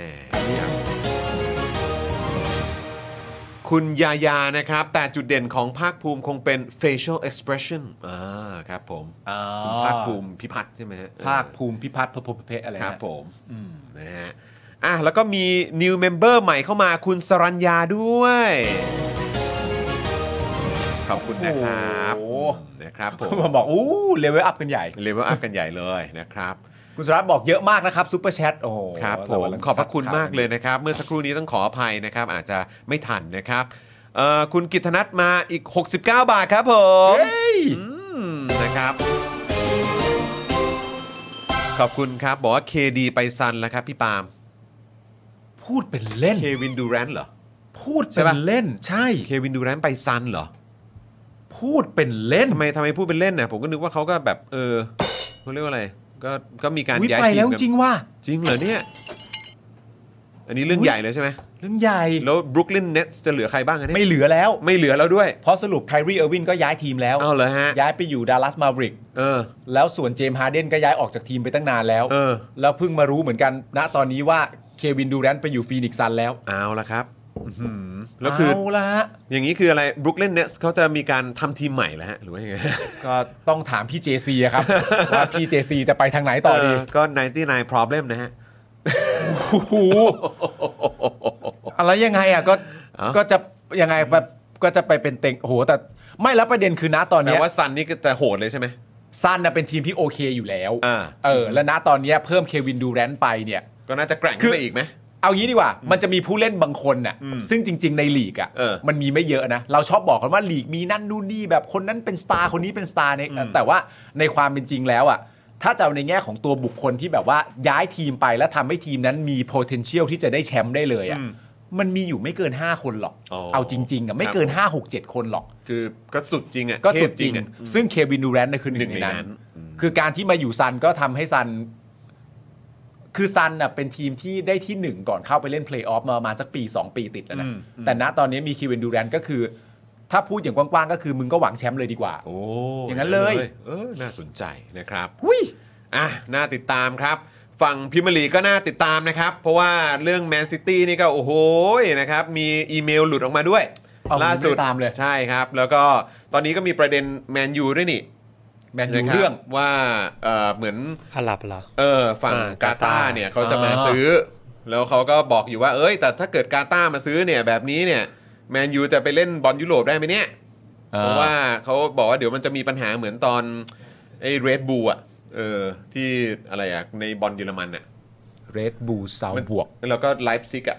คุณยายานะครับ แต่จุดเด่นของภาคภูมิคงเป็น facial expression อ่าครับผม อ่ คุณภาคภูมิพิพัฒน์ใช่ไหมฮะ ภาคภูมิพิพัฒน์พพพเพอะไร ครับ นะ ผม นะฮะอ่ะแล้วก็มี new member ใหม่เข้ามาคุณสรัญญาด้วย ขอบคุณนะครับอืมนะครับผม ผมบอกอู้เลเวลอัพกันใหญ่ เลเวลอัพกันใหญ่เลยนะครับ คุณสรัตน์บอกเยอะมากนะครับซุปเปอร์แชทโอ้โห ครับผ เาม กำลัง ขอบพระคุณ ซัดข่ว มากเลยนะครับ เมื่อสักครู่นี้ต้องขออภัยนะครับ อาจจะไม่ทันนะครับเอ่อคุณกิตนัทมาอีก 69 บาทครับผมอืมนะครับ ขอบคุณครับ บอกว่า KD ไปซันแล้วครับพี่ปาล์ม พูดเป็นเล่น เควินดูแรนต์เหรอ พูด ใช่ เป็ ปะ นเล่น ใช่ เควินดูแรนต์ไปซันเหรอ พูดเป็นเล่น ทำไมทำไมพูดเป็นเล่นน่ะผมก็นึกว่าเขาก็แบบ เออเขาเรียกว่าอะไรก็ก็มีการ อุ๊ย ย้าย ไป ที แล้ว ม จ กัน ริงว่า จริงเหรอเนี่ย อันนี้เรื่อง อุ๊ย ใหญ่เลยใช่ไหม เรื่องใหญ่ แล้วบรุกลินเน็ตจะเหลือใครบ้างอันนี้ ไม่เหลือแล้ว ไม่เหลือแล้วด้วย เพราะสรุปไคลรีเออร์วินก็ย้ายทีมแล้ว เอาเหรอฮะ ย้ายไปอยู่ดัลลัสมา v ริก เออ แล้วส่วนเจมส์ฮาร์เดนก็ย้ายออกจากทีมไปตั้งนานแล้ว เออ แล้วเพิ่งมารู้เหมือนกัน ณ ตอนนี้ว่าเควินดูแรนต์ไปอยู่ฟีนิกซ์ซันแล้ว เอาละครับอื้อหือแล้วคือ เอาละฮะ อย่างนี้คืออะไรบรุกลินเน t s เขาจะมีการทำทีมใหม่แล้วฮะ หรือว่ายังไง ก็ต้องถามพี่เจซีอะ ครับ ว่าพี่เจซีจะไปทางไหนต่อดี เก็ 99 problem นะฮะ โอ้โหอะไรยังไงอะก็ เอ้า ก็จะยังไงแบบก็จะไปเป็นเต็งโอ้โหแต่ไม่แล้วประเด็นคือณตอน แต่ เนี้ย ว่าซันนี่ก็จะโหดเลยใช่ไหม ซันนะเป็นทีมที่โอเคอยู่แล้ว อ่า เออ และณตอนเนี้ยเพิ่มเควินดูแรนต์ไปเนี่ย ก็น่าจะแกร่ง คื ขึ้น อ ไปอีกไหม เอางี้ดีกว่า มันจะมีผู้เล่นบางคนน่ะ อืม ซึ่งจริง ๆ ในลีกอ่ะ เออ มันมีไม่เยอะนะ เราชอบบอกกันว่าลีกมีนั่นนู่นนี่แบบคนนั้นเป็นสตาร์คนนี้เป็นสตาร์เนี่ยแต่ว่าในความเป็นจริงแล้วอ่ะ ถ้าจะเอาในแง่ของตัวบุคคลที่แบบว่าย้ายทีมไปแล้วทำให้ทีมนั้นมี potential ที่จะได้แชมป์ได้เลยอ่ะ อืม มันมีอยู่ไม่เกิน 5 คนหรอก อ๋อ เอาจริงๆอ่ะไม่เกิน ครับ 5 6 7 คนหรอก คือก็สุดจริงอ่ะ ก็ เท สุ พ ดจริง อะ ซึ่งเควินดูแรนต์น่ะคือหนึ่หงนึ่ ใน งในนั้ นั้น น คือการที่มาอยู่ซันก็ทำให้ซัน คือซันน่ะเป็นทีมที่ได้ที่หนึ่งก่อนเข้าไปเล่นเพลย์ออฟมาประมาณสักปี 2 ปีติดแล้วนะ แต่ณตอนนี้มีเควินดูแรนต์ก็คือ ถ้าพูดอย่างกว้างๆ ก็คือมึงก็หวังแชมป์เลยดีกว่า โอ้ อย่างนั้นเลย เออ น่าสนใจนะครับ หุ้ย อ่ะ น่าติดตามครับ ฝั่งพิมยร์ลีกก็น่าติดตามนะครับ เพราะว่าเรื่องแมนซิตี้นี่ก็โอ้โหนะครับ มีอีเมลหลุดออกมาด้วย เอา ล่าสุด ไม่ได้ตามเลย ใช่ครับ แล้วก็ตอนนี้ก็มีประเด็นแมนยูด้วยนี่ แมนยู นะคบ เรื่อง ว่าเอ่อเหมือน อาหรับเหรอ เออฝั่ง อ่ากากกาตา ตา ร์ ร์เนี่ยเขาจะมา อ่า ซื้อ แล้วเขาก็บอกอยู่ว่าเอ้ย แต่ถ้าเกิดกาตาร์มาซื้อเนี่ยแบบนี้เนี่ยแมนยูจะไปเล่นบอลยุโรปได้ไหมเนี่ย เพราะว่าเขาบอกว่าเดี๋ยวมันจะมีปัญหาเหมือนตอนไอ้เรดบูอ่ะเออที่อะไรอ่ะในบอลเยอรมันอ่ะ เรดบูลซาว มัน บวก แล้วก็ไลฟ์ซิกอ่ะ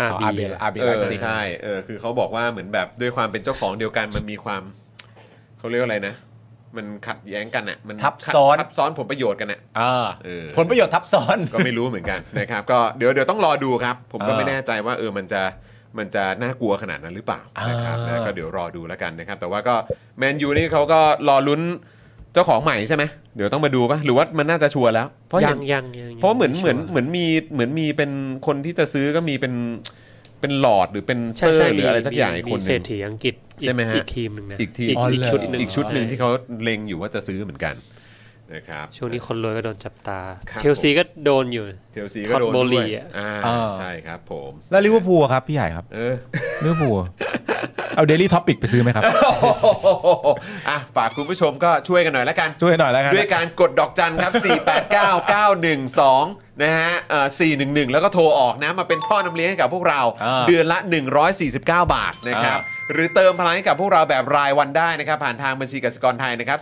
อา อา บี เบลอาเบล เออ ไลฟ์ซิก ใช่เออคือเขาบอกว่าเหมือนแบบด้วยความเป็นเจ้าของเดียวกันมันมีความเขาเรียกว่าอะไรนะ มันขัดแย้งกันอ่ะมัน ทับซ้อน ทับซ้อนผลประโยชน์กันอ่ะ อ่า เออ ผลประโยชน์ทับซ้อน ก็ไม่รู้เหมือนกันนะครับ ก็เดี๋ยวเดี๋ยวต้องรอดูครับ ผมก็ เออ ไม่แน่ใจว่าเออมันจะมันจะน่ากลัวขนาดนั้นหรือเปล่านะครับ อ่า แล้วก็เดี๋ยวรอดูแล้วกันนะครับ แต่ว่าก็แมนยูนี่เขาก็รอลุ้นเจ้าของใหม่ใช่ไหมเดี๋ยวต้องมาดูปะหรือว่ามันน่าจะชัวร์แล้ว เพราะ ยั เห็ ง น ยังยังยัง เพราะเหมือน ไชัว เหมือนเหมือนมีเหมือนมีเป็นคนที่จะซื้อก็มีเป็นเป็นหลอดหรือเป็นเซ ใช่ อ ใช่ ร์หรืออะไร มี สักอย่างอีก มี คนห เศร นึ่ ษ ง ฐีอังกฤษอีก ใช่ไหมฮะ อีกทีมหนึ่งนะ อีกทีม อีกอีกชุดหนึ่ง อีกชุดหนึ่งที่เขาเล็งอยู่ว่าจะซื้อเหมือนกันนะครับ ช่วงนี้คนรวยก็โดนจับตา ครับ เชลซีก็โดนอยู่ เชลซีก็โดน พอตโบ ด้ ลี วย อะ อ่า อ่า ใช่ครับผม แล้วลิเวอร์พูลครับพี่ใหญ่ครับ เออ ลิเวอร์พูลเอาเดลี่ท็อปิกไปซื้อไหมครับ อ่ะฝากคุณผู้ชมก็ช่วยกันหน่อยละกัน ช่วยหน่อยแล้วกัน ด้วยการกดดอกจันครับ 489 912 นะฮะเอ่อ411 แล้วก็โทรออกนะ มาเป็นท่อน้ำเลี้ยงให้กับพวกเรา อ่า เดือนละ 149 บาทนะครับ อ่า หรือเติมพลังให้กับพวกเราแบบรายวันได้นะครับ ผ่านทางบัญชีกสิกรไทยนะครับ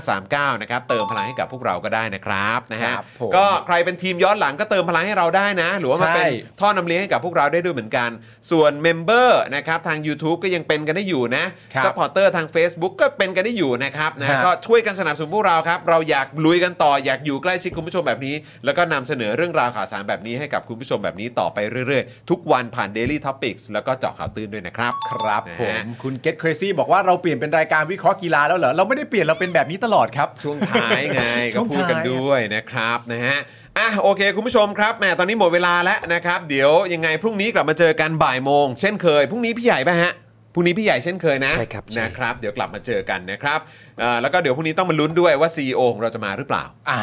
0698975539 นะครับ เติมพลังให้กับพวกเราก็ได้นะครับนะฮะ ครับผม ก็ใครเป็นทีมย้อนหลังก็เติมพลังให้เราได้นะ หรือว่ามาเป็น ใช่ ท่อนำเลี้ยงให้กับพวกเราได้ด้วยเหมือนกัน ส่วนเมมเบอร์นะครับทาง YouTube ก็ยังเป็นกันได้อยู่นะครับซัพพอร์เตอร์ทาง Facebook ก็เป็นกันได้อยู่นะครับนะ ฮะ ก็ช่วยกันสนับสนุนพวกเราครับ เราอยากลุยกันต่ออยากอยู่ใกล้ชิดคุณผู้ชมแบบนี้ แล้วก็นำเสนอเรื่องราวข่าวสารแบบนี้ให้กับคุณผู้ชมแบบนี้ต่อไปเรื่อยๆ ทุกวันผ่าน Daily Topics แล้วก็เจาะข่าวตื่นด้วยนะครับ ครับ นะฮะ ผมคุณ Get Crazy บอกว่าเราเปลี่ยนเป็นรายการวิเคราะห์กีฬาแล้วเหรอ เราไม่ได้เปลี่ยนเราเป็นแบบนี้ตลอดครับ ช่วงท้ายไง ช่ ก็ วงท้าย พูดกันด้วยนะครับนะฮะอ่ะโอเค คุณผู้ชมครับแหมตอนนี้หมดเวลาแล้วนะครับ เดี๋ยวยังไงพรุ่งนี้กลับมาเจอกันบ่ายโมง เช่นเคยพรุ่งนี้พี่ใหญ่ป่ะฮะ พรุ่งนี้พี่ใหญ่เช่นเคยนะ ใช่ครับใช่ นะครับ เดี๋ยวกลับมาเจอกันนะครับเอ่อแล้วก็เดี๋ยวพรุ่งนี้ต้องมาลุ้นด้วยว่า CEO ของเราจะมาหรือเปล่า อ่า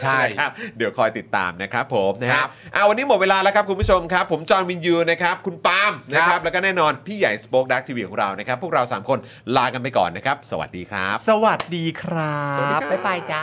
ใช่ นะครับเดี๋ยวคอยติดตามนะครับผมนะ ค ฮะ รับ อ่าวันนี้หมดเวลาแล้วครับคุณผู้ชมครับ ผมจอห์นวินยูนะครับ คุณปาล์มนะค ครั รับ บ แล้วก็แน่นอนพี่ใหญ่สป็อคดักทีวีของเรานะครับ พวกเรา 3 คนลากันไปก่อนนะครับ สวัสดีครับ สวัสดีครับ สวัสดีครับ บ๊ายบายจ้า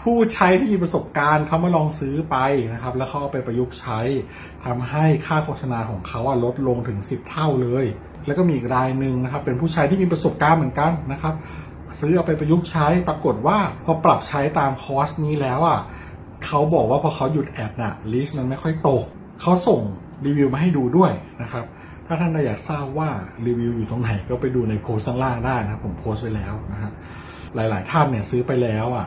ผู้ใช้ที่มีประสบการณ์เขามาลองซื้อไปนะครับ แล้วเขาเอาไปประยุกต์ใช้ทำให้ค่าโฆษณาของเขาอะลดลงถึง 10 เท่าเลย แล้วก็มีอีกรายหนึ่งนะครับ เป็นผู้ใช้ที่มีประสบการณ์เหมือนกันนะครับ ซื้อเอาไปประยุกต์ใช้ปรากฏว่าพอปรับใช้ตามคอร์สนี้แล้วอ่ะเขาบอกว่าพอเขาหยุดแอดน่ะลิสต์มันไม่ค่อยตกเขาส่งรีวิวมาให้ดูด้วยนะครับ ถ้าท่านอยากทราบว่ารีวิวอยู่ตรงไหนก็ไปดูในโพสต์ข้างล่างได้นะครับผมโพสต์ไว้แล้วนะฮะ หลาย ๆ ท่านเนี่ยซื้อไปแล้วอ่ะ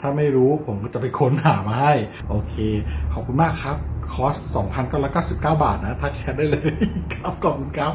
ถ้าไม่รู้ผมก็จะไปค้นหามาให้ โอเค ขอบคุณมากครับ คอร์ส 2,999 บาทนะ ทักแชทได้เลย ครับขอบคุณครับ